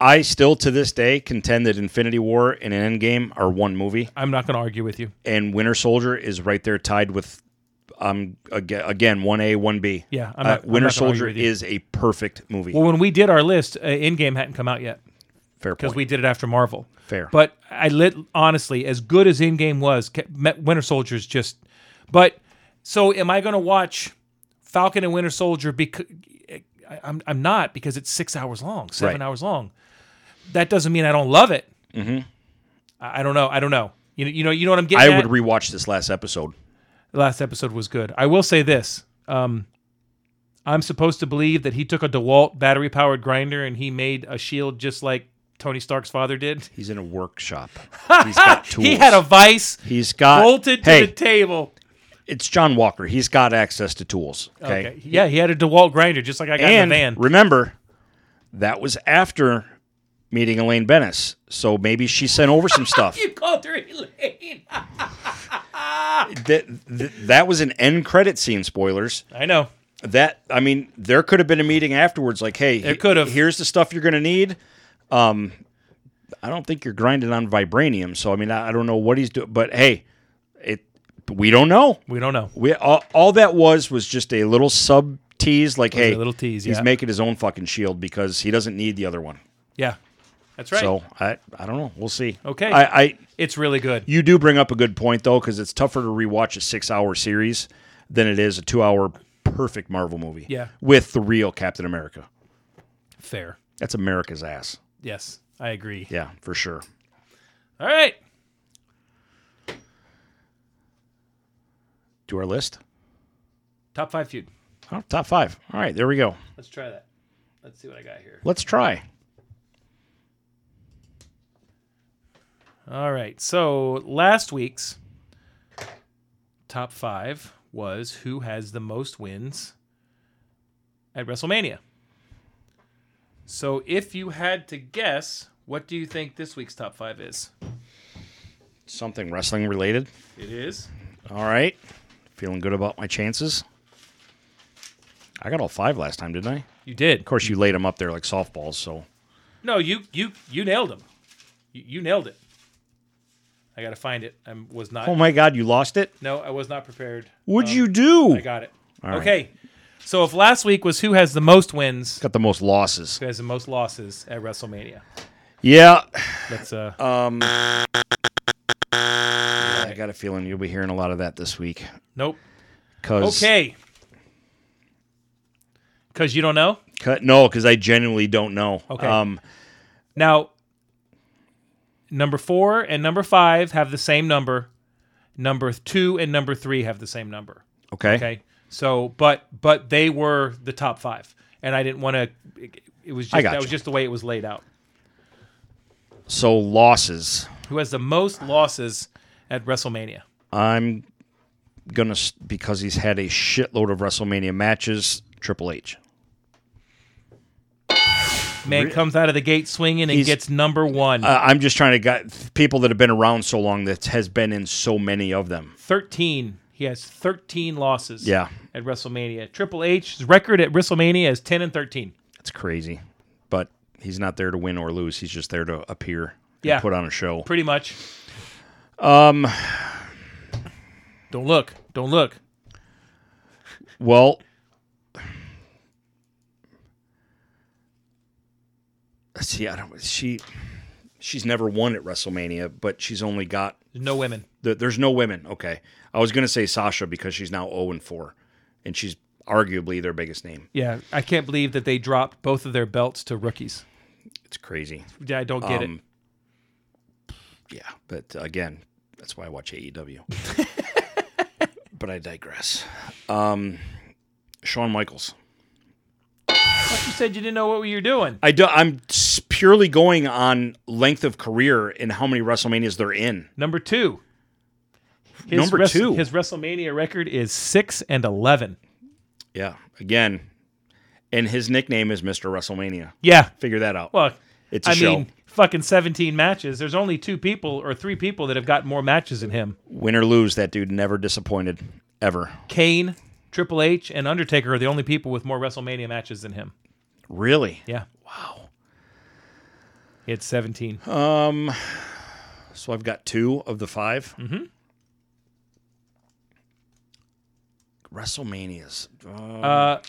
S1: I still to this day contend that Infinity War and Endgame are one movie,
S3: I'm not going to argue with you.
S1: and Winter Soldier is right there tied with um aga- again one A one B. Uh,
S3: Yeah, I'm not- I'm
S1: Winter
S3: not gonna argue
S1: Soldier
S3: with you.
S1: is a perfect movie.
S3: Well, when we did our list, uh, Endgame hadn't come out yet
S1: Fair point.
S3: because we did it after Marvel.
S1: Fair.
S3: But I lit honestly, as good as Endgame was, ca- Me- Winter Soldier's just. But so, am I going to watch Falcon and Winter Soldier? Because I'm I'm not because it's six hours long, seven
S1: Right.
S3: hours long. That doesn't mean I don't love it. Mm-hmm. I, I don't know. I don't know. You know. You know. You know what I'm getting.
S1: I
S3: at?
S1: would rewatch this last episode.
S3: The last episode was good. I will say this. Um, I'm supposed to believe that he took a DeWalt battery powered grinder and he made a shield just like Tony Stark's father did.
S1: He's in a workshop. He's got tools.
S3: He had a vice
S1: He's got
S3: bolted to
S1: Hey,
S3: the table.
S1: it's John Walker. He's got access to tools. Okay.
S3: Okay. Yeah, he had a DeWalt grinder just like I got in
S1: And
S3: the van.
S1: remember, that was after meeting Elaine Bennis. So maybe she sent over some stuff.
S3: you called her Elaine.
S1: that, that that was an end credit scene. Spoilers.
S3: I know.
S1: That I mean, there could have been a meeting afterwards. Like, hey,
S3: There could have.
S1: Here's the stuff you're gonna need. Um, I don't think you're grinding on vibranium. So I mean, I, I don't know what he's doing. But hey, it we don't know.
S3: We don't know.
S1: We all, all that was was just a little sub tease. Like, hey,
S3: a little tease,
S1: He's
S3: yeah.
S1: making his own fucking shield because he doesn't need the other one.
S3: Yeah. That's right.
S1: So I I don't know. We'll see.
S3: Okay.
S1: I, I
S3: it's really good.
S1: you do bring up a good point though because it's tougher to rewatch a six hour series than it is a two hour perfect Marvel movie.
S3: Yeah.
S1: With the real Captain America.
S3: Fair.
S1: That's America's ass.
S3: Yes, I agree.
S1: Yeah, for sure.
S3: All right.
S1: To our list.
S3: Top five feud.
S1: Oh, top five. All right, there we go.
S3: Let's try that. Let's see what I got here.
S1: Let's try.
S3: All right. So last week's top five was who has the most wins at WrestleMania. So if you had to guess, what do you think this week's top five is?
S1: Something wrestling related.
S3: It is.
S1: All right. Feeling good about my chances. I got all five last time, didn't I? Of
S3: You did.
S1: course, you laid them up there like softballs, so.
S3: No, you you you nailed him. You, you nailed it. I gotta find it. I was not.
S1: Oh my God, you lost it?
S3: No, I was not prepared.
S1: What'd you do?
S3: Um, I got it.
S1: right.
S3: okay. So if last week was who has the most wins,
S1: Got the most losses.
S3: who has the most losses at WrestleMania?
S1: Yeah.
S3: That's uh,
S1: I got a feeling you'll be hearing a lot of that this week.
S3: nope.
S1: Cause,
S3: Okay. Because you don't know.
S1: Cut, no, because I genuinely don't know.
S3: Okay.
S1: Um,
S3: Now, number four and number five have the same number. Number two and number three have the same number.
S1: okay.
S3: Okay. So, but but they were the top five, and I didn't want to. It was just
S1: got
S3: that was
S1: you.
S3: just the way it was laid out.
S1: So, losses.
S3: Who has the most losses at WrestleMania?
S1: I'm going to, because he's had a shitload of WrestleMania matches, Triple H.
S3: Man comes out of the gate swinging and
S1: He's-
S3: gets number one.
S1: Uh, I'm just trying to get people that have been around so long that has been in so many of them.
S3: thirteen. He has thirteen losses.
S1: Yeah.
S3: At WrestleMania, Triple H's record at WrestleMania is ten and thirteen.
S1: It's crazy. But he's not there to win or lose. He's just there to appear and
S3: Yeah.
S1: put on a show.
S3: Pretty much. Um. Don't look. Don't look.
S1: well, see, I don't, she, she's never won at WrestleMania, but she's only got,
S3: No women.
S1: there, there's no women. Okay. I was going to say Sasha because she's now 0 and 4, and she's arguably their biggest name.
S3: Yeah, I can't believe that they dropped both of their belts to rookies. Um,
S1: It's crazy.
S3: Yeah, I don't get it.
S1: Yeah, but again, that's why I watch AEW. but I digress. Um, Shawn Michaels.
S3: You said you didn't know what you were doing.
S1: I do, I'm s- purely going on length of career and how many WrestleManias they're in.
S3: Number two. His
S1: Number two.
S3: His WrestleMania record is six and eleven.
S1: Yeah, again, and his nickname is Mr. WrestleMania.
S3: Yeah.
S1: Figure that out.
S3: Well,
S1: It's a
S3: I
S1: show.
S3: mean, fucking seventeen matches. There's only two people or three people that have got more matches than him.
S1: Win or lose, that dude never disappointed ever.
S3: Kane, Triple H, and Undertaker are the only people with more WrestleMania matches than him.
S1: Really?
S3: Yeah. Wow. It's seventeen.
S1: So I've got two of the 5 Mm-hmm. WrestleManias. Uh,
S3: Uh,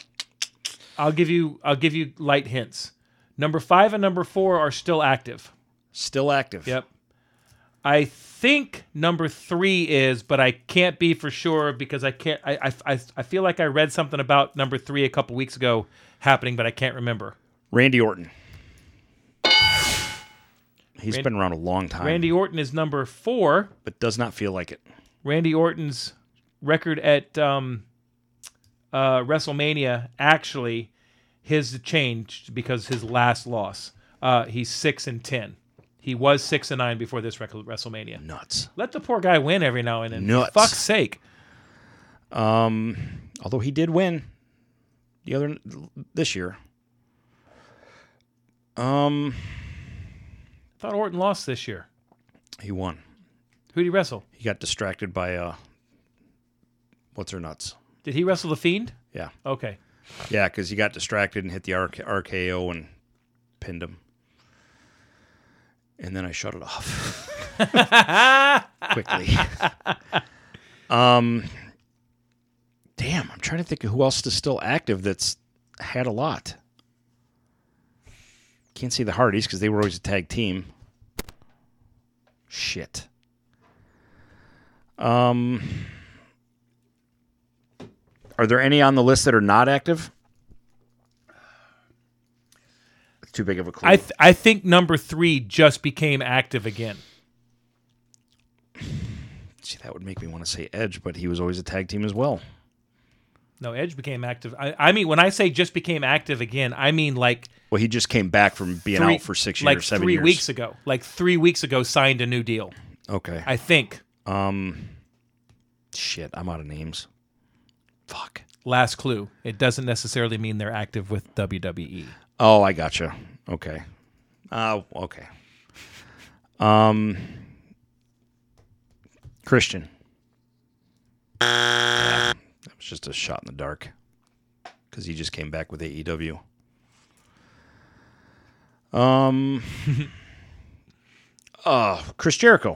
S3: I'll give you. I'll give you light hints. Number five and number four are still active.
S1: Still active.
S3: Yep. I think number three is, but I can't be for sure because I can't. I, I, I, I feel like I read something about number three a couple weeks ago happening, but I can't remember.
S1: Randy Orton. He's
S3: Ran-
S1: been around a long time,
S3: Randy Orton is number four.
S1: but does not feel like it.
S3: Randy Orton's record at um, uh, WrestleMania actually his changed because his last loss. Uh, he's six and ten. He was six and nine before this rec- WrestleMania.
S1: Nuts.
S3: Let the poor guy win every now and then.
S1: Nuts.
S3: For fuck's sake.
S1: Although he did win the other this year.
S3: I thought Orton lost this year.
S1: He won.
S3: Who did he wrestle?
S1: He got distracted by uh what's her nuts.
S3: Did he wrestle the Fiend?
S1: Yeah.
S3: Okay.
S1: Yeah, cuz he got distracted and hit the RK- RKO and pinned him. And then I shut it off quickly. um Damn, I'm trying to think of who else is still active that's had a lot. Can't say the Hardys because they were always a tag team. Shit. Um, are there any on the list that are not active? Too big of a clue.
S3: I th- I think number three just became active again.
S1: See, that would make me want to say Edge, but he was always a tag team as well.
S3: No, Edge became active. I, I mean, when I say just became active again, I mean like
S1: Well, he just came back from being
S3: three,
S1: out for six years,
S3: like
S1: seven
S3: three
S1: years.
S3: weeks ago. Like three weeks ago, signed a new deal.
S1: Okay. um,
S3: I think
S1: Shit, I'm out of names. Fuck.
S3: last clue. It doesn't necessarily mean they're active with E. WWE.
S1: Oh, I gotcha. Okay. Uh, okay. Um, Christian. That was just a shot in the dark because he just came back with E AEW. Um, uh, Chris Jericho.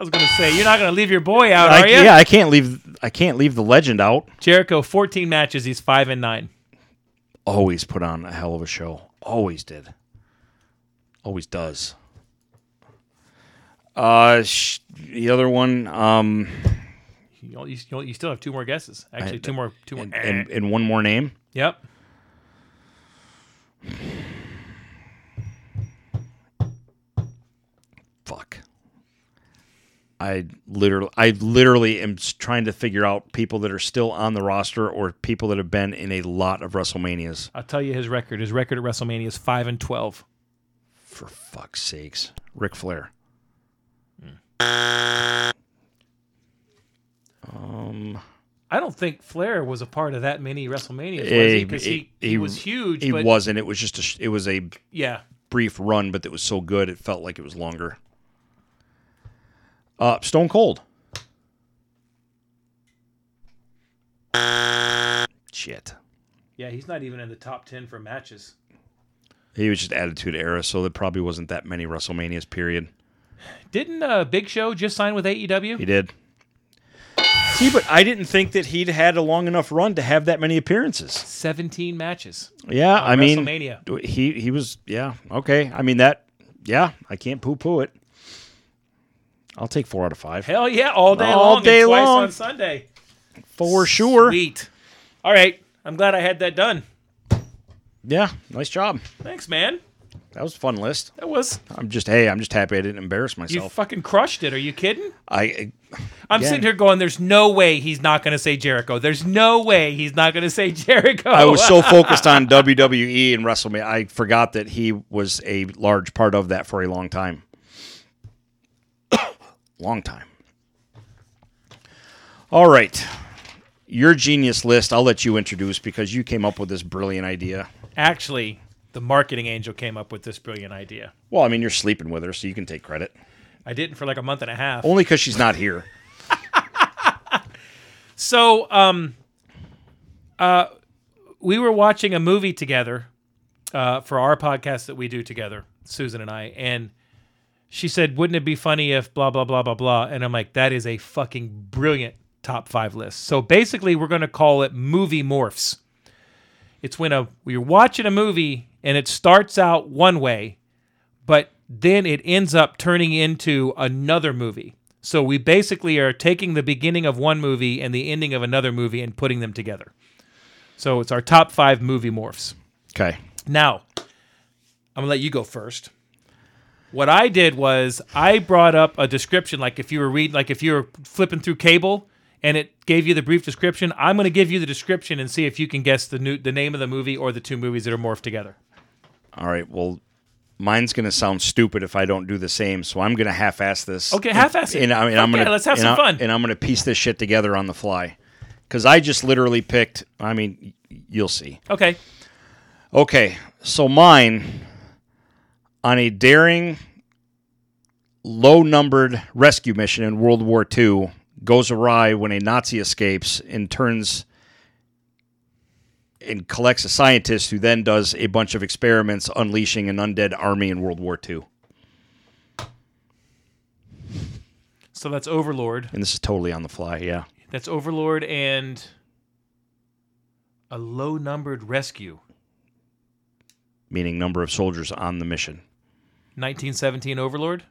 S3: I was gonna say you're not gonna leave your boy out, are
S1: I,
S3: you?
S1: yeah, I can't leave. I can't leave the legend out.
S3: Jericho, 14 matches. He's five and nine.
S1: Always put on a hell of a show. Always did. Always does. Uh, sh- the other one. Um,
S3: You, know, you, you know, you still have two more guesses. Actually,
S1: I-
S3: two more. Two more.
S1: and, and, and one more name.
S3: yep.
S1: fuck. I literally, I literally am s- trying to figure out people that are still on the roster or people that have been in a lot of WrestleManias.
S3: I'll tell you his record. His record at WrestleMania is five and 12.
S1: For fuck's sakes, Ric Flair. Um,
S3: I don't think Flair was a part of that many WrestleManias, was he?
S1: Eh,
S3: Because he, he, was huge.
S1: He
S3: but
S1: wasn't. It was just a. sh- It was a
S3: Yeah.
S1: brief run, but it was so good it felt like it was longer. Uh, Stone Cold. Shit.
S3: Yeah, he's not even in the top 10 for matches.
S1: He was just Attitude Era, so there probably wasn't that many WrestleManias. Period.
S3: Didn't uh, Big Show just sign with E AEW?
S1: He did. See, but I didn't think that he'd had a long enough run to have that many appearances.
S3: 17 matches.
S1: Yeah, I mean,
S3: WrestleMania.
S1: he he was yeah okay. I mean that yeah, I can't poo poo it. I'll take four out of five
S3: Hell yeah, all day
S1: All
S3: long. and
S1: day
S3: twice
S1: long.
S3: on Sunday.
S1: for sure.
S3: Sweet. All right. I'm glad I had that done.
S1: Yeah, nice job.
S3: Thanks, man.
S1: That was a fun list.
S3: That was
S1: I'm just hey, I'm just happy I didn't embarrass
S3: you
S1: myself.
S3: fucking crushed it. Are you kidding?
S1: I I
S3: I'm
S1: Yeah.
S3: sitting here going, "There's no way he's not going to say Jericho. There's no way he's not going to say Jericho."
S1: I was so focused on WWE and WrestleMania, I forgot that he was a large part of that for a long time. long time. All right. Your genius list, I'll let you introduce because you came up with this brilliant idea.
S3: actually the marketing angel came up with this brilliant idea.
S1: Well, I mean, you're sleeping with her, so you can take credit.
S3: I didn't for like a month and a half.
S1: Only because she's not here.
S3: So, um, uh, we were watching a movie together uh, for our podcast that we do together, Susan and I, and she said, "Wouldn't it be funny if blah blah blah blah blah?" And I'm like, "That is a fucking brilliant top five list." So basically, we're gonna call it movie morphs. It's when a you're watching a movie and it starts out one way, but then it ends up turning into another movie. So we basically are taking the beginning of one movie and the ending of another movie and putting them together. So it's our top five movie morphs.
S1: Okay.
S3: Now, I'm gonna let you go first. What I did was I brought up a description, like if you were reading, like if you were flipping through cable and it gave you the brief description. I'm gonna give you the description and see if you can guess the new the name of the movie or the two movies that are morphed together.
S1: All right. Well, mine's going to sound stupid if I don't do the same, so I'm going to half-ass this.
S3: Okay, half-ass it.
S1: And, I mean,
S3: Fuck
S1: I'm going
S3: yeah, let's have
S1: and
S3: some
S1: I-
S3: fun.
S1: And I'm going to piece this shit together on the fly, because I just literally picked. I mean, y- you'll see.
S3: Okay.
S1: Okay, so mine on a daring, low-numbered rescue mission in World War II goes awry when a Nazi escapes and turns and collects a scientist who then does a bunch of experiments unleashing an undead army in World War II.
S3: So that's Overlord.
S1: And this is totally on the fly, yeah.
S3: That's Overlord and a low numbered rescue.
S1: Meaning number of soldiers on the mission.
S3: 1917 Overlord.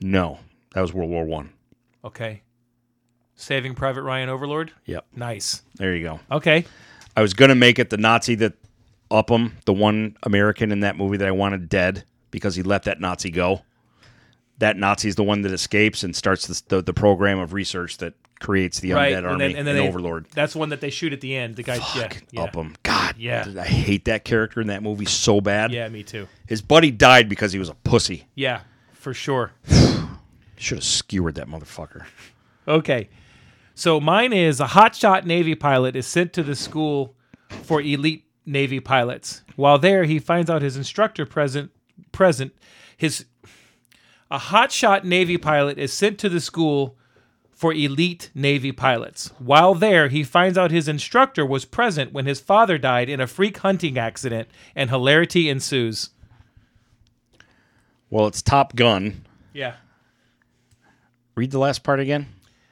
S1: No, that was World War One.
S3: Okay. Saving Private Ryan Overlord.
S1: Yep.
S3: Nice.
S1: There you go.
S3: Okay.
S1: I was gonna make it the Nazi that Upham, the one American in that movie that I wanted dead because he let that Nazi go. That Nazi's the one that escapes and starts this, the the program of research that creates the
S3: right.
S1: undead army and,
S3: they-
S1: Overlord.
S3: That's one that they shoot at the end. The guy.
S1: Fuck
S3: yeah. Yeah.
S1: Upham. God,
S3: Yeah.
S1: I hate that character in that movie so bad.
S3: yeah. Me too.
S1: His buddy died because he was a pussy.
S3: Yeah. For sure.
S1: Should have skewered that motherfucker.
S3: Okay. So mine is a hotshot Navy pilot is sent to the school for elite Navy pilots. While there, he finds out his instructor present present his A hotshot Navy pilot is sent to the school for elite Navy pilots. While there, he finds out his instructor was present when his father died in a freak hunting accident, and hilarity ensues.
S1: Well, it's Top Gun.
S3: Yeah.
S1: Read the last part again.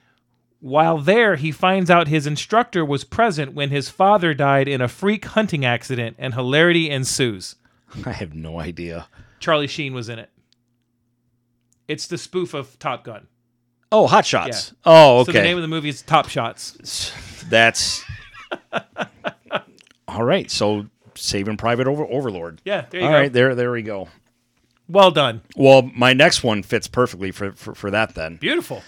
S3: While there, he finds out his instructor was present when his father died in a freak hunting accident, and hilarity ensues.
S1: I have no idea.
S3: Charlie Sheen was in it. It's the spoof of Top Gun.
S1: Oh, Hot Shots.
S3: Yeah.
S1: Oh,
S3: So the
S1: okay.
S3: name of the movie is Top Shots.
S1: That's all right. So Saving Private Over- Overlord.
S3: Yeah, there you
S1: All
S3: go.
S1: right, there, there we go.
S3: Well done.
S1: Well, my next one fits perfectly for for, for that. Then
S3: Beautiful.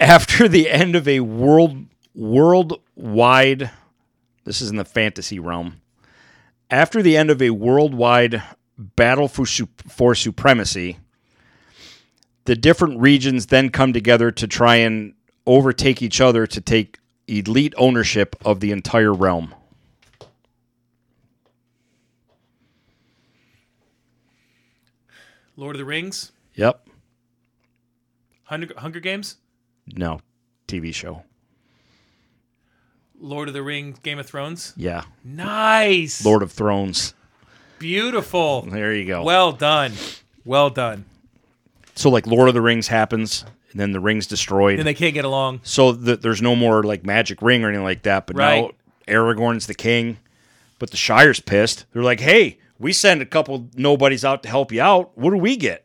S1: after the end of a world worldwide, this is in the fantasy realm. After the end of a worldwide battle for, su- for supremacy, the different regions then come together to try and overtake each other to take elite ownership of the entire realm.
S3: Lord of the Rings,
S1: Yep.
S3: Hunger, Hunger Games,
S1: No. TV show.
S3: Lord of the Rings, Game of Thrones.
S1: Yeah.
S3: Nice.
S1: Lord of Thrones.
S3: Beautiful.
S1: There you go.
S3: Well done. Well done.
S1: so like Lord of the Rings happens, and then the ring's destroyed.
S3: Then they can't get along.
S1: so that there's no more like magic ring or anything like that. But now
S3: Right.
S1: Aragorn's the king, but the Shire's pissed. They're like, hey, we send a couple nobodies out to help you out. What do we get?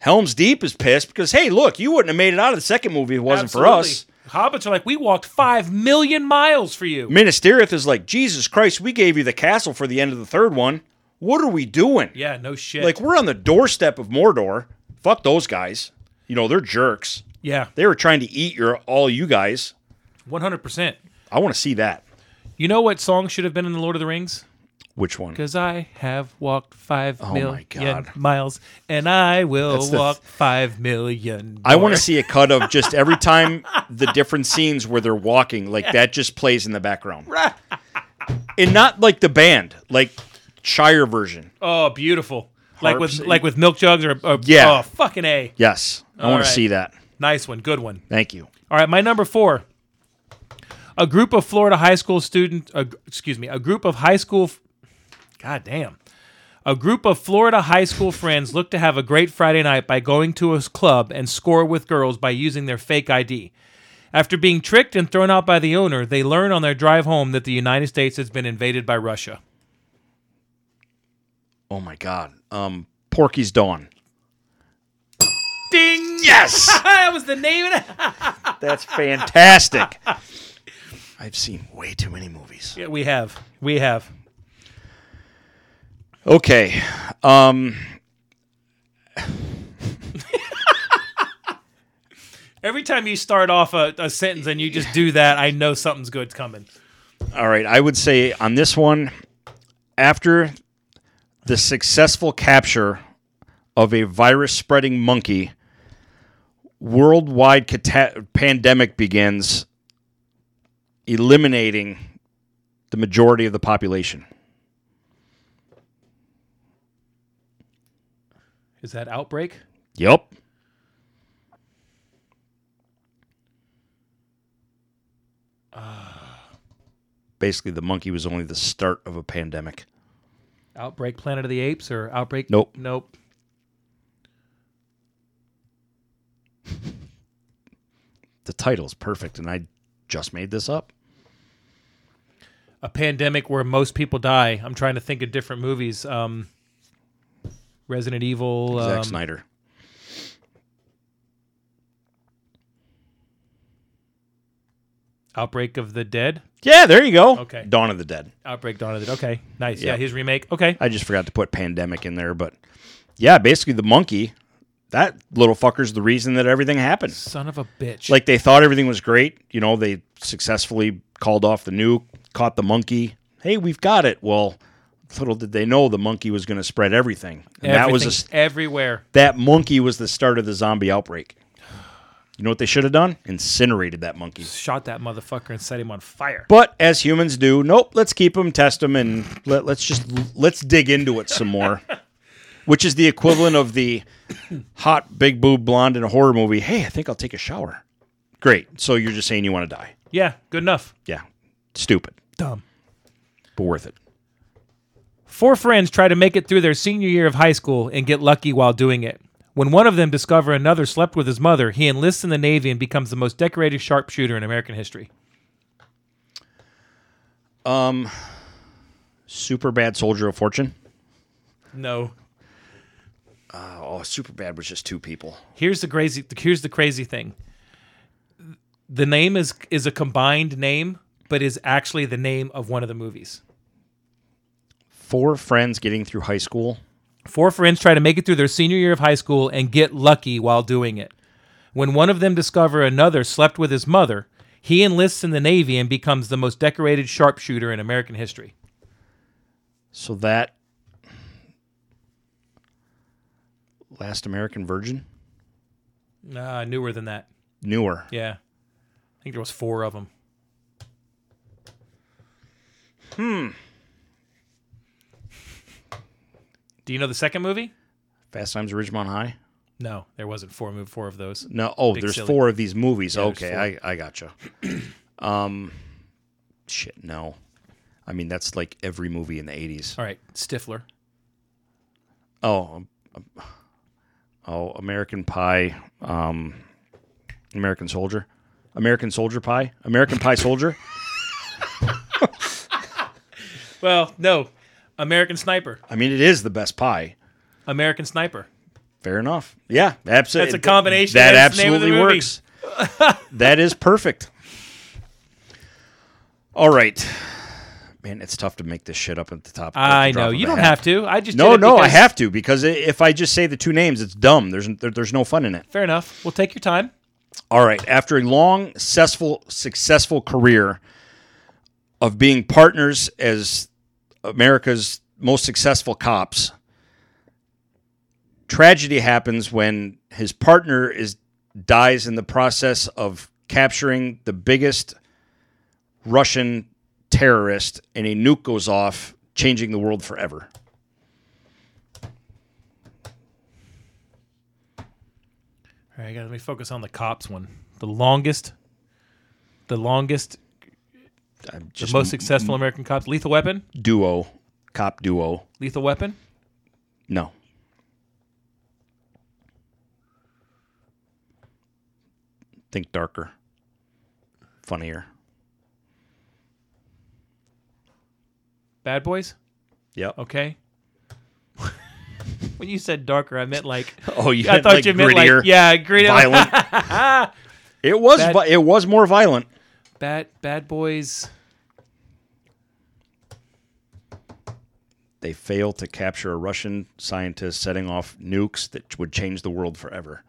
S1: Helm's Deep is pissed because hey, look, you wouldn't have made it out of the second movie if it wasn't for us.
S3: Hobbits are like, we walked five million miles for you.
S1: Minas Tirith is like, Jesus Christ, we gave you the castle for the end of the third one. What are we doing?
S3: Yeah, no shit.
S1: Like we're on the doorstep of Mordor. Fuck those guys. You know they're jerks.
S3: yeah,
S1: They were trying to eat your all you guys.
S3: one hundred percent.
S1: I want to see that.
S3: You know what song should have been in the Lord of the Rings?
S1: Which one?
S3: Because I have walked five
S1: Oh my
S3: million
S1: God.
S3: miles, and I will
S1: the-
S3: walk five million.
S1: I want
S3: more.
S1: to see a cut of just every time the different scenes where they're walking, like that just plays in the background. and not like the band, like Shire version.
S3: Oh, beautiful. Like with
S1: Harps.
S3: like with milk jugs or, or
S1: Yeah.
S3: Oh, fucking a.
S1: Yes. I
S3: All
S1: want
S3: right.
S1: to see that.
S3: Nice one. Good one.
S1: Thank you.
S3: All right, my number four. A group of Florida high school student, uh, excuse me, a group of high school, f- god damn, a group of Florida high school friends look to have a great Friday night by going to a club and score with girls by using their fake ID. After being tricked and thrown out by the owner, they learn on their drive home that the United States has been invaded by Russia.
S1: Oh my God. Um, Porky's Dawn.
S3: Ding!
S1: Yes.
S3: that was the name of it.
S1: That's fantastic. I've seen way too many movies.
S3: Yeah, we have, we have.
S1: Okay. Um,
S3: Every time you start off a, a sentence and you just do that, I know something's good's coming.
S1: All right, I would say on this one, after the successful capture of a virus spreading monkey, worldwide cata- pandemic begins, eliminating the majority of the population.
S3: Is that outbreak?
S1: Yep. Basically, the monkey was only the start of a pandemic.
S3: Outbreak Planet of the Apes or Outbreak?
S1: Nope.
S3: Nope.
S1: The title's perfect, and I just made this up.
S3: A pandemic where most people die. I'm trying to think of different movies. Um, Resident Evil.
S1: Zack
S3: Um,
S1: Snyder.
S3: Outbreak of the Dead.
S1: Yeah, there you go.
S3: Okay.
S1: Dawn of the Dead.
S3: Outbreak Dawn of the Dead. Okay. Nice.
S1: Yeah.
S3: Yeah, his remake. Okay.
S1: I just forgot to put pandemic in there, but yeah, basically the monkey, that little fucker's the reason that everything happened.
S3: Son of a bitch.
S1: Like they thought everything was great. You know, they successfully called off the nuke, caught the monkey. Hey, we've got it. Well, little did they know the monkey was going to spread everything. And that was a,
S3: Everything's everywhere.
S1: that monkey was the start of the zombie outbreak. You know what they should have done? Incinerated that monkey.
S3: Shot that motherfucker and set him on fire.
S1: But as humans do, nope, let's keep them, test them, and let, let's just let's dig into it some more. Which is the equivalent of the hot big boob blonde in a horror movie. Hey, I think I'll take a shower. Great. So you're just saying you want to die?
S3: Yeah, good enough.
S1: Yeah. Stupid,
S3: Dumb.
S1: but worth it.
S3: Four friends try to make it through their senior year of high school and get lucky while doing it. When one of them discover another slept with his mother, he enlists in the Navy and becomes the most decorated sharpshooter in American history.
S1: Super bad soldier of fortune.
S3: No.
S1: Oh, super bad was just two people.
S3: Here's the crazy here's the crazy thing. The name is is a combined name, but is actually the name of one of the movies.
S1: Four friends getting through high school.
S3: Four friends try to make it through their senior year of high school and get lucky while doing it. When one of them discover another slept with his mother, he enlists in the Navy and becomes the most decorated sharpshooter in American history.
S1: So that last American virgin
S3: Uh, newer than that.
S1: newer.
S3: Yeah. I think there was four of them. Hmm. Do you know the second movie?
S1: Fast Times at Ridgemont High.
S3: No, there wasn't four move four of those.
S1: No, oh, there's
S3: silly.
S1: four of these movies.
S3: there's
S1: okay, I, I gotcha. um, shit, no. I mean, that's like every movie in the '80s.
S3: All right, Stifler.
S1: Oh, um, um, oh, American Pie, um, American Soldier, American Soldier Pie, American Pie Soldier.
S3: Well, no. American Sniper.
S1: I mean, it is the best pie.
S3: American Sniper.
S1: Fair enough. Yeah, absolutely.
S3: That's a combination.
S1: That
S3: That's the name of the
S1: absolutely
S3: movie.
S1: works. that is perfect. All right, man. It's tough to make this shit up at the top. at the
S3: I
S1: drop
S3: know.
S1: of
S3: You
S1: a
S3: don't
S1: hat.
S3: have to. I just
S1: No,
S3: did it
S1: no, I
S3: because-
S1: have to because i- if I just say the two names, it's dumb. There's there, there's no fun in it.
S3: Fair enough. We'll take your time.
S1: All right. After a long, successful, successful career of being partners as America's most successful cops, tragedy happens when his partner is dies in the process of capturing the biggest Russian terrorist, and a nuke goes off, changing the world forever.
S3: All right, I gotta let me focus on the cops one. The longest, the longest,
S1: I'm
S3: the
S1: just
S3: most successful American cops. Lethal Weapon.
S1: duo, cop duo.
S3: Lethal Weapon.
S1: No. Think darker, funnier.
S3: Bad Boys.
S1: Yep.
S3: Okay. when you said darker, I meant like
S1: Oh, you
S3: I
S1: meant,
S3: thought
S1: like,
S3: you meant
S1: grittier,
S3: like yeah, grittier.
S1: Violent. it was.
S3: Bad-
S1: vi- It was more violent.
S3: Bad Bad Boys.
S1: They failed to capture a Russian scientist setting off nukes that would change the world forever.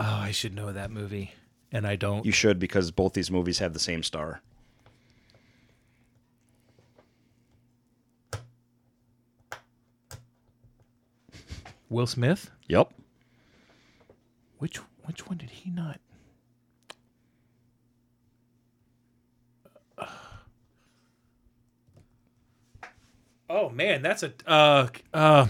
S3: Oh, I should know that movie, and I don't.
S1: You should because both these movies have the same star.
S3: Will Smith.
S1: Yep.
S3: Which which one did he not? Oh man, that's a uh uh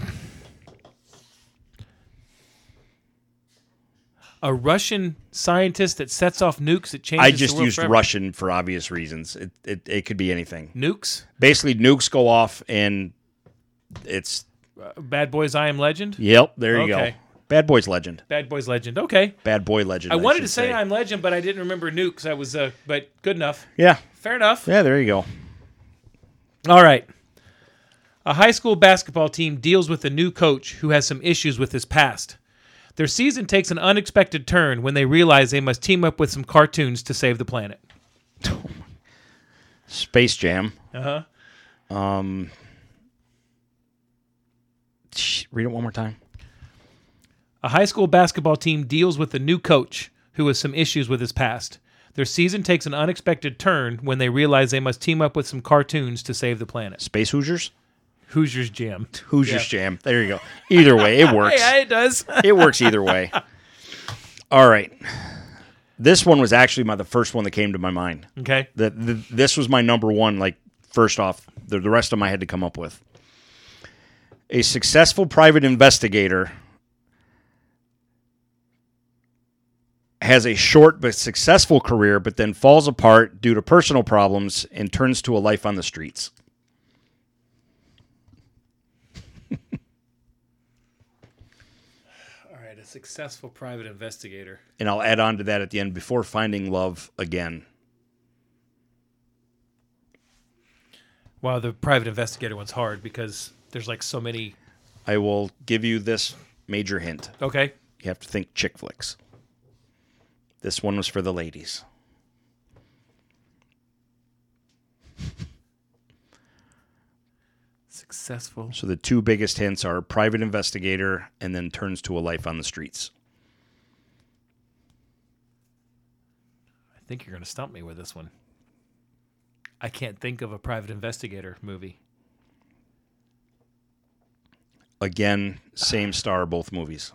S3: a Russian scientist that sets off nukes that changes.
S1: I
S3: the
S1: just
S3: world
S1: used
S3: forever.
S1: Russian for obvious reasons. It, it it could be anything.
S3: nukes.
S1: Basically, nukes go off and it's
S3: Bad Boys, I Am Legend.
S1: Yep, there you
S3: Okay.
S1: go. Bad Boys Legend.
S3: Bad Boys Legend. Okay,
S1: Bad Boy Legend.
S3: I wanted
S1: should
S3: to say, I'm Legend, but I didn't remember nukes. I was uh, but good enough.
S1: Yeah.
S3: Fair enough.
S1: Yeah, there you go.
S3: All right. A high school basketball team deals with a new coach who has some issues with his past. Their season takes an unexpected turn when they realize they must team up with some cartoons to save the planet.
S1: Space Jam. Uh-huh. Um sh- read it one more time.
S3: A high school basketball team deals with a new coach who has some issues with his past. Their season takes an unexpected turn when they realize they must team up with some cartoons to save the planet.
S1: Space Hoosiers?
S3: Hoosiers Jam.
S1: Hoosiers Jam. There you go. Either way, it works.
S3: Yeah, it does.
S1: It works either way. All right. This one was actually my the first one that came to my mind.
S3: Okay.
S1: That th- this was my number one. Like first off, the, the rest of them I had to come up with. A successful private investigator has a short but successful career, but then falls apart due to personal problems and turns to a life on the streets.
S3: All right, a successful private investigator.
S1: And I'll add on to that at the end before finding love again.
S3: Wow, the private investigator one's hard because there's like so many.
S1: I will give you this major hint.
S3: Okay.
S1: You have to think chick flicks. This one was for the ladies.
S3: Successful.
S1: So the two biggest hints are private investigator and then turns to a life on the streets.
S3: I think you're going to stump me with this one. I can't think of a private investigator movie.
S1: Again, same star, both movies.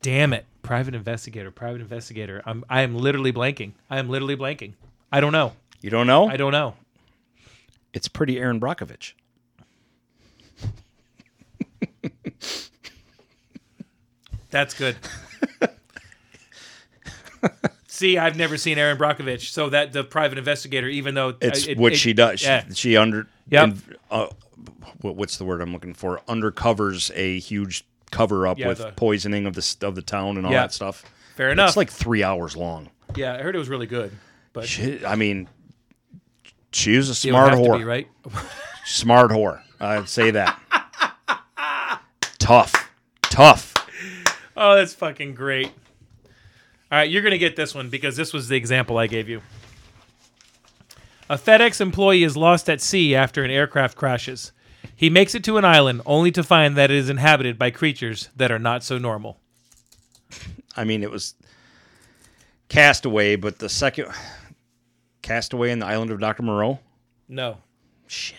S3: Damn it. Private investigator, private investigator. I'm I am literally blanking. I am literally blanking. I don't know.
S1: You don't know?
S3: I don't know.
S1: It's pretty Aaron Brockovich.
S3: That's good. See, I've never seen Aaron Brockovich, so that the private investigator, even though
S1: It's
S3: uh, it-
S1: what
S3: it-
S1: she does. She-
S3: yeah.
S1: She, under
S3: Yep.
S1: in- uh, what- what's the word I'm looking for? Undercovers a huge cover up
S3: Yeah,
S1: with
S3: the-
S1: poisoning of the s- of the town and all
S3: Yeah.
S1: that stuff.
S3: Fair
S1: It's
S3: enough.
S1: like 3 hours long.
S3: yeah, I heard it was really good. But
S1: She, I mean, she was a
S3: it would
S1: smart
S3: have to
S1: whore.
S3: be, right?
S1: Smart whore. I'd say that. Tough. Tough.
S3: Oh, that's fucking great. All right, you're going to get this one because this was the example I gave you. A FedEx employee is lost at sea after an aircraft crashes. He makes it to an island only to find that it is inhabited by creatures that are not so normal.
S1: I mean, it was Castaway, but the second Castaway and the Island of Dr. Moreau.
S3: No.
S1: Shit.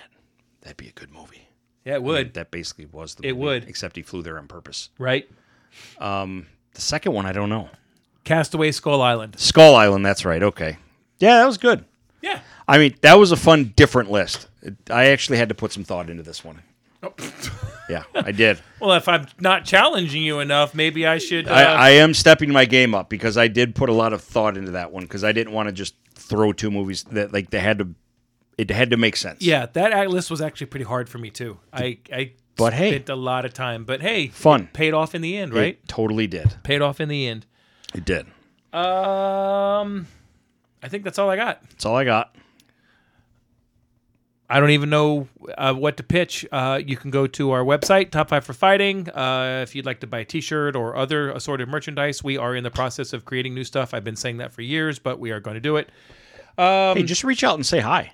S1: That'd be a good movie.
S3: Yeah, it would,
S1: That basically was the
S3: It
S1: movie,
S3: would.
S1: Except he flew there on purpose.
S3: right?
S1: The second one, I don't know.
S3: Castaway Skull Island.
S1: Skull Island, that's right. Okay. Yeah, that was good.
S3: Yeah.
S1: I mean, that was a fun, different list. It- I actually had to put some thought into this one. yeah, I did.
S3: Well, if I'm not challenging you enough, maybe I should. Uh,
S1: I, I am stepping my game up because I did put a lot of thought into that one because I didn't want to just throw two movies that like they had to. It had to make sense.
S3: yeah, that act list was actually pretty hard for me too. I I
S1: But hey.
S3: spent a lot of time, but hey,
S1: Fun.
S3: it paid off in the end,
S1: It
S3: right?
S1: totally did.
S3: Paid off in the end.
S1: It did.
S3: Um, I think that's all I got.
S1: That's all I got.
S3: I don't even know uh, what to pitch. Uh, you can go to our website, Top Five for Fighting. Uh, if you'd like to buy a T-shirt or other assorted merchandise, we are in the process of creating new stuff. I've been saying that for years, but we are going to do it. Um,
S1: hey, just reach out and say hi.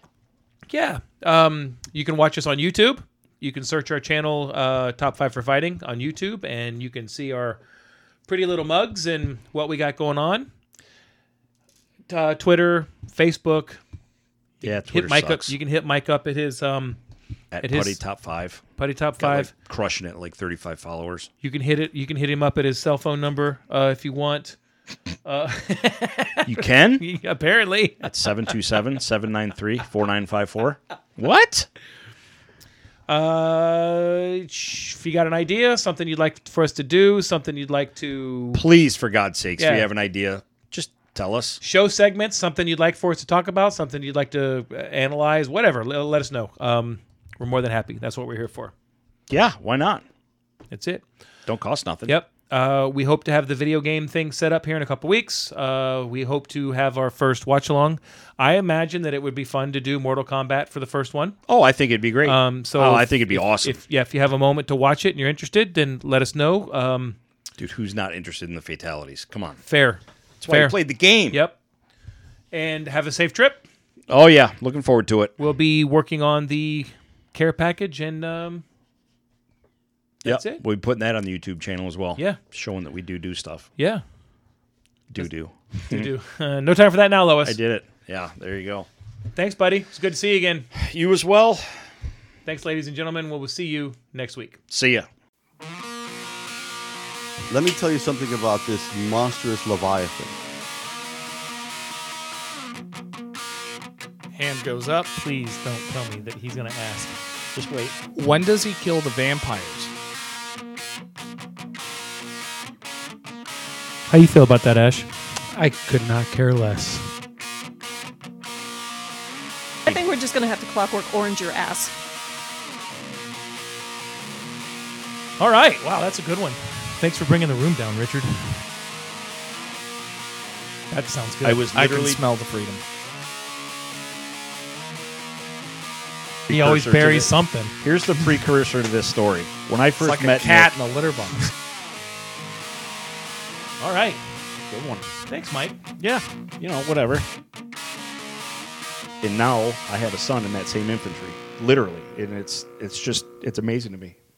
S3: Yeah. Um, you can watch us on YouTube. You can search our channel, uh, Top Five for Fighting, on YouTube, and you can see our pretty little mugs and what we got going on. Uh, Twitter, Facebook.
S1: Yeah,
S3: Hit
S1: Twitter
S3: Mike
S1: sucks.
S3: up. You can hit Mike up at his um,
S1: At
S3: it is-
S1: Putty Top Five.
S3: Putty Top
S1: Got,
S3: Five.
S1: like, crushing it like thirty-five followers.
S3: You can hit it. You can hit him up at his cell phone number uh, if you want.
S1: You can
S3: Apparently,
S1: at 727-793-4954. What?
S3: uh, sh- if you got an idea, something you'd like for us to do, something you'd like to
S1: Please, for God's sakes, if
S3: Yeah.
S1: you have an idea, just tell us.
S3: show segments, something you'd like for us to talk about, something you'd like to uh, analyze, whatever. Let, let us know. Um, we're more than happy. That's what we're here for.
S1: Yeah, why not?
S3: That's it.
S1: Don't cost nothing.
S3: Yep. Uh, we hope to have the video game thing set up here in a couple weeks. Uh, we hope to have our first watch along. I imagine that it would be fun to do Mortal Kombat for the first one.
S1: Oh, I think it'd be great.
S3: Um, so
S1: oh, I
S3: if-
S1: think it'd be
S3: if-
S1: awesome.
S3: If yeah, if you have a moment to watch it and you're interested, then let us know. Um,
S1: Dude, who's not interested in the fatalities? Come on.
S3: fair.
S1: That's why
S3: fair.
S1: you played the game.
S3: Yep. And have a safe trip.
S1: Oh yeah, looking forward to it.
S3: We'll be working on the care package and um,
S1: That's
S3: it?
S1: We'll be putting that on the YouTube channel as well.
S3: Yeah.
S1: Showing that we do do stuff.
S3: yeah.
S1: Do do.
S3: We do. Uh, no time for that now, Lois.
S1: Mm-hmm. I did it. Yeah, there you go.
S3: Thanks, buddy. It's good to see you again.
S1: You as well.
S3: Thanks, ladies and gentlemen. We'll, we'll see you next week.
S1: See ya.
S8: Let me tell you something about this monstrous Leviathan.
S3: Hand goes up. Please don't tell me that he's going to ask. Just wait.
S9: When does he kill the vampires?
S3: How you feel about that, Ash?
S4: I could not care less.
S10: I think we're just gonna have to clockwork orange your ass.
S3: All right. Wow, that's a good one. Thanks for bringing the room down, Richard. That sounds good.
S1: I was
S9: I can
S1: literally-
S9: smell the freedom.
S3: He always
S1: precursor to
S3: buries
S1: the-
S3: something.
S1: Here's the precursor to this story. When I
S9: It's
S1: first
S9: like a
S1: met
S9: cat
S1: Nick,
S9: in a litter box.
S3: All right.
S9: Good one.
S3: Thanks, Mike.
S1: yeah, you know, whatever. And now I have a son in that same infantry, literally, and it's it's just it's amazing to me.